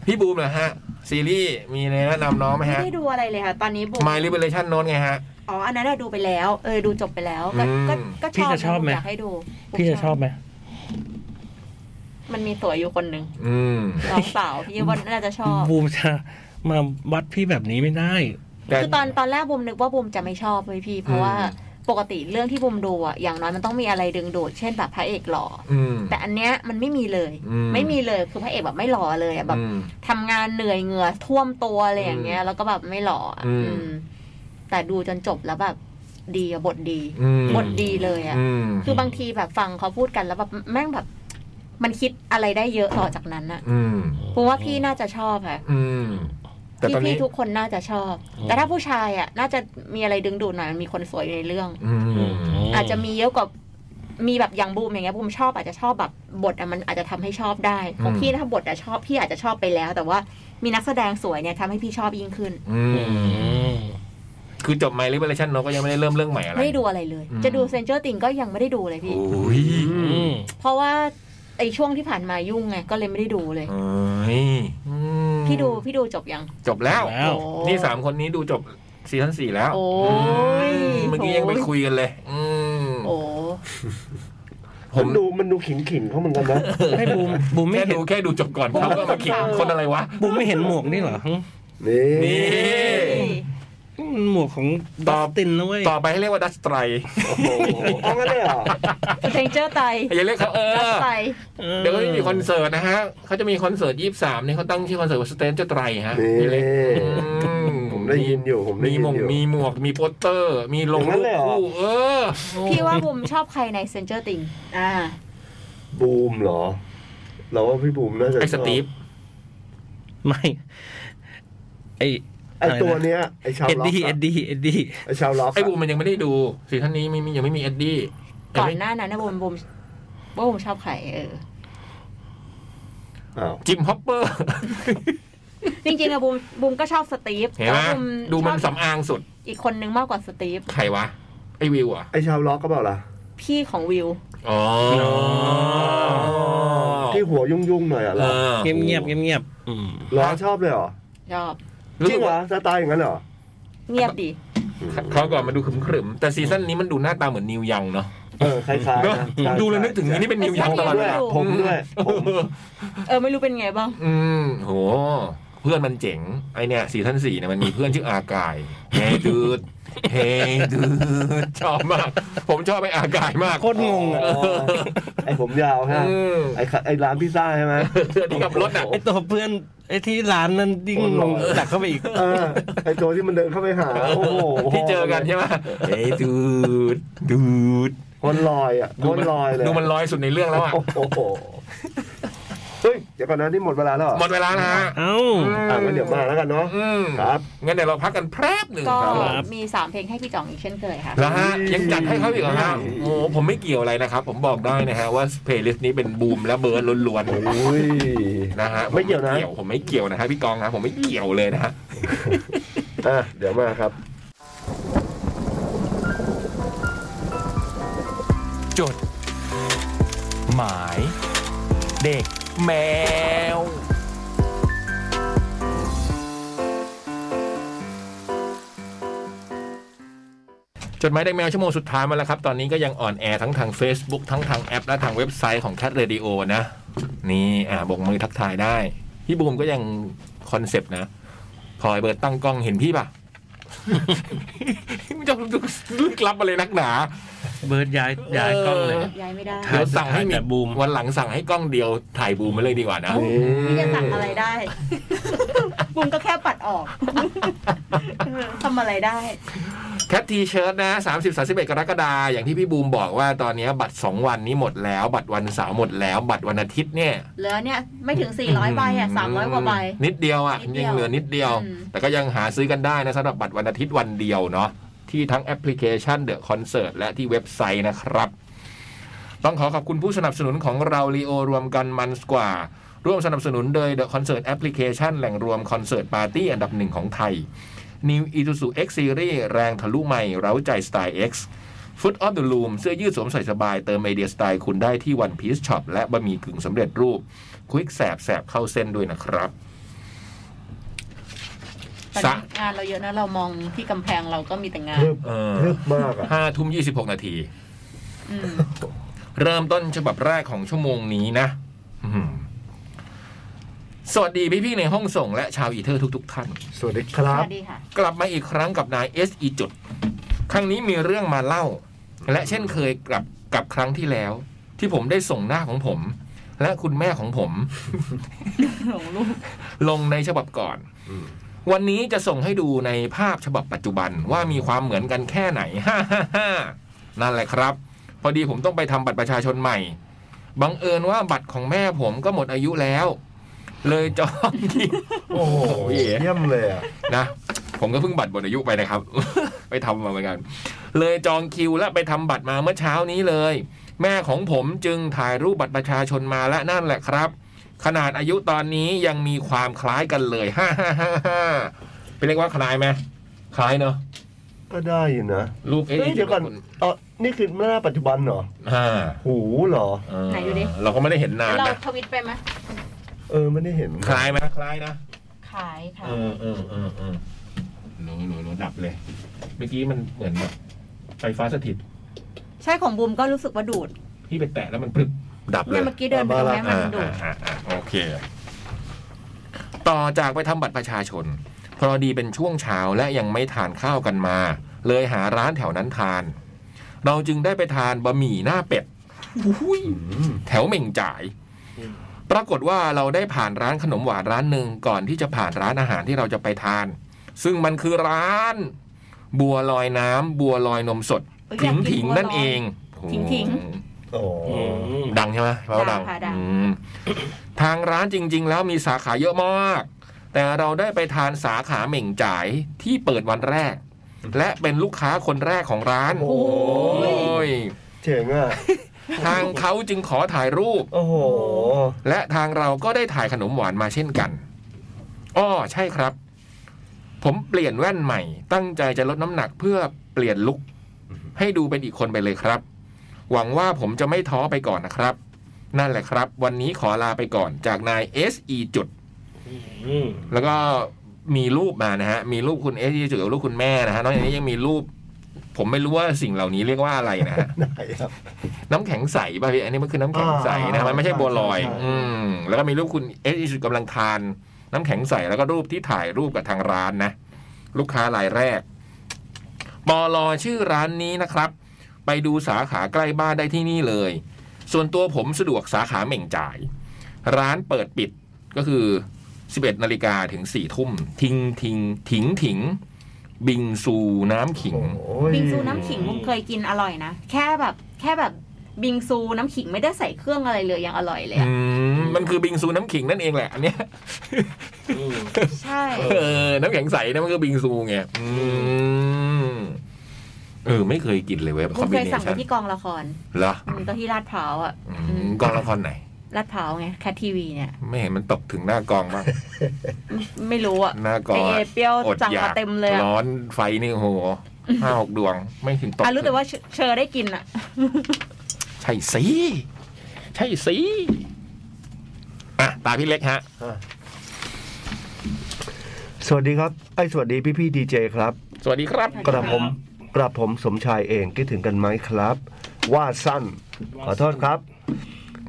S1: พี่บูมเหรอฮะ ซีรีส์มีอะไรแนะนำน้องไหม
S2: ไม่
S1: ฮะ
S2: ได้ดูอะไรเลยค่ะ ตอนนี้บุ
S1: My Liberation โน้นไงฮะ
S2: อ๋อ อันนั้นน่ะดูไปแล้ว เออ ดูจบไปแล้ว ก็
S1: อืม
S2: ก็ก็ช
S3: พี่
S2: อบ
S3: จะชอบไหม
S2: นอยากให้ดู
S3: พี่จะชอบไหม
S2: มันมีสวยอยู่คนหนึ่ง
S1: อืม
S2: น้องสาวพี่ว่าน่าจะชอบ
S3: บูมจะมาวัดพี่แบบนี้ไม่ได้
S2: คือตอนตอนแรกบูมนึกว่าบูมจะไม่ชอบเลยพี่ เพราะว่า ปกติเรื่องที่บุมดูอะอย่างน้อยมันต้องมีอะไรดึงดูดเช่นแบบพระเอกหล่อ
S1: อืม
S2: แต่อันเนี้ยมันไม่มีเลย
S1: อืม
S2: ไม่มีเลยคือพระเอกแบบไม่หล่อเลยอะแบบ
S1: อืม
S2: ทำงานเหนื่อยเหงื่อท่วมตัวอะไรอย่างเงี้ย แล้วก็แบบไม่หล่ออ่ะ
S1: อืม
S2: อืม แต่ดูจนจบแล้วแบบดีอะบทดี
S1: อืม
S2: บทดีเลยอะ
S1: อืม
S2: คือบางทีแบบฟังเขาพูดกันแล้วแบบแม่งแบบ มันคิดอะไรได้เยอะต่อจากนั้นอะ
S1: อืม
S2: ผมว่าพี่น่าจะชอบค่ะ
S1: อืมแต่ตอน
S2: พี่
S1: นี้
S2: พี่ทุกคนน่าจะชอบ แต่ถ้าผู้ชายอะน่าจะมีอะไรดึงดูดหน่อยมันมีคนสวยอยู่ในเรื่อง
S1: อืม
S2: อาจจะมีเยอะกว่ามีแบบอย่างบูมอย่างเงี้ยบูมชอบอาจจะชอบแบบบทอะมันอาจจะทำให้ชอบได้ของพี่ถ้าบทอะชอบพี่อาจจะชอบไปแล้ว แต่ว่ามีนักแสดงสวยเนี่ยทำให้พี่ชอบยิ่งขึ้น
S1: อืมคือจบ My Liberation เนาะก็ยังไม่ได้เริ่มเรื่องใหม่อะไร
S2: ไม่ได้ดูอะไรเลย
S1: อืม
S2: จะดูเซนเจอร์ติงก็ยังไม่ได้ดูเลยพี่
S1: โอ้ย
S2: เพราะว่าไอช่วงที่ผ่านมายุ่งไงก็เลยไม่ได้ดูเลย
S1: เอ้ยอืม
S2: พี่ดูพี่ดูจบยัง
S1: จบแล้ว
S3: แล้ว
S2: โอ้
S1: นี่สามคนนี้ดูจบซีซั่นสี่แล้ว
S2: โอ้ย
S1: อืมเมื่อกี้ยังไปคุยกันเลย อืม
S2: โอ้
S1: ผ
S4: ผม มนดูมันดูขิงขิงๆเขาเหมือนกันนะ
S3: ให้บูมบูมไม่
S1: แค่
S3: เห็น
S1: ดูแค่ดูจบก่อนเขาก็มาขิงคนอะไรวะ
S3: บูมไม่เห็นหมวกนี่เหรอ
S4: นี่
S1: นี่
S3: หมวกของ
S1: ต
S3: ด
S1: อ
S3: อบ สตินนะเว้ย
S1: ต่อไปให้เรียกว่าดัสไตร
S4: โอ้โหเอางั้นเลยเหรอ
S2: เซนเจอร์ไต
S1: อย่าเรียกเขาเออ
S2: ไต
S3: ออ
S1: เดี๋ยวก็จะมีคอนเสิร์ตนะฮะเขาจะมีคอนเสิร์ตยี่สามนี่เขาตั้งชื่อคอนเสิร์ตว่าสเตนเจอร์ไตรฮะ
S4: นี่
S1: พี่เล็ก
S4: ผมได้ยินอยู่ผมได้ยิน
S1: หมวก
S4: อยู่
S1: มีหมวก มีโปสเตอร์ มีลง
S4: อย่างนั้น
S1: รู
S4: เล
S1: ป
S4: ยเหรอ
S1: คู่เออ
S2: พี่ว่าผมชอบใครในเซนเจอร์ติงอ่า
S4: บูมเหรอ เราว่าพี่บูมน่าจะ
S1: ไอ้
S4: ช
S1: ส
S4: อบ
S1: ตีฟ
S3: ไม่ไอ
S4: ไอตัวเนี้ยไอชาว
S3: เอ็ด
S4: ล็อก
S3: ดี้เอ็
S4: อะ
S3: ดดี้เอ็ดดี้
S4: ไอชาวล็อก
S1: ไอ้บูม
S4: อะ
S1: มันยังไม่ได้ดูสีท่านนี้ไม่มียังไม่มีเอ็ดดี้
S2: ก่อนหน้านั้นนะบูมบูมว่าบูมชอบใครเออ
S4: อ้าว
S1: จิมฮอปเปอร์
S2: จริงๆอะบูมบูมก็ชอบสตีฟ
S1: เห็นไหม
S2: แต่ว่าบู
S1: ดูมัน
S2: ชอบ
S1: สำอางสุด
S2: อีกคนนึงมากกว่าสตีฟ
S1: ใครวะ ไอ้วิวเหรอ่ะ
S4: ไอชาวล็อกก็เปล่าล่ะ
S2: พี่ของวิว
S1: อ๋อ
S4: ที่หัวยุ่งๆหน่อยอ่ะเหรอ
S3: เงียบเงียบเงียบเงียบอืม
S4: เหรอชอบเลยเหรอ
S2: ชอบ
S4: จริงเหรอสไตล์อย่างนั้นเหรอ
S2: เงียบดี
S1: เขาก่อนมาดูขรึมขรึมๆแต่ซีซั่นนี้มันดูหน้าตาเหมือนนิวยังเนาะ
S4: เออคล้ายๆ
S1: เนอะ
S4: นะใช่
S1: ดูแล้วนึกถึง
S4: ใช่
S1: นี่เป็นนิวยังตลอดเวลา
S4: ผมด้วยผมด้วยผม
S2: เออไม่รู้เป็นไงบ้าง
S1: อืมโห เพื่อนมันเจ๋ง ไอเนี่ยสี่ท่านสี่เนี่ยมันมีเพื่อนชื่ออากายเฮดูดเฮดูดชอบมาก ผมชอบไออากายมาก
S3: โคตรงงอะ
S4: อ๋อไอผมยาวฮะ
S1: อืม
S4: ไอขะไอร้านพิซซ่าใช่ไหม
S1: เพื่อนที่ขับรถอ่ะ
S3: ไอตัวเพื่อนไอที่ร้านนั่นยิ่ง
S4: โอ้โห
S3: งงหนักเข้าไปอีก
S4: เออไอตัวที่มันเดินเข้าไปหาโอ้โห
S1: ที่เจอกันใช่ไหมเฮดูดดูด
S4: คนลอยอ่ะคนลอยเลย
S1: ดูมันลอยสุดในเรื่องแล้วอ่ะ
S4: โอ้โหเฮ้ยเดี๋ยวก่อนนะนี่หมดเวลาแล้วเหรอ
S1: หมดเวลาแล้วฮะ
S3: เอ้า
S4: อ่ะงั้นเดี๋ยวมาแล้วกันเนาะ
S1: อืม
S4: ครับ
S1: งั้นเดี๋ยวเราพักกันแพรบหนึ่ง
S2: ก็
S1: ครับ
S2: มีสามเพลงให้พี่จ่องอีกเช่นเคยค่ะ
S1: แล้วฮะยังจัดให้เขาอีกเหรอฮะโอ้ผมไม่เกี่ยวอะไรนะครับ ผมบอกได้นะฮะว่าเพลย์ลิสต์นี้เป็นบูมและเบิร์ดล้วนๆ
S4: โอ้ย
S1: นะฮะ
S4: ไม่เกี่ยวนะ
S1: ผมไม่เกี่ยวนะฮะพี่กองครับผมไม่เกี่ยวเลยนะฮะ
S4: อ่ะเดี๋ยวมาครับ
S6: จด หมาย เด็กแมว
S1: จดหมายได้แมวชั่วโมงสุดท้ายมาแล้วครับ ตอนนี้ก็ยังออนแอร์ทั้งทาง Facebook ทั้งทางแอป และทางเว็บไซต์ของ Cat Radio นะ นี่อ่าบกมือทักทายได้ พี่บูมก็ยังคอนเซปต์นะพลอยเบิร์ดตั้งกล้องเห็นพี่ป่ะ <laughs> มันจะ <laughs> ลึกลับอะไรนักหนา
S3: เบิร์ดย้ายย้ายกล้องเลย
S2: ย้ายไม่ได้
S1: เดี๋ยวสั่งให้มี
S3: แต่บูม
S1: วันหลังสั่งให้กล้องเดียวถ่ายบูมมาเลยดีกว่านะ
S2: เอ้าพี่จะสั่งอะไรได้ <laughs> บุมก็แค่ปัดออก <laughs> ทำอะไรได้
S1: แคททีเชิร์ตนะ 30 31 กรกฎาคมอย่างที่พี่บูมบอกว่าตอนนี้บัตร 2 วันนี้หมดแล้ว บัตรวันเสาร์หมดแล้ว บัตรวันอาทิตย์เนี่ย
S2: เหลือเนี่ยไม่ถึง 400ใบอ่ะ 300กว่าใบ
S1: นิดเดียวอ่ะ
S2: นิดเดียว
S1: ยังเหลือนิดเดียว
S2: อืม
S1: แต่ก็ยังหาซื้อกันได้นะสำหรับบัตรวันอาทิตย์วันเดียวเนาะที่ทั้งแอปพลิเคชันเดอะคอนเสิร์ตและที่เว็บไซต์นะครับ ต้องขอขอบคุณผู้สนับสนุนของเราลีโอรวมกันมันสกว่า ร่วมสนับสนุนโดย The Concert Application แหล่งรวมคอนเสิร์ตปาร์ตี้อันดับหนึ่งของไทย New i t u s u X Series แรงทะลุใหม่ เร้าใจสไตล์ X Foot of the Loom เสื้อยืดสวมใส่สบายเติมไอเดียสไตล์คุณได้ที่ One Piece Shop และบะหมี่กึ่งสำเร็จรูป ควิกแสบแสบเข้าเส้นด้วยนะครับ
S2: แต่
S1: สะ
S2: งานเราเยอะนะเรามองที่กำแพงเราก็มีแต่งาน
S4: รึบ
S1: เออ
S4: รึบมากอ่ะ
S1: ห้าทุ่มยี่สิบหกนาที
S2: อืม
S1: เริ่มต้นฉบับแรกของชั่วโมงนี้นะอืมสวัสดีพี่ๆในห้องส่งและชาวอีเทอร์ทุกๆท่าน
S4: สวัสดีครั
S2: ส
S4: บ
S2: วัสดีค่ะ
S1: กลับมาอีกครั้งกับนายเอสอีจุด ครั้งนี้มีเรื่องมาเล่า และเช่นเคยกับกับครั้งที่แล้ว ที่ผมได้ส่งหน้าของผม และคุณแม่ของผม
S7: หลงลูก
S1: ลงในฉบับก่อน
S4: อืม
S1: วันนี้จะส่งให้ดูในภาพฉบับปัจจุบันว่ามีความเหมือนกันแค่ไหน <laughs> ฮ่าฮ่าฮ่านั่นแหละครับ พอดีผมต้องไปทำบัตรประชาชนใหม่ บังเอิญว่าบัตรของแม่ผมก็หมดอายุแล้ว เลยจองคิว
S4: โอ้โห
S1: เหี้ย
S4: เยี่ยมเลยอ่ะ
S1: นะผมก็เพิ่งบัตรหมดอายุไปนะครับ <laughs> ไปทำมาเหมือนกัน เลยจองคิวและไปทำบัตรมาเมื่อเช้านี้เลย แม่ของผมจึงถ่ายรูปบัตรประชาชนมาและนั่นแหละครับ ขนาดอายุตอนนี้ยังมีความคล้ายกันเลย <laughs> ฮ่าฮ่าฮ่าฮ่าไปเรียกว่าคล้ายไหมคล้ายเนอะ
S4: ก็ได้อยู่นะ
S1: ลูกเอ๊ะ
S4: เฮ้ยเดี๋ยวก่อนเออนี่คือหน้าปัจจุบันเหรอ
S1: อ่า
S4: หูเหรอ
S1: เออ
S2: ไหนดูดิ
S1: เราก็ไม่ได้เห็นนาน
S2: เรา
S1: นะ
S2: ทวิตไปไหม
S4: เออไม่ได้เห็น
S1: คล้ายไหมคล้ายนะ
S2: ขายค่ะ
S1: เออเออเออเออหนูหนูหนูดับเลย เมื่อกี้มันเหมือนแบบไฟฟ้าสถิต
S2: ใช่ของบูมก็รู้สึกว่าดูด
S1: ที่ไปแตะแล้วมันปรึบดับเล
S2: เนี่ย
S1: ย
S2: เมื่อกี้เดินไปตรงนี้มันดูด
S1: อ่าอ่าอ่าโอเค ต่อจากไปทำบัตรประชาชน พอดีเป็นช่วงเช้าและยังไม่ทานข้าวกันมา เลยหาร้านแถวนั้นทาน เราจึงได้ไปทานบะหมี่หน้าเป็ดอุ้ยแถวเหม่งจ่าย ปรากฏว่าเราได้ผ่านร้านขนมหวานร้านหนึ่งก่อนที่จะผ่านร้านอาหารที่เราจะไปทาน ซึ่งมันคือร้าน บัวลอยน้ำบัวลอยนมสด
S2: เอ้ยอ
S1: ถิ
S2: ยาก
S1: ง
S2: กิน
S1: ถิง
S2: บัวลอย
S1: นั่นเอง
S2: ถิงถิง
S1: โอ้
S4: โอ้
S1: ดังใช่ไหมแปลว่าดัง
S2: ดังค่ะดัง
S1: อืมทางร้านจริง ๆ แล้วมีสาขาเยอะมาก แต่เราได้ไปทานสาขาเหม่งจ่ายที่เปิดวันแรก และเป็นลูกค้าคนแรกของร้าน
S4: โห
S1: โอ้ย
S4: เจ๋งอ่ะ
S1: ทางเขาจึงขอถ่ายรูป
S4: โอ้โห
S1: และทางเราก็ได้ถ่ายขนมหวานมาเช่นกันอ้อใช่ครับ ผมเปลี่ยนแว่นใหม่ ตั้งใจจะลดน้ำหนักเพื่อเปลี่ยนลุคให้ดูเป็นอีกคนไปเลยครับ หวังว่าผมจะไม่ท้อไปก่อนนะครับ นั่นแหละครับ วันนี้ขอลาไปก่อนจากนาย SE จุด แล้วก็มีรูปมานะฮะ มีรูปคุณ SE จุดกับรูปคุณแม่นะฮะ นอกจากนี้ยังมีรูป ผมไม่รู้ว่าสิ่งเหล่านี้เรียกว่าอะไรนะฮะ
S4: ไหนครับ
S1: น้ำแข็งใสป่ะพี่อันนี้มันคือน้ำแข็งใสนะ
S4: อ่ามั
S1: มันไม่ใช่บัวลอย
S4: ใช่ใช่
S1: อืมแล้วก็มีรูปคุณเอสกำลังทาน น้ำแข็งใสแล้วก็รูปที่ถ่ายรูปกับทางร้านนะ ลูกค้ารายแรกบอลอชื่อร้านนี้นะครับ ไปดูสาขาใกล้บ้านได้ที่นี่เลย ส่วนตัวผมสะดวกสาขาเหม่งจ่าย ร้านเปิดปิดก็คือ 11นาฬิกาถึง4ทุ่ม ทิงทิงถิงถิง บิงซูน้ำขิง
S4: โอ้โห
S2: บิงซูน้ำขิงบุมเคยกินอร่อยนะ แค่แบบแค่แบบบิงซูน้ำขิงไม่ได้ใส่เครื่องอะไรเลยยังอร่อยเลยอะ
S1: อืมมันคือบิงซูน้ำขิงนั่นเองแหละอันเนี้ย
S2: ใช่
S1: เออ น้ำแข็งใสนะมันก็บิงซูไงอืมเออ ไม่เคยกินเลยเว้ย
S2: บุ
S1: คอม
S2: ม
S1: บิ
S2: เค
S1: เน
S2: ยสั่งไป
S1: ชั่น
S2: ที่กองละคร
S1: เหรอ
S2: อืมก็ที่ลาดพร้าวอ่ะ
S1: อื
S2: อื
S1: ม
S2: ม
S1: กองละครไหน
S2: ลาดพร้าวไงแคททีวีเนี่ย
S1: ไม่เห็นมันตกถึงหน้ากองบ้าง
S2: ไม่รู้อ่ะ
S1: หน้ากอ
S2: ไองเอเปรียว
S1: อด
S2: สั่
S1: อยาม
S2: งากเต็มเลยอะ
S1: ร้อนไฟนี่โอ้โหห้าหกดวง ไม่ถึงตก
S2: อ่ะรู้แต่ว่าเชเชอได้กินอ่ะ
S1: ใช่สิใช่สิอ่ะ ตาพี่เล็กฮะ
S4: สวัสดีครับ ไอ้ยสวัสดีพี่พี่ดีเจครับ
S1: สวัสดีครับ
S4: กระผมกระผมสมชายเองคิดถึงกันไหมครับ ว่าสั้น ขอโทษครับ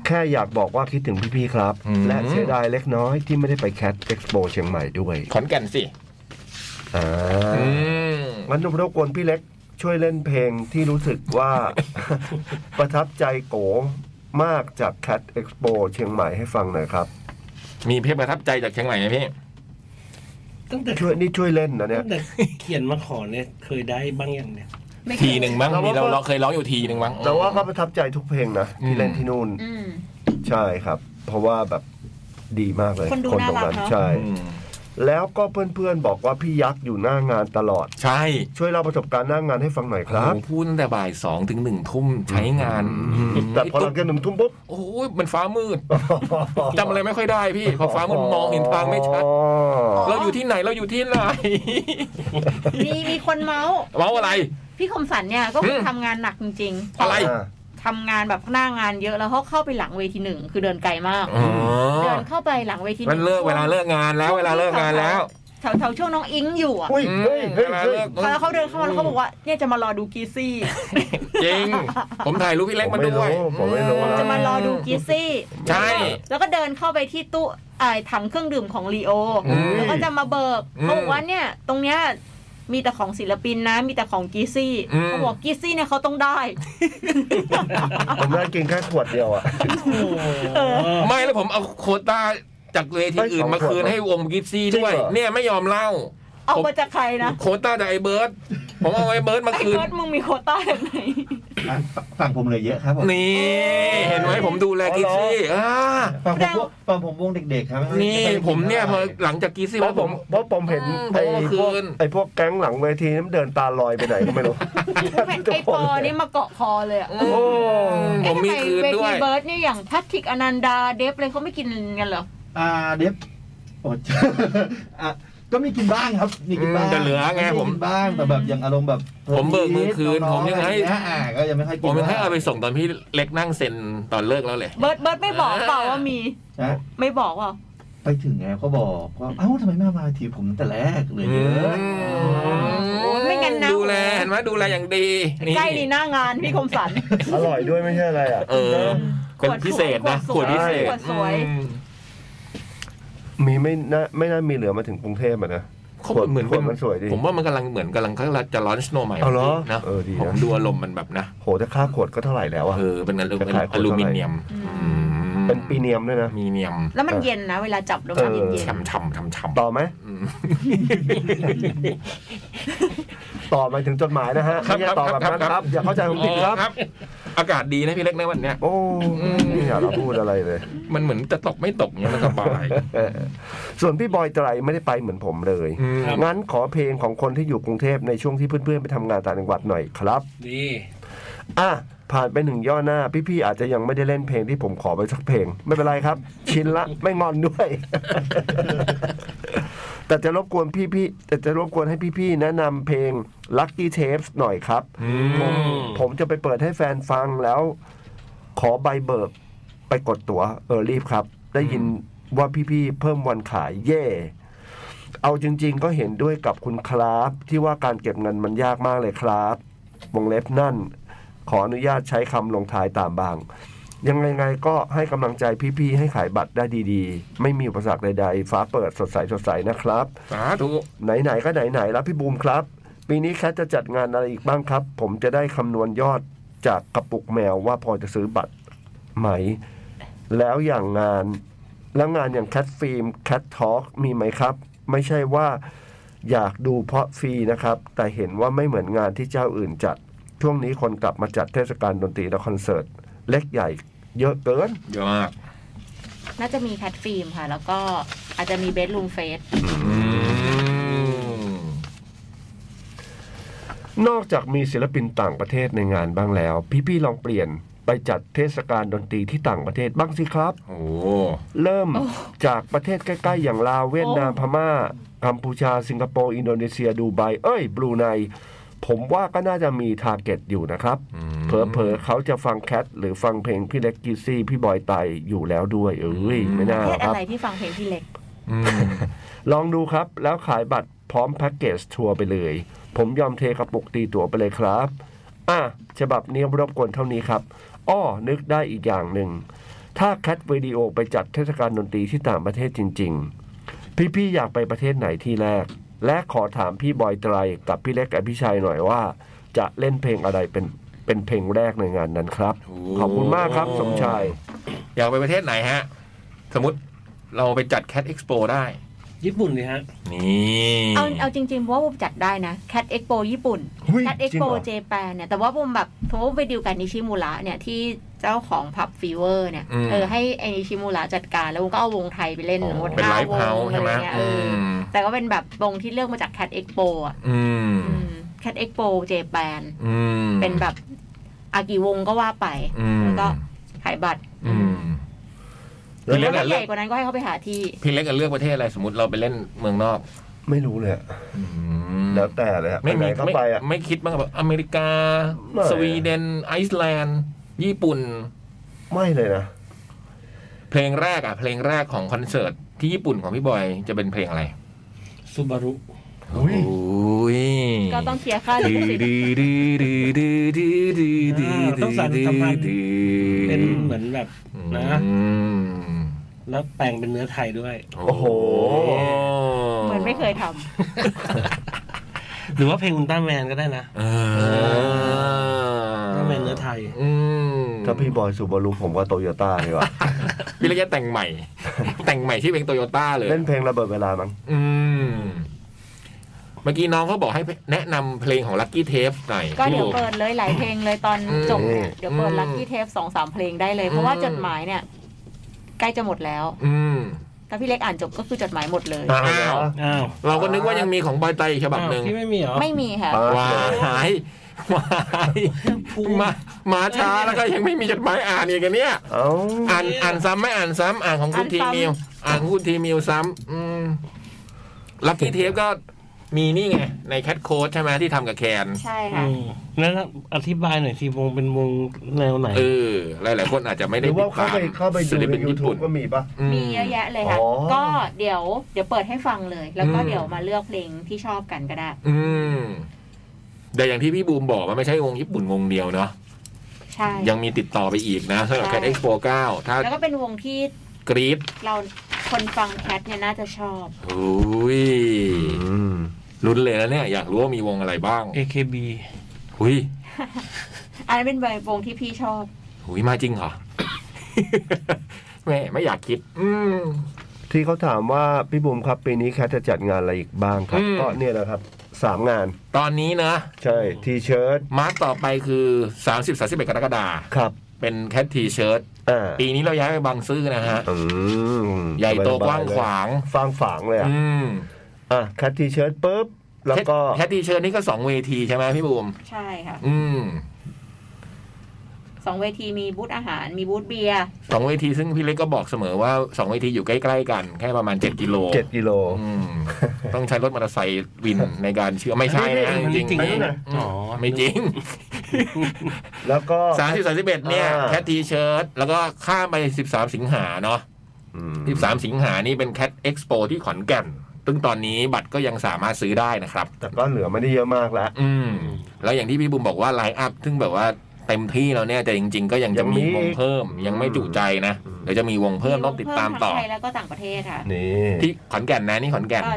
S4: แค่อยากบอกว่าคิดถึงพี่ๆครับ
S1: อืม
S4: และเสียดายเล็กน้อยที่ไม่ได้ไปแคดเอ็กซ์โปเชียงใหม่ด้วย
S1: ขอนแก่นสิ
S4: อ่
S1: อื
S4: า
S1: ม
S4: งั้นรบกวนพี่เล็กช่วยเล่นเพลงที่รู้สึกว่า <laughs> ประทับใจโกมากจาก Cat Expo เชียงใหม่ให้ฟังหน่อยครับ
S1: มีเพลงประทับใจจากเชียงใหม่ไหมพี่
S3: ตั้งแต่
S4: ช่วยนี่ช่วยเล่นนะเนี่ย
S3: ตั้งแต่เขียนมาขอเนี่ยเคยได้บ้างอย่างเนี่ย
S1: ทีหนึ่งมั้ง
S4: เราว่า
S1: มีเราเราเคยร้องอยู่ทีหนึ่งมั้ง
S4: แต่ว่าก็ประทับใจทุกเพลงนะที่เล่น
S1: อืม
S4: ที่นู่น
S2: อืม
S4: ใช่ครับ เพราะว่าแบบดีมากเลย
S2: คนดู
S4: ตรงนั้น
S2: น่ารักเนอะ
S4: ใช่
S1: อืม
S4: แล้วก็เพื่อนๆบอกว่าพี่ยักษ์อยู่หน้างานตลอด
S1: ใช่
S4: ช่วยเล่าประสบการณ์หน้างานให้ฟังหน่อยครับ
S1: โอ้โหพูดตั้งแต่บ่ายสองถึงหนึ่งทุ่มใช้งาน
S4: แต่พอหลั
S1: ไตุ๊
S4: ง
S1: ก
S4: จากหนึ่งทุ่มปุ๊บ
S1: โอ้โหมันฟ้ามืด <laughs> จำอะไรไม่ค่อยได้พี่ พอฟ้ามืดมองเห็นทางไม่ชัด เราอยู่ที่ไหนเราอยู่ที่ไหน
S2: มีมีคนเมาส์
S1: เมาส์อะไร
S2: พี่คมสันเนี่ยก็คืออ
S1: ม
S2: ทำงานหนักจริงๆ
S1: อะไร
S2: ทำงานแบบหน้างานเยอะแล้วเขาเข้าไปหลังเวทีหนึ่งคือเดินไกลมาก
S1: อ๋อ
S2: เดินเข้าไปหลังเวทีห
S1: มัน
S2: นึ่ง
S1: เลิกเวลาเลิกงานแล้วเวลาเลิกงานแล้ว
S2: แถวแถวช่วงน้องอิงอยู่อ่ะ
S4: เฮ้ย
S1: อืม
S4: เฮ้ย
S1: เวลา
S4: เฮ้ยเฮ้
S1: เลิ
S4: ย
S1: ก
S2: พอแล้วเขาเดินเข้ามาแล้วเขาบอกว่าเนี่ยจะมารอดูกีซี่
S1: จริง ผมถ่ายรูปพี่เล็กมาด้วย
S4: ผมไม่รู้ผมไม่รู้
S2: จะมารอดูกีซี่
S1: ใช่
S2: แล้วก็เดินเข้าไปที่ตู้ไอ้ถังเครื่องดื่มของลีโอ
S1: อืม
S2: แล้วก็จะมาเบิก
S1: อืม
S2: เขาบอกว่าเนี่ย ตรงเนี้ย มีแต่ของศิลปินนะ มีแต่ของกีซี่
S1: อืม
S2: เขาบอกกีซี่เนี่ยเขาต้องได้
S4: ผมน่ากินแค่ขวดเดียวอ่ะ
S1: ไม่แล้วผมเอาโควต้าจากเวทีอื่นมาคืนให้วงกิฟซี่ด้วย
S4: จริงเหรอ
S1: เนี่ยไม่ยอมเล่า
S2: เอามาจากใครนะ
S1: โควต้าจากไอ้เบิร์ดผมเอาไอ้เบิร์ดมา
S2: ไอ้
S1: คืน
S2: เบิร์ดมึงมีโควต้าจากไหน
S5: อ่ะฟังผมเลยเยอะครับผม
S1: นี่ เห็นไหมผมดูแลกิฟซี่อ่า
S5: ฟังผมพวกฟังผมวงเด็กๆครับ
S1: นี่ผมเนี่ยพอหลังจากกิฟซี่
S4: เพ
S1: แล้ว
S4: ราะ
S1: ผ
S4: ผม มเพราะผมเห็น
S1: อืม
S4: ไอ้
S1: ผมเอามา
S4: พวก
S1: คืน
S4: ไอ้พวกแก๊งหลังเวทีนี่มันเดินตาลอยไปไหนก็ไม่รู้
S2: เห็นไอ้ปอนี่มาเกาะคอเลยอะ
S1: อืมผมมีคืน
S2: เอ๊ะทำไเว
S1: ด้ว
S2: ที
S1: ย
S2: เบิร์ดเนี่ยอย่างแพทริกอนันดาเดฟเลยเขาไม่กินกันเหรอ
S5: อ่าเดฟโอ้ย <laughs> อ่ะก็มีกินบ้างครับ มีกินบ้าง
S1: อืมแต่เหลือไงผม
S5: กินบ้างแต่แบบอย่างอารมณ์แบบ
S1: ผมเบิกมือคืน
S5: อง
S1: ผมยัง
S5: ๆ
S1: ให้
S5: อะรเงี้ยอ่ะก็ยังไม่ค่อยกิ
S1: ผ
S5: น
S1: มให้เอาไปส่งตอนพี่เล็กนั่งเซ็นตอนเลิกแล้วเลย
S2: เบิร์ดเบิร์ดไม่บอกเปล่าว่ามี
S5: นะ
S2: ไม่บอกว่า
S5: ไปถึงไงเขาบอกว่าเอ้าทำไมไม่มาทีผมแต่แรกเลยเยอะ
S2: มไม่งั้นนะ
S1: ดูแลเห็นไหมดูแลอย่างดีนี่
S2: ใกล้ดีหน้างานพี่คมสัน
S4: <laughs> อร่อยด้วยไม่ใช่อะไรอ่ะ
S1: เออ เป็นพิเศษนะ
S2: ข
S1: ข
S2: ว
S1: วด
S2: ดสวย
S1: พิเศษ
S2: ขวดสวย
S1: อืม
S4: มีไม่น่าไม่น่ามีเหลือมาถึงกรุงเทพอ่ะนะ
S1: เขา
S4: ขวด
S1: เหมือน
S4: ขวดมันสวยดี
S1: ผมว่ามันกำลังเหมือนกำลังเขาจะร้อนสโนว์ใหม่
S4: เอาเหรอ
S1: นะ
S4: เออดีนะ
S1: ผมดูอารมณ์มันแบบนะ
S4: โหแต่ค่าขวดก็เท่าไหร่แล้วอ่ะ
S1: เออเป็นอลู
S4: จะขายขวด
S1: อ
S4: เท่าไหร่
S1: ลูมิเนียมอืม
S4: เป็นปีเนียมด้วยนะ
S1: มีเนียม
S2: แล้วมันเย็นนะ เวลาจับแล้วมัน
S4: เออ
S2: เย็น
S1: ช่ำช่ำช่ำช่ำ
S4: ต่อไหม
S1: อืม
S4: ต่อหมายถึงจดหมายนะฮะ
S1: ครับ
S4: ไม่ใช่ต่อแบบนั้น
S1: ครับครั
S4: ครับ บ อย่าเข้าใจผมผิดครับ
S1: ครับ อากาศดีนะพี่เล็กในะวันเนี้ย
S4: โอ้
S1: อืม
S4: ไม่อยากจะพูดอะไรเลย
S1: มันเหมือนจะตกไม่ตกเนี้ยมันสบาย
S4: เออส่วนพี่บอยไตรไม่ได้ไปเหมือนผมเลย
S1: อืม
S4: งั้นขอเพลงของคนที่อยู่กรุงเทพในช่วงที่เพื่อนๆไปทำงานต่างจังหวัดหน่อยครับ
S3: ดี
S4: อ่ะ ผ่านไปหนึ่งย่อหน้า พี่ๆอาจจะยังไม่ได้เล่นเพลงที่ผมขอไปสักเพลง ไม่เป็นไรครับ ชินละไม่งอนด้วย <laughs> แต่จะรบกวนพี่ๆแต่จะรบกวนให้พี่ๆแนะนำเพลง Lucky Tapes หน่อยครับ
S1: อื
S4: ผม
S1: ม
S4: ผมจะไปเปิดให้แฟนฟังแล้ว ขอใบเบิกไปกดตั๋วเออรีบครับ ได้ยินว่าพี่ๆเพิ่มวันขายเย่ เอาจริงๆก็เห็นด้วยกับคุณครับ ที่ว่าการเก็บเงินมันยากมากเลยครับ วงเล็บนั่น ขออนุญาตใช้คำลงท้ายตามบาง ยังไงไงก็ให้กำลังใจพี่ๆให้ขายบัตรได้ดีๆ ไม่มีอุปสรรคใดๆ ฟ้าเปิดสดใสสดใสนะครับ
S1: สาธุ
S4: ไหน ๆ ก็ไหน ๆ แล้วพี่บูมครับ ปีนี้แคทจะจัดงานอะไรอีกบ้างครับ ผมจะได้คำนวณยอดจากกระปุกแมวว่าพอจะซื้อบัตรไหม แล้วอย่างงาน แล้วงานอย่างแคทฟิล์มแคททอล์กมีไหมครับ ไม่ใช่ว่าอยากดูเพราะฟรีนะครับ แต่เห็นว่าไม่เหมือนงานที่เจ้าอื่นจัด ช่วงนี้คนกลับมาจัดเทศกาลดนตรีและคอนเสิร์ต เล็กใหญ่ เยอะเกิน
S1: เยอะมาก
S2: น่าจะมีแคทฟิล์มค่ะ แล้วก็อาจจะมีเบดรูมเฟส
S1: อืม
S4: นอกจากมีศิลปินต่างประเทศในงานบ้างแล้ว พี่ๆลองเปลี่ยนไปจัดเทศกาลดนตรีที่ต่างประเทศบ้างสิครับ
S1: โอ้
S4: เริ่มจากประเทศใกล้ ๆ อย่างลาวเวียดนาม
S2: โอ้
S4: พม่า กัมพูชา สิงคโปร์ อินโดนีเซีย ดูไบเอ้ย บรูไน ผมว่าก็น่าจะมีทาร์เก็ตอยู่นะครับ เผลอๆเขาจะฟังแคทหรือฟังเพลงพี่เล็กกีซี่ พี่บอยไตอยู่แล้วด้วย เอ้ย ไม่น่า
S2: เพ
S4: ห
S2: ศ
S4: รอก
S2: อะ
S4: ครับ
S2: ไรที่ฟังเพลงพี่เล็ก
S1: อืม
S4: ลองดูครับ แล้วขายบัตรพร้อมแพ็กเกจทัวร์ไปเลย ผมยอมเทกระปุกตีตั๋วไปเลยครับ อ่ะ ฉบับนี้รบกวนเท่านี้ครับ อ้อ นึกได้อีกอย่างหนึ่ง ถ้าแคทวิดีโอไปจัดเทศกาลดนตรีที่ต่างประเทศจริง ๆ พี่ ๆ อยากไปประเทศไหนที่แรก และขอถามพี่บอยไตรกับพี่เล็กอภิชัยหน่อยว่า จะเล่นเพลงอะไรเป็นเป็นเพลงแรกในงานนั้นครับ ขอบคุณมากครับสมชาย
S1: อยากไปประเทศไหนฮะ สมมติเราไปจัดแคดเอ็กซ์โปได้
S3: ญี่ปุ่นเลยฮะ
S1: นี่
S2: เอาเอาจริงๆว่าบุมจัดได้นะแคทเอ็กโปญี่ปุ่น
S4: หุ้ย
S2: แคทเอ็ก
S4: จริง
S2: โป
S4: เหรอ
S2: เจแปนเนี่ยแต่ว่าบุมแบบโทรไปดิวกันนิชิมูระเนี่ยที่เจ้าของผับฟีเวอร์เนี่ยเออให้ไอนิชิมูระจัดการแล้วบุมก็เอาวงไทยไปเล่น
S1: โอ้
S2: หมด
S1: เป็น
S2: ห้า
S1: ไลฟ์
S2: ว
S1: เฮาง ส์
S2: อะ
S1: ใช่ไห
S2: ไร
S1: ม
S2: เงี้ยเอ
S1: อื
S2: อ
S1: ม
S2: แต่ก็เป็นแบบวงที่เลือกมาจากแคทเอ็กโปอ่ะ
S1: อืม
S2: แคทเอ็กโปเจแปน
S1: อืม
S2: เป็นแบบอากี่วงก็ว่าไป
S1: อืม
S2: แล้วก็ขายบัตร
S1: อืม
S2: แล้
S1: พี่เล็ก
S2: ว
S1: อะ
S2: ถ้า
S1: เลือ
S2: ให
S1: ก
S2: ญ่กว่านั้นก็ให้เขาไปหาที่
S1: พี่เล็กอะเลือกประเทศอะไรสมมติเราไปเล่นเมืองนอก
S4: ไม่รู้เลยอะ
S1: อืม
S4: แล้วแต่เลยอะ
S1: ไม่
S4: ปห
S1: มี
S4: นก็
S1: ไม่
S4: ไปอะ
S1: ไม่คิดบ้างแบบอเมริกา
S4: ไม่
S1: สวีเดน ไอซ์แลนด์ ญี่ปุ่น
S4: ไม่เลยนะ
S1: เพลงแรกอะเพลงแรกของคอนเสิร์ตที่ญี่ปุ่นของพี่บอยจะเป็นเพลงอะไร
S3: ซูบารุ
S4: อุ๊
S1: โอ้
S4: ย
S1: ย
S2: ก็ต้องเคลียร์ค่าลิขสิทธิ์
S3: ต้องสารสัมพันธ์ เป็นเหมือนแบบนะ
S1: อืม
S3: แล้วแปลงเป็นเนื้อไทยด้วย
S4: โอ้โห
S2: เหมือนไม่เคยทำ
S3: หรือว่าเพลงอุลตร้าแมนก็ได้นะ
S1: เออ
S3: ก็เป็นเนื้อไทย
S1: อืม
S4: ถ้าพี่บอยสุบารุผมว่าโตโยต้าดีกว่า
S1: พี่เล็กจะแต่งใหม่ แต่งใหม่ชื่อเพลงโตโยต้าเลย
S4: เล่นเพลงระเบิดเวลามั้ง
S1: อืม เมื่อกี้น้องเขาบอกให้แนะนำเพลงของ Lucky Tape หน่อย
S2: ก็เดี๋ยว
S1: พี่
S2: เปิดเลยหลายเพลงเลยตอน
S1: อืม
S2: จบเนี่ยเดี๋ยวเปิด
S1: อืม
S2: ลัคกี้เทปสองสามเพลงได้เลย
S1: อืม
S2: เพราะว่าจดหมายเนี่ย ใกล้จะหมดแล้ว
S1: อืม
S2: ถ้าพี่เล็กอ่านจบก็คือจดหมายหมดเลย
S4: อ้าว
S1: อ้าว
S3: อ้าว
S1: เราก็นึกว่ายังมีของบอยไตอีกฉบับหนึ่ง
S3: อ้าวพี่ไม่มีเหรอ
S2: ไม่มีค่ะ
S1: วายวายมามาช้าแล้วก็ยังไม่มีจดหมายอ่านอีกอะเนี่ย
S4: เอ้า
S1: อ่านอ่านซ้ำไม่อ่านซ้ำอ่านของคุณ
S2: อ่าน
S1: ที
S2: ซ้ำ
S1: มิวอ่านของคุณทีมิวซ้ำอืมลักกี้เทปก็มีนี่ไง ในแคทโค้ดใช่ไหมที่ทำกับแคน
S2: ใช่
S3: อื
S2: ค่ะ
S3: มแล้วอธิบายหน่อยทีวงเป็นวงแนวไหน
S1: เออ หลาย ๆ คนอาจจะไม่
S4: ห
S1: ได้
S4: รือ
S1: ติ
S4: ว่า
S1: ด
S4: เข้า
S1: ตาม
S4: ไปเข้าไปดู
S1: ศิล
S4: ใน
S1: ปินญี่
S4: YouTube
S1: ปุ่น
S4: ก็มีป่ะ
S2: มีเยอะแยะเลยค่ะ
S4: อ๋อ
S2: ก็เดี๋ยวเดี๋ยวเปิดให้ฟังเลย แล้วก็
S1: อืม
S2: เดี๋ยวมาเลือกเพลงที่ชอบกันก็ได้
S1: อืม แต่อย่างที่พี่บูมบอกมันไม่ใช่วงญี่ปุ่นวงเดียวเนาะ
S2: ใช่
S1: ยังมีติดต่อไปอีกนะสำหรับแคท
S2: ใช่
S1: เอ็กซ์โปเก้าถ้า
S2: แล้วก็เป็นวงที่
S1: กรีด
S2: เราคนฟังแคทเนี่ยน่าจะชอบ
S1: อุ้ยลุ้นเลยแล้วเนี่ย อยากรู้ว่ามีวงอะไรบ้าง
S3: AKB
S1: อุ้ย
S2: อันนั้นเป็นวงที่พี่ชอบ
S1: อุ้ยมาจริงเหรอ <laughs> แม่ไม่อยากคิด อืม
S4: ที่เขาถามว่าพี่บุ๋มครับปีนี้แคทจะจัดงานอะไรอีกบ้างครับ
S1: อืม
S4: ก็เนี่ยแหละครับสามงาน
S1: ตอนนี้นะ
S4: ใช่ทีเชิร์ต
S1: มาร์คต่อไปคือ 30 31กรกฎาคม
S4: ครับ
S1: เป็นแคททีเชิร์ต
S4: อ่า
S1: ปีนี้เราย้ายไปบางซื่อนะฮะ
S4: อืม
S1: ใหญ่โต
S4: สบย
S1: ก
S4: ๆ
S1: ว้างขวาง
S4: ฟางฝางเลยอ่ะ
S1: อืม
S4: อ่ะแคททีเชิร์ตปุ๊บ แล้วก็
S1: แคททีเชิร์ตนี่ก็สองเวทีใช่ไหมพี่บูม
S2: ใช่ค่ะ
S1: อืม
S2: สองเวทีมีบูธอาหารมีบูธเบียร์
S1: สองเวทีซึ่งพี่เล็กก็บอกเสมอว่าสองเวทีอยู่ใกล้ๆกัน แค่ประมาณ 7 กิโล
S4: เจ็ดกิโล
S1: อืม ต้องใช้รถมอเตอร์ไซค์วินในการเชื่อมไม่ใช่นะจริง
S4: อันนี้นะ
S1: ๆอืม
S3: อ๋อ
S1: ไม่จริง
S4: แล้วก็
S1: 30 31เนี่ย
S4: อ่า
S1: แคททีเชิร์ตแล้วก็ข้ามไป 13 สิงหาเนาะ
S4: อืม
S1: 13 สิงหานี่เป็นแคดเอ็กซ์โปที่ขอนแก่น ซึ่งตอนนี้บัตรก็ยังสามารถซื้อได้นะครับ
S4: แต่ก็เหลือไม่ได้เยอะมากแล้ว
S1: อืม แล้วอย่างที่พี่บุมบอกว่าไลน์อัพ ซึ่งแบบว่าเต็มที่แล้วเนี่ยแต่จริง ๆ ก็ยังจะมี
S4: ยังมี
S1: วงเพิ่ม ยังไม่จุใจนะ
S4: อืม
S1: เดี๋ยวจะมีวงเพิ่มต้องติดตามต่อ
S2: วงเพิ่ทั้งไทยแล้วก็ต่างประเทศค่ะ
S4: นี่
S1: ที่ขอนแก่นนะนี่ขอนแก่น
S2: ก็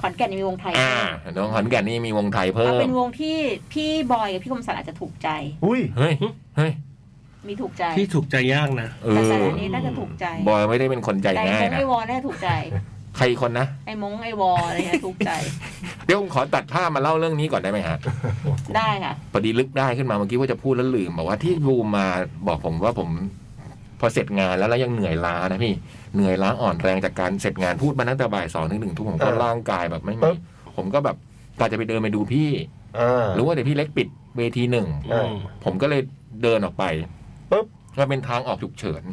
S2: ขอนแก่นมีวงไทย
S1: อ่าน้องขอนแก่นนี่มีวงไทยเพิ่ม
S2: เอาเป็นวงที่พี่บอยกับพี่คมสันอาจจะถูกใจ
S4: อุ้ย
S1: เฮ้ย เฮ้ย
S2: มีถูกใจ
S3: ที่ถูกใจยากนะ
S1: เอ
S2: แต่
S1: อ
S2: สันอันนี้น่าจะถูกใจ
S1: บอยไม่ได้เป็นคนใจ
S2: แต่ไอ้
S1: ง่าย
S2: มง
S1: นะ
S2: ไอวอน่าจะถูกใจ
S1: ใครคนนะ
S2: ไอ้มงไอวออะไรเงี้ยถูกใจ
S1: เดี๋ยวผมขอตัดภาพมาเล่าเรื่องนี้ก่อนได้ไหมฮะ
S2: ได้ค่ะ
S1: พอดีลึกได้ขึ้นมาเมื่อกี้ว่าจะพูดแล้วลืมบอกว่าที่บูมมาบอกผมว่าผมพอเสร็จงานแล้วแล้วยังเหนื่อยล้านะพี่เหนื่อยล้าอ่อนแรงจากการเสร็จงานพูดมาตั้งแต่บ่ายสองถึงหนึ่งทุ่มผมก็
S4: เออ
S1: ร่างกายแบบไม่
S4: ปึ๊
S1: มี
S4: บ
S1: ผมก็แบบกาจะไปเดินไปดูพี่
S4: อ่า
S1: รู้ว่าเดี๋ยวพี่เล็กปิดเวทีหนึ่ง
S4: อืม
S1: ผมก็เลยเดินออกไป
S4: ปึ๊บ
S1: มันเป็นทางออกฉุกเฉิน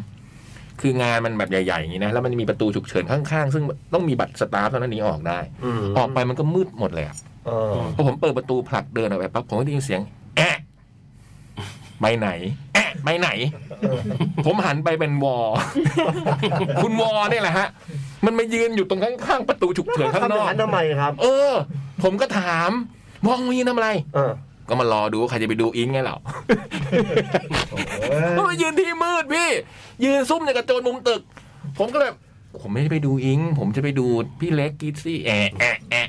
S1: คืองานมันแบบใหญ่ๆอย่างนี้นะแล้วมันมีประตูฉุกเฉินข้างๆ ซึ่งต้องมีบัตรสตาฟเท่านั้นหนี้ออกได้ ออกไปมันก็มืดหมดเลยอะ
S4: เออ
S1: พอผมเปิดประตูผลักเดินออกไปปั๊บผมก็ได้ยินเสียง แอะไปไหน แอะไปไหน ผมหันไปเป็นวอ คุณวอเนี่ยแหละฮะ มันมายืนอยู่ตรงข้างๆประตูฉุกเฉินข้าง
S4: ทำอน ย่า
S1: อง ก
S4: นั้นทำไมครับ
S1: เออ ผมก็ถามมองมีทำอะไร
S4: เออ
S1: ก็มารอดูว่าใครจะไปดูอิงไงเรา
S4: เอ้ย
S1: ก็มายืนที่มืดพี่ ยืนซุ่มอย่างกระโจนมุมตึก ผมก็เลยผมไม่ได้ไปดูอิง ผมจะไปดูพี่เล็กกิดซี่แอะแอะแอะ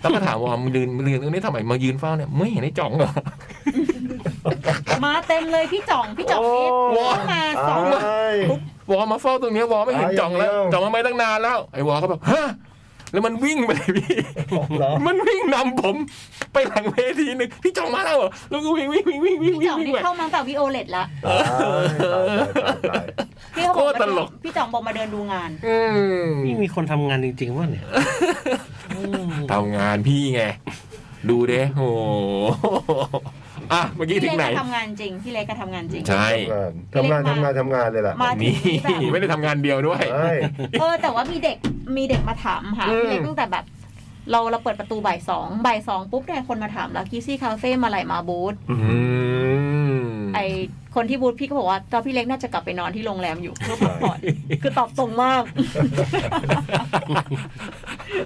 S1: แล้วก็ถามว่ามึงยืนมึงยืนตรงนี้ทำไมมายืนเฝ้าเนี่ยไม่เห็นไอ้จ่องเหรอ
S2: มาเต็มเลยพี่จ่องพี่จ่องนี่
S1: โอ้ย
S2: มาสอง
S4: เอ้ย
S1: วอมาเฝ้าตรงเนี้ยวอไม่เห็น
S4: อ่า
S1: จ่องแล้ว
S4: อย่างเดียว
S1: จ่องมาไม่ตั้งนานแล้วไอ้วอก็แบบฮะแล้วมันวิ่งไปเลยพี่
S4: เหรอ
S1: มันวิ่งนำผมไปหลังเวทีหนึ่งพี่จ่องมาแล้วเหรอแล้วก็วิ่งวิ่งวิ่งวิ่งวิ่งวิ่
S2: พี่จ่องง
S1: วิ่ง
S2: นี่
S1: ไป
S2: เข้ามาตั้งแต่วิโอเลตละ
S4: ตายตายตายตาย
S2: พี่เขาบอก
S1: โค
S2: ว่า
S1: ตรตลก
S2: พี่จ่องบอกมาเดินดูงาน
S1: อืม
S3: นี่มีคนทำงานจริงๆว่าเนี่ยอืม
S1: ทำงานพี่ไงดูเด้โอ้โหอ่ะเมื่อกี้
S2: พี่
S1: ถึ
S2: เล็
S1: ง
S2: ก
S1: ไหน
S2: ก็ทำงานจริงพี่เล็กก็ทำงานจริง
S1: ใช่
S4: ทำงานทำงานทำงานทำงานเลยล่ะ
S2: มาถึ
S1: นี่
S2: งที่แบบ
S1: ไม่ได้ทำงานเดียวด้วย
S4: เอ้ย
S2: เออแต่ว่ามีเด็กมีเด็กมาถามหา
S1: อืม
S2: พี่เล็กตั้งแต่แบบ เราเราเปิดประตูบ่ายสองบ่ายสองปุ๊บเนี่ยคนมาถามแล้วกีซี่คาเฟ่มาไหลมาบูธ
S1: อืม
S2: ไอคนที่บูธพี่ก็บอกว่าตอนพี่เล็กน่าจะกลับไปนอนที่โรงแรมอยู่เพื่อพักผ่อนคือตอบตรง
S1: <laughs>
S2: มาก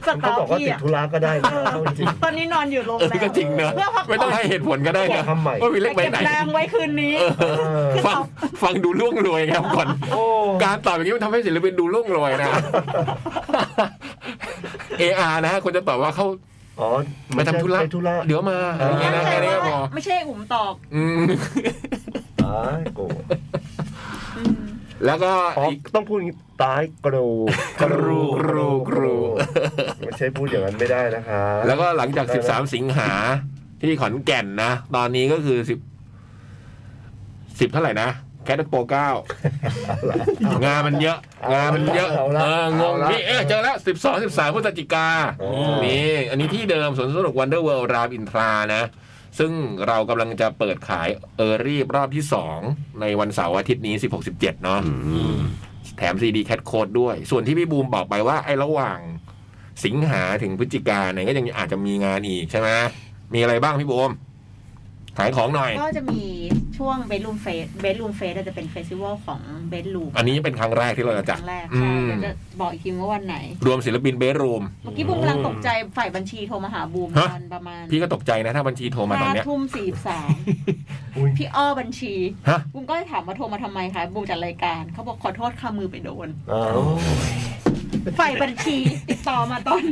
S2: ส
S4: เขา
S2: ตาฟ
S4: บอกว่า
S2: พี่
S4: ติด
S2: อะ
S4: ธุระก็ได้นะเอาจริง
S2: ตอนนี้นอนอยู่โรง
S1: เออ
S2: แรม
S1: ก็จริงเน
S2: <laughs>
S1: อะ
S2: เพื่อพักผ่
S1: ไม่ต้องให้เหตุผลก็ได้เนอะ
S4: ทำไม
S1: ว่าวิล
S2: ไป
S1: เล็กไป
S2: เก็บ
S1: ไหน
S2: แรงไว้คืนนี้
S1: เออ
S4: เออ
S1: ฟังฟังดูล่วงรวยครับก่อน
S4: โอ้
S1: การตอบอย่างนี้มันทำให้ศิลปินดูล่วงรวยนะ AR นะฮะคนจะตอบว่าเขา
S4: อ๋อ
S1: ไปทำธุระ
S4: ไปธุระ
S1: เดี๋ยวมาอะไรอย่างเงี้ยนะแค่นี้ก็พอ
S2: ไม่ใช่อุ๋มตอบ
S1: อืม
S4: ตายโกรธ
S2: อืม
S1: แล้วก็
S4: อ๋อ
S1: อีก
S4: ต้องพูดอย่างงี้ตายโกรธ
S1: กรูกรูกรู
S4: ไม่ใช่พูดอย่างนั้นไม่ได้นะคะ
S1: แล้วก็หลังจาก 13 สิงหาที่ขอนแก่นนะ ตอนนี้ก็คือ 10 10 เท่าไหร่นะ แคทโปเก้า <laughs> งานมันเยอะ งานมันเยอะ เออ งงพี่ เออเจอแล้ว 12 13พฤศจิกา
S4: อ๋อ
S1: นี่ อันนี้ที่เดิมสวนสนุกวันเดอร์เวิลด์รามอินทรานะ ซึ่งเรากำลังจะเปิดขายเออรีบรอบที่ 2 ในวันเสาร์อาทิตย์นี้ 16-17 เนาะ
S4: อืม
S1: แถมซีดีแคทโคดด้วย ส่วนที่พี่บูมบอกไปว่า ไอ้ระหว่างสิงหาถึงพฤศจิกาเนี่ยก็ยังอาจจะมีงานอีกใช่ไหมมีอะไรบ้างพี่บูมขายของหน่อย
S2: ก็จะมีช่วงเบดรูมเฟสเบดรูมเฟสจะเป็นเฟสติวัลของเบดรูม
S1: อันนี้เป็นครั้งแรกที่เราจะ
S2: ค
S1: จัด
S2: รั้งแรก
S1: อื
S2: ใช่
S1: ม
S2: เดี๋ยวจะบอกอีกทีว่าวันไหน
S1: รวมศิลปินเบสรูม
S2: เมื่อกี้บูมกำลังตกใจฝ่ายบัญชีโทรมาหาบูม
S1: ฮะ
S2: ตอนประมาณ
S1: พี่ก็ตกใจนะถ้าบัญชีโทรมาตอน
S2: ห้า
S1: เนี้ย
S2: ทุ่มสี่สาม
S4: <laughs> อุ๊ย
S2: พี่อ้อบัญชี
S1: ฮะ
S2: บูมก็เลยถามว่าโทรมาทำไมคะบูมจัดรายการเขาบอกขอโทษค่ะมือไปโด
S4: <laughs>
S2: น
S4: อ้าว
S2: ฝ่ายบัญชีติดต่อมาต
S4: <laughs>
S2: อน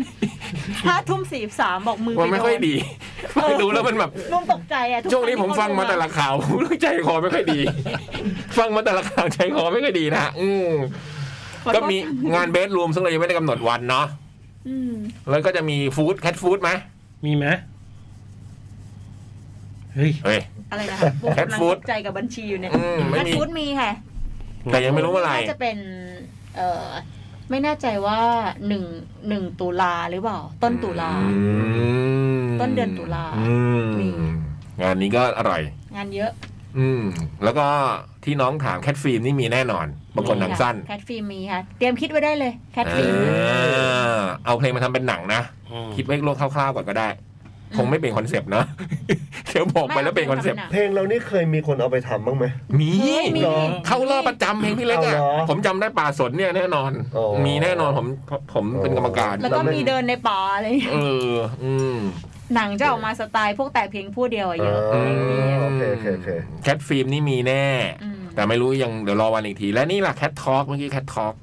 S2: ห้าทุ่มสี่สามบอกมือป
S1: มันไม่ค่อยดี
S2: โน
S1: ดูแล้วมันแบบ
S2: บูมตกใจอะทุก
S1: ช่วงนี้
S2: ค
S1: ผมฟังมาแต่ละข่าวผมใจคอไม่ค่อยดี ฟังมาแต่ละข่าวใจคอไม่ค่อยดีนะอืม
S2: ขอโทษ
S1: ก็มีงานเบสรูมซึ่งเรายังไม่ได้กำหนดวันเนาะ
S2: อืม
S1: แล้วก็จะมีฟู้ดแคทฟู้ดไหม
S3: มีไหมเฮ้ย
S1: เฮ้ย
S2: อะไรนะคะบูมกำลัง
S1: Food
S2: ตกใจกับบัญชีอยู่เนี่ย
S1: อืมไม่
S2: แคท
S1: มี
S2: ฟู้ดมีค่ะ
S1: แต่ยังไม่รู้เมื่อไหร่
S2: น่าจะเป็น เออไม่แน่ใจว่าหนึ่งหนึ่งตุลาหรือเปล่า ต้นตุลา
S1: อืม
S2: ต้นเดือนตุลา
S1: อืม
S2: นี่
S1: งานนี้ก็อร่อย
S2: งานเยอะ
S1: อืม แล้วก็ที่น้องถามแคทฟิล์มนี่มีแน่นอนบางคนหนังสั้น
S2: แคทฟิล์มมีค่ะ เตรียมคิดไว้ได้เลยแคท
S1: เอ
S2: ฟิล์ม
S1: อเอาเพลงมาทำเป็นหนังนะ คิดไว้โลกคร่าวๆก่อนก็ได้ คงไม่เป็นคอนเซปต์เนอะ <laughs> เดี๋ยวบอกไปแล้วเป็นคอนเซปต์
S2: ไม่า
S4: เพลงเรานี่เคยมีคนเอาไปทำบ้างไหม
S1: มี
S2: ไปทำหนังเฮ้ยมี
S4: เหรอ
S1: เข้ารอบประจำเพลงพี่เล็กอะ
S4: เอาเหรอ
S1: ผมจำได้ป่าสนเนี่ยแน่นอน
S4: อ๋อ
S1: มีแน่นอนผมผมเป็นกรรมการ
S2: แล้วก็มีเดินในป่าอะไรอย่างเงี้ย
S1: เออ อืม
S2: หนังจะออกมาสไตล์พวกแต่เพียงผู้เดียวอะเยอะ
S4: อ๋อ โเคโอเคโอเค
S1: แคทฟิล์มนี่มีแน่
S2: ม
S1: แต่ไม่รู้ยังเดี๋ยวรอวันอีกทีและนี่ล่ะแคททอล์กเมื่อกี้แคททอล์ก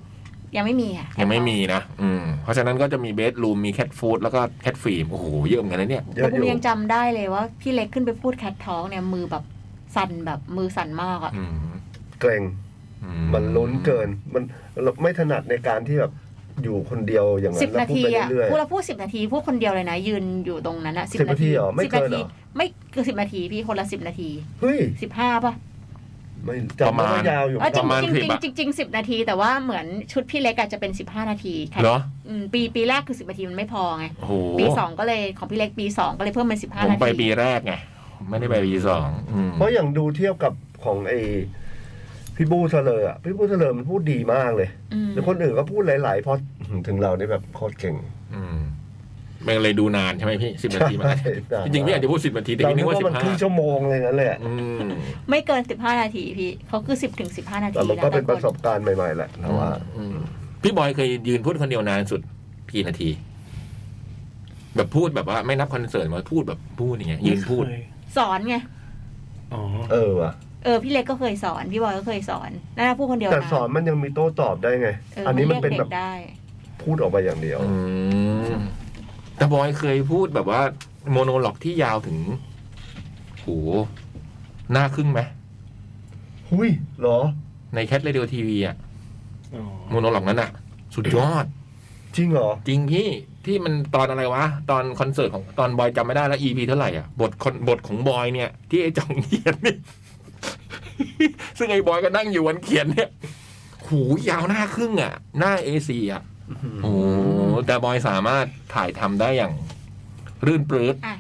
S2: ยังไม่มีค่ะ
S1: ยังไม่มีนะอืมเพราะฉะนั้นก็จะมีเบสรูมมีแคทฟู้ดแล้วก็แคทฟิล์มโอ้โหเยอะเหมือนกันนะเนี่ย
S4: เย
S2: แต่
S4: อะ
S2: ผม
S4: อยู่
S2: ยังจำได้เลยว่าพี่เล็กขึ้นไปพูดแคทท้องเนี่ยมือแบบสั่นแบบมือสั่นมากอะ
S1: อืม
S4: เกรง
S1: อื
S4: มันลุ้นเกิน มันเราไม่ถนัดในการที่แบบอยู่คนเดียวอย่างนั้
S2: สิบ
S4: นแล้ว
S2: นา
S4: พูด
S2: ที
S4: ไป
S2: อะ
S4: เรื่อย
S2: พูดแล้วพูดสิบนาทีพูดคนเดียวเลยนะ ยืนอยู่ตรงนั้นอะ
S4: 10นาทีเหรอไม่
S2: สิบ
S4: เกิ
S2: นาน
S4: เหร
S2: ที
S4: อ
S2: ไม่คือสิบนาทีพี่คนละสิบนาที
S4: ๆเฮ้ย
S2: สิบห้าป่ะ
S4: ไม่จำไม่ว่ายาวอยู่
S2: เออจ
S1: ะ ประมาณ
S2: ริง
S1: 10อะ
S2: ๆจริงๆจริงๆสิบนาที แต่ว่าเหมือนชุดพี่เล็กอาจจะเป็นสิบห้านาทีแคท
S1: เหรอ
S2: อืมปีปีแรกคือสิบนาทีมันไม่พอไง
S1: โอ้โห
S2: ปีสองก็เลยของพี่เล็กปีสองก็เลยเพิ่มเป็นสิบห้า
S1: ผม
S2: นา
S1: ไป
S2: ที
S1: ปีแรกไงไม่ได้ไปปีสองอืม
S4: เพราะอย่างดูเทียบกับของไอพี่บูเทเลอร์อะพี่บูเทเลอร์มันพูดดีมากเลย
S2: อืม
S4: แต่คนอื่นก็พูดหลายๆเพราะถึงเราได้แบบโคตรเก่ง
S1: อืมมันเลยดูนานใช่ไหมพี่สิบนาทีมัน
S4: ใช่นาน
S1: จริงๆพี่อาจจะพูดสิบนาทีแต่
S4: เรา
S1: พี่นึ
S4: คิด
S1: กว่า
S4: ว่า
S1: สิ
S4: มัน
S1: บ
S4: ครึ่
S1: ห้าง
S4: ชั่วโมงเลยนั่นแหละ
S1: อืม
S2: ไม่เกินสิบห้านาทีพี่เขาคือสิบถึงสิบห้านาที
S4: แต่มันก็
S2: แล้ว
S4: เป็น
S2: แต่ค
S4: ประสบการณ์ใหม่ๆแหละเราว่า
S1: อืมพี่บอยเคยยืนพูดคนเดียวนานสุดกี่นาที แบบพูดแบบว่าไม่นับคอนเสิร์ตมาพูดแบบพูดอย่างเงี้ยยืนพูด
S3: ไม่เคย
S2: สอนไง
S3: อ๋อ
S4: เออว่ะ
S2: เออพี่เล็กก็เคยสอน พี่บอยก็เคยสอนน่าจะพูดคนเดีย
S4: แต่
S2: วะ
S4: สอนมันยังมีโต้ตอบได้ไง
S2: เ
S4: อันนี้มั
S2: รี
S4: น
S2: ยก
S4: เป็นแบบ
S2: ด็กได้
S4: พูดออกไปอย่างเดียว
S1: อืมแต่บอยเคยพูดแบบว่า โมโนล็อกที่ยาวถึงโหหน้าครึ่งไหม
S4: หุยเหรอ
S1: ในแคทเรดิโอทีวีอะ
S3: อ๋อ
S1: โมโนล็อกนั้นอะสุดยอด
S4: จริงเหรอ
S1: จริงพี่ที่มันตอนอะไรวะ ตอนคอนเสิร์ตของตอนบอยจำไม่ได้แล้ว EP เท่าไหร่อะบทคนบทของบอยเนี่ย ที่ไอ้จ่องเขียนเนี่ย <laughs> ซึ่งไอ้บอยก็นั่งอยู่วันเขียนเนี่ยหูยาวหน้าครึ่งอะหน้าเอซีอะโอ้โหแต่บอยสามารถถ่ายทำได้อย่างรื่นปรื้ด
S2: อ่ะ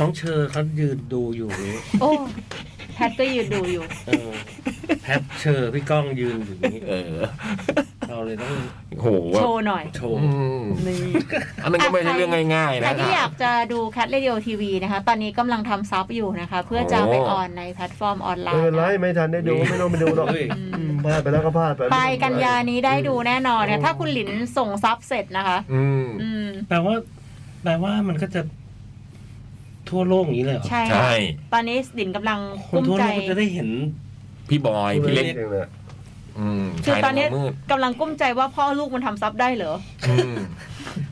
S3: ต้องเชิญเขายืนดูอยู่นี้
S2: โอ้แพทก็ยืนดูอยู่
S3: เออแพทเชิญพี่ก้องยืนอยู่นี้
S1: เออ
S3: เราเลยต้อง
S1: โห
S2: โชว์หน่อย
S3: โช
S1: อืม
S3: ว์
S2: นี่
S1: อันนั้นก็ไม่ใช่เรื่องง่าย ๆ
S2: ใคร
S1: นะค
S2: ที่อ
S1: รั
S2: ยา
S1: บ
S2: กจะดูแคทเรดิโอทีวีนะคะ ตอนนี้กำลังทำซับอยู่นะคะ เพื่อจะไปออนในแพลตฟอร์มออนไล
S4: เออ
S2: น์
S4: ไล่
S2: นะ
S4: ไม่ทันได้ดู
S3: นี่
S4: ไม่ต้องไปดูหรอก
S3: เฮ้ย
S4: อืมพลาดไปแล้วก็พลาดไป
S2: ไปกันยานี้ได้ดูแน่นอนนะถ้าคุณหลินส่งซับเสร็จนะคะ
S1: อืม
S2: อืม
S3: แปลว่า แปลว่ามันก็จะทั่วโลกอย่างนี้เลยเหรอ
S2: ใช่ค่ะ
S1: ใช่
S2: ตอนนี้หลินกำลัง
S3: ค
S2: กุ้
S3: น
S2: ม
S3: ทั่ว
S2: ใจ
S3: โลกก็จะได้เห็น
S1: พี่บอยพี่เล็ก
S4: จริงๆนะ
S1: อืม
S2: คือ
S1: ชาย
S2: ตอนเนี้ย
S1: หามืด
S2: กำลังกุ้มใจว่าพ่อลูกมันทำซับได้เหรอ
S1: อืม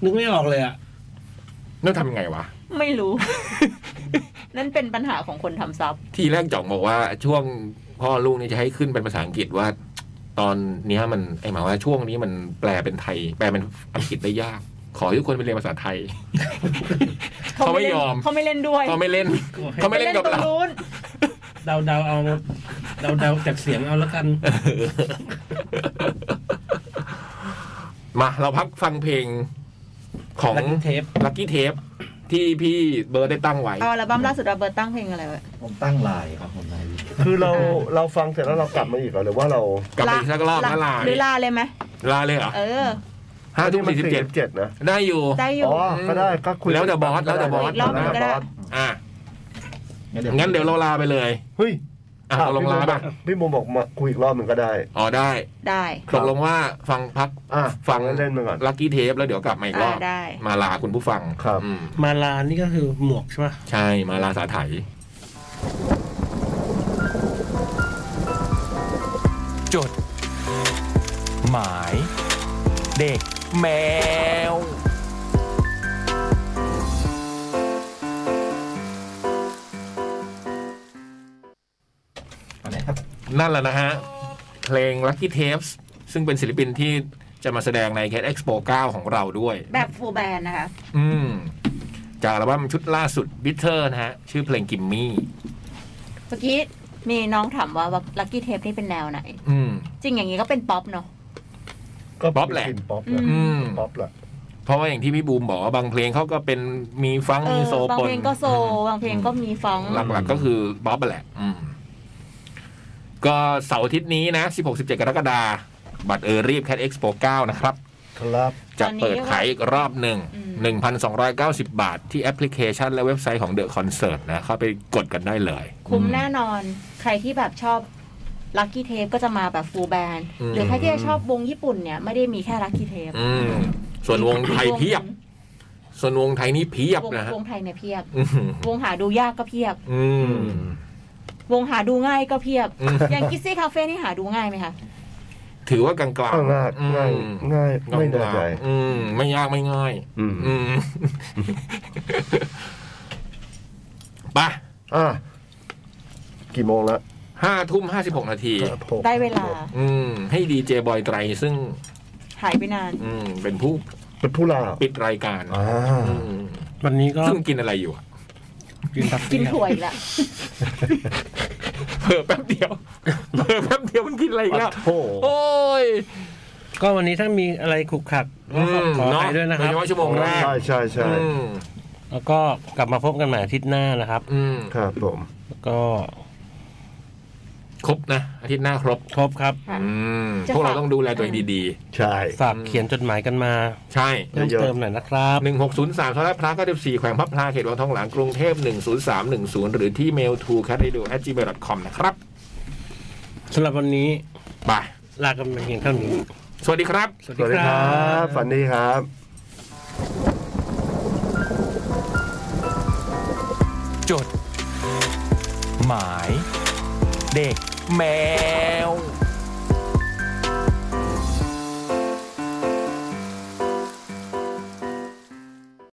S3: นึกไม่ออกเลยอ่ะ
S1: นั่นทำยังไงวะ
S2: ไม่
S1: <laughs>
S2: รู้ นั่นเป็นปัญหาของคนทำซับ
S1: ทีแรกจ่องบอกว่าช่วงพ่อลูกนี่จะให้ขึ้นเป็นภาษาอังกฤษว่า ตอนเนี้ยมันไอหมายว่าช่วงนี้มันแปลเป็นไทย แปลเป็นอังกฤษได้ยาก ขอให้ทุกคนไปเรียนภาษาไทย เขาไม่ยอม
S2: เขาไม่เล่นด้วย
S1: เขาไม่
S2: <laughs>
S1: เล่น เขาไม่เล่นกับ
S2: ตรง
S1: เรา
S2: นู้น
S3: เดาเดาๆเอาเดาเดาๆจากเสียงเอาแล้วกัน
S1: มาเราพักฟังเพลงของ
S3: Lucky Tape
S1: ลักกี้เทปที่พี่เบิร์ดได้ตั้งไว้
S2: เอาอัลบั้มล่าสุดอะเบิร์ตตั้งเพลงอะไรไว้
S5: ผมตั้งไลน์ครับผมไลน์
S4: คือเราเราฟังเสร็จแล้วเรากลับมาอีกเหรอหรือว่าเรา
S1: กลับไปอีกสักรอบนะลา
S2: หรือลาเลยไหม
S1: ลาเลยเหรอ
S2: เออ
S1: ห้าทุ่ม
S4: มั
S1: สี่สิบเจ็ด
S4: เจ็ดนะ
S1: ได้อยู่
S2: ได้อยู่
S4: อ๋อก็ได้ก็คุย
S1: แล้วแต่บอสแล้วแต่บอส
S2: อีกรอบหนึ่งก็ได้
S1: อ่ะงั้นเดี๋ยวเราลาไปเลย
S4: เฮ้ย
S1: อ่ะตกลงลาป่ะ
S4: พี่บุมบอกมาคุยอีกรอบหนึ่งก็ได้
S1: อ๋อได้
S2: ได้
S4: ค
S1: ต
S4: รับ
S1: กลงว่าฟังพัก
S4: อ่ะ
S1: ฟัง
S4: เล่นมาก่อน
S1: ลักกี้เทปแล้วเดี๋ยวกลับมาอีกร
S2: อ่า
S1: อบ
S2: ได้
S1: มาลาคุณผู้ฟัง
S4: ครับ
S1: อืม
S3: มาลานี่ก็คือหมวกใช่ป่ะ
S1: ใช่มาลาสาไถย
S6: จด หมาย เด็กแมว
S5: อันนี้ครับ
S1: นั่นแหละนะฮะ เพลง Lucky Tapes ซึ่งเป็นศิลปินที่จะมาแสดงใน Cat Expo 9 ของเราด้วย
S2: แบบฟูลแบนนะคะ
S1: อืม จากอัลบั้มชุดล่าสุด Bitter นะฮะ ชื่อเพลง Gimme
S2: เมื่อกี้มีน้องถามว่าลักกี้เทปนี่เป็นแนวไหน
S1: อืม
S2: จริงอย่างนี้ก็เป็นป๊อปเนาะ
S4: ก็
S1: ป๊อปแหละ
S4: ป๊อปแหละ
S1: อืม
S4: ป๊อปแหละ
S1: เพราะว่าอย่างที่พี่บูมบอกว่าบางเพลงเขาก็เป็นมีฟังก์
S2: เอ
S1: มี
S2: อ
S1: โซ
S2: บาง
S1: ปน
S2: เพลงก็โซบางเพลงก็มีฟองก์
S1: หลักๆก็คือบ๊อบแหละ อืม ก็เสาร์อาทิตย์นี้นะ 16-17 กรกฎาคมบัตรเออรีบ Cat Expo 9 นะครับ
S4: ครับ
S1: จะเปิดขายอีกรอบหนึ่ง 1,290 บาทที่แอปพลิเคชันและเว็บไซต์ของ The Concert นะ เข้าไปกดกันได้เลย
S2: คุ้มแน่นอน ใครที่แบบชอบลักกี้เทปก็จะมาแบบฟูลแบน
S1: อืม
S2: หรือใครที่จะชอบวงญี่ปุ่นเนี่ยไม่ได้มีแค่ลักกี้เทป
S1: อืม ส่วนวงไทยเพียบ ส่วนวงไทยนี่เพียบ
S2: วง
S1: นะฮะ
S2: วงไทยเนี่ยเพียบ
S1: อืม
S2: วงหาดูยากก็เพียบ
S1: อืม
S2: วงหาดูง่ายก็เพียบ
S1: อืม
S2: อย่างกิซี่คาเฟ่นี่หาดูง่ายไหมคะ
S1: ถือว่ากลางกลาง
S4: ก็ง่ายง่ายง่ายไม่น่าใจ
S1: อืม ไม่ยากไม่ง่าย
S4: อืม
S1: อืมไปะ
S4: อ่ะกี่โมงละ
S1: ห้าทุ่มห้าสิบหกนาที
S4: ครับผม
S2: ได้เวลา
S1: อืม ให้ดีเจบอยไตรซึ่ง
S2: หายไปนาน
S1: อืม เป็นผู้
S4: เป็นผู้ลา
S1: ปิดรายการ
S4: อ่า
S1: อืม
S3: วันนี้ก็
S1: ซึ่งกินอะไรอยู่อะ
S3: กินตับเสี้
S2: กิน
S3: ย
S2: ถั่วอีกละ
S1: เผลอแป๊บเดียวเผลอแป๊บเดียวมันกินอะไรอีกแล้ว
S4: โถ่
S1: โอ้ย
S3: ก็วันนี้ถ้ามีอะไรขลุกขลักก็ขออ
S1: เนาะ
S3: ภัยด้วยนะ
S1: โด
S3: ค
S1: ย
S3: รั
S1: เฉพาะ
S3: บ
S1: ชั่วโมงแรก
S4: ใช่ใช่ใช่
S1: อืม
S3: แล้วก็กลับมาพบกันใหม่อาทิตย์หน้านะครับ
S1: อืม
S4: ครับผม
S3: แล้วก็
S1: ครบนะอาทิตย์หน้าครบ
S3: ครบครับ
S2: ค่ะ
S1: อืม
S2: จะ
S1: พวกเรา
S2: ฝาก
S1: ต้องดูแลตัวเองดี
S4: ใช่
S3: ฝากเขียนจดหมายกันมา
S1: ๆ ใช่
S3: เพิ่ม
S4: เยอะๆ
S3: เติมหน่อยนะครับ
S1: หนึ่งหกศูนย์สามทราพระก็เดบสี่แขวงพระพลาเขตวังทองหลางกรุงเทพหนึ่งศูนย์สามหนึ่งศูนย์หรือที่เมลทูแคทเรดิโอ at gmail com นะครับ
S3: สำหรับวันนี้
S1: ไป
S3: ลากันไปเพียงเท่านี้
S1: สวัสดีครับ
S3: สวัส
S4: สวัสดี
S3: ดี
S4: ค
S3: ค
S4: รั
S3: รับ บ
S4: ฝันดีครับ
S6: จด หมาย เด็กแมว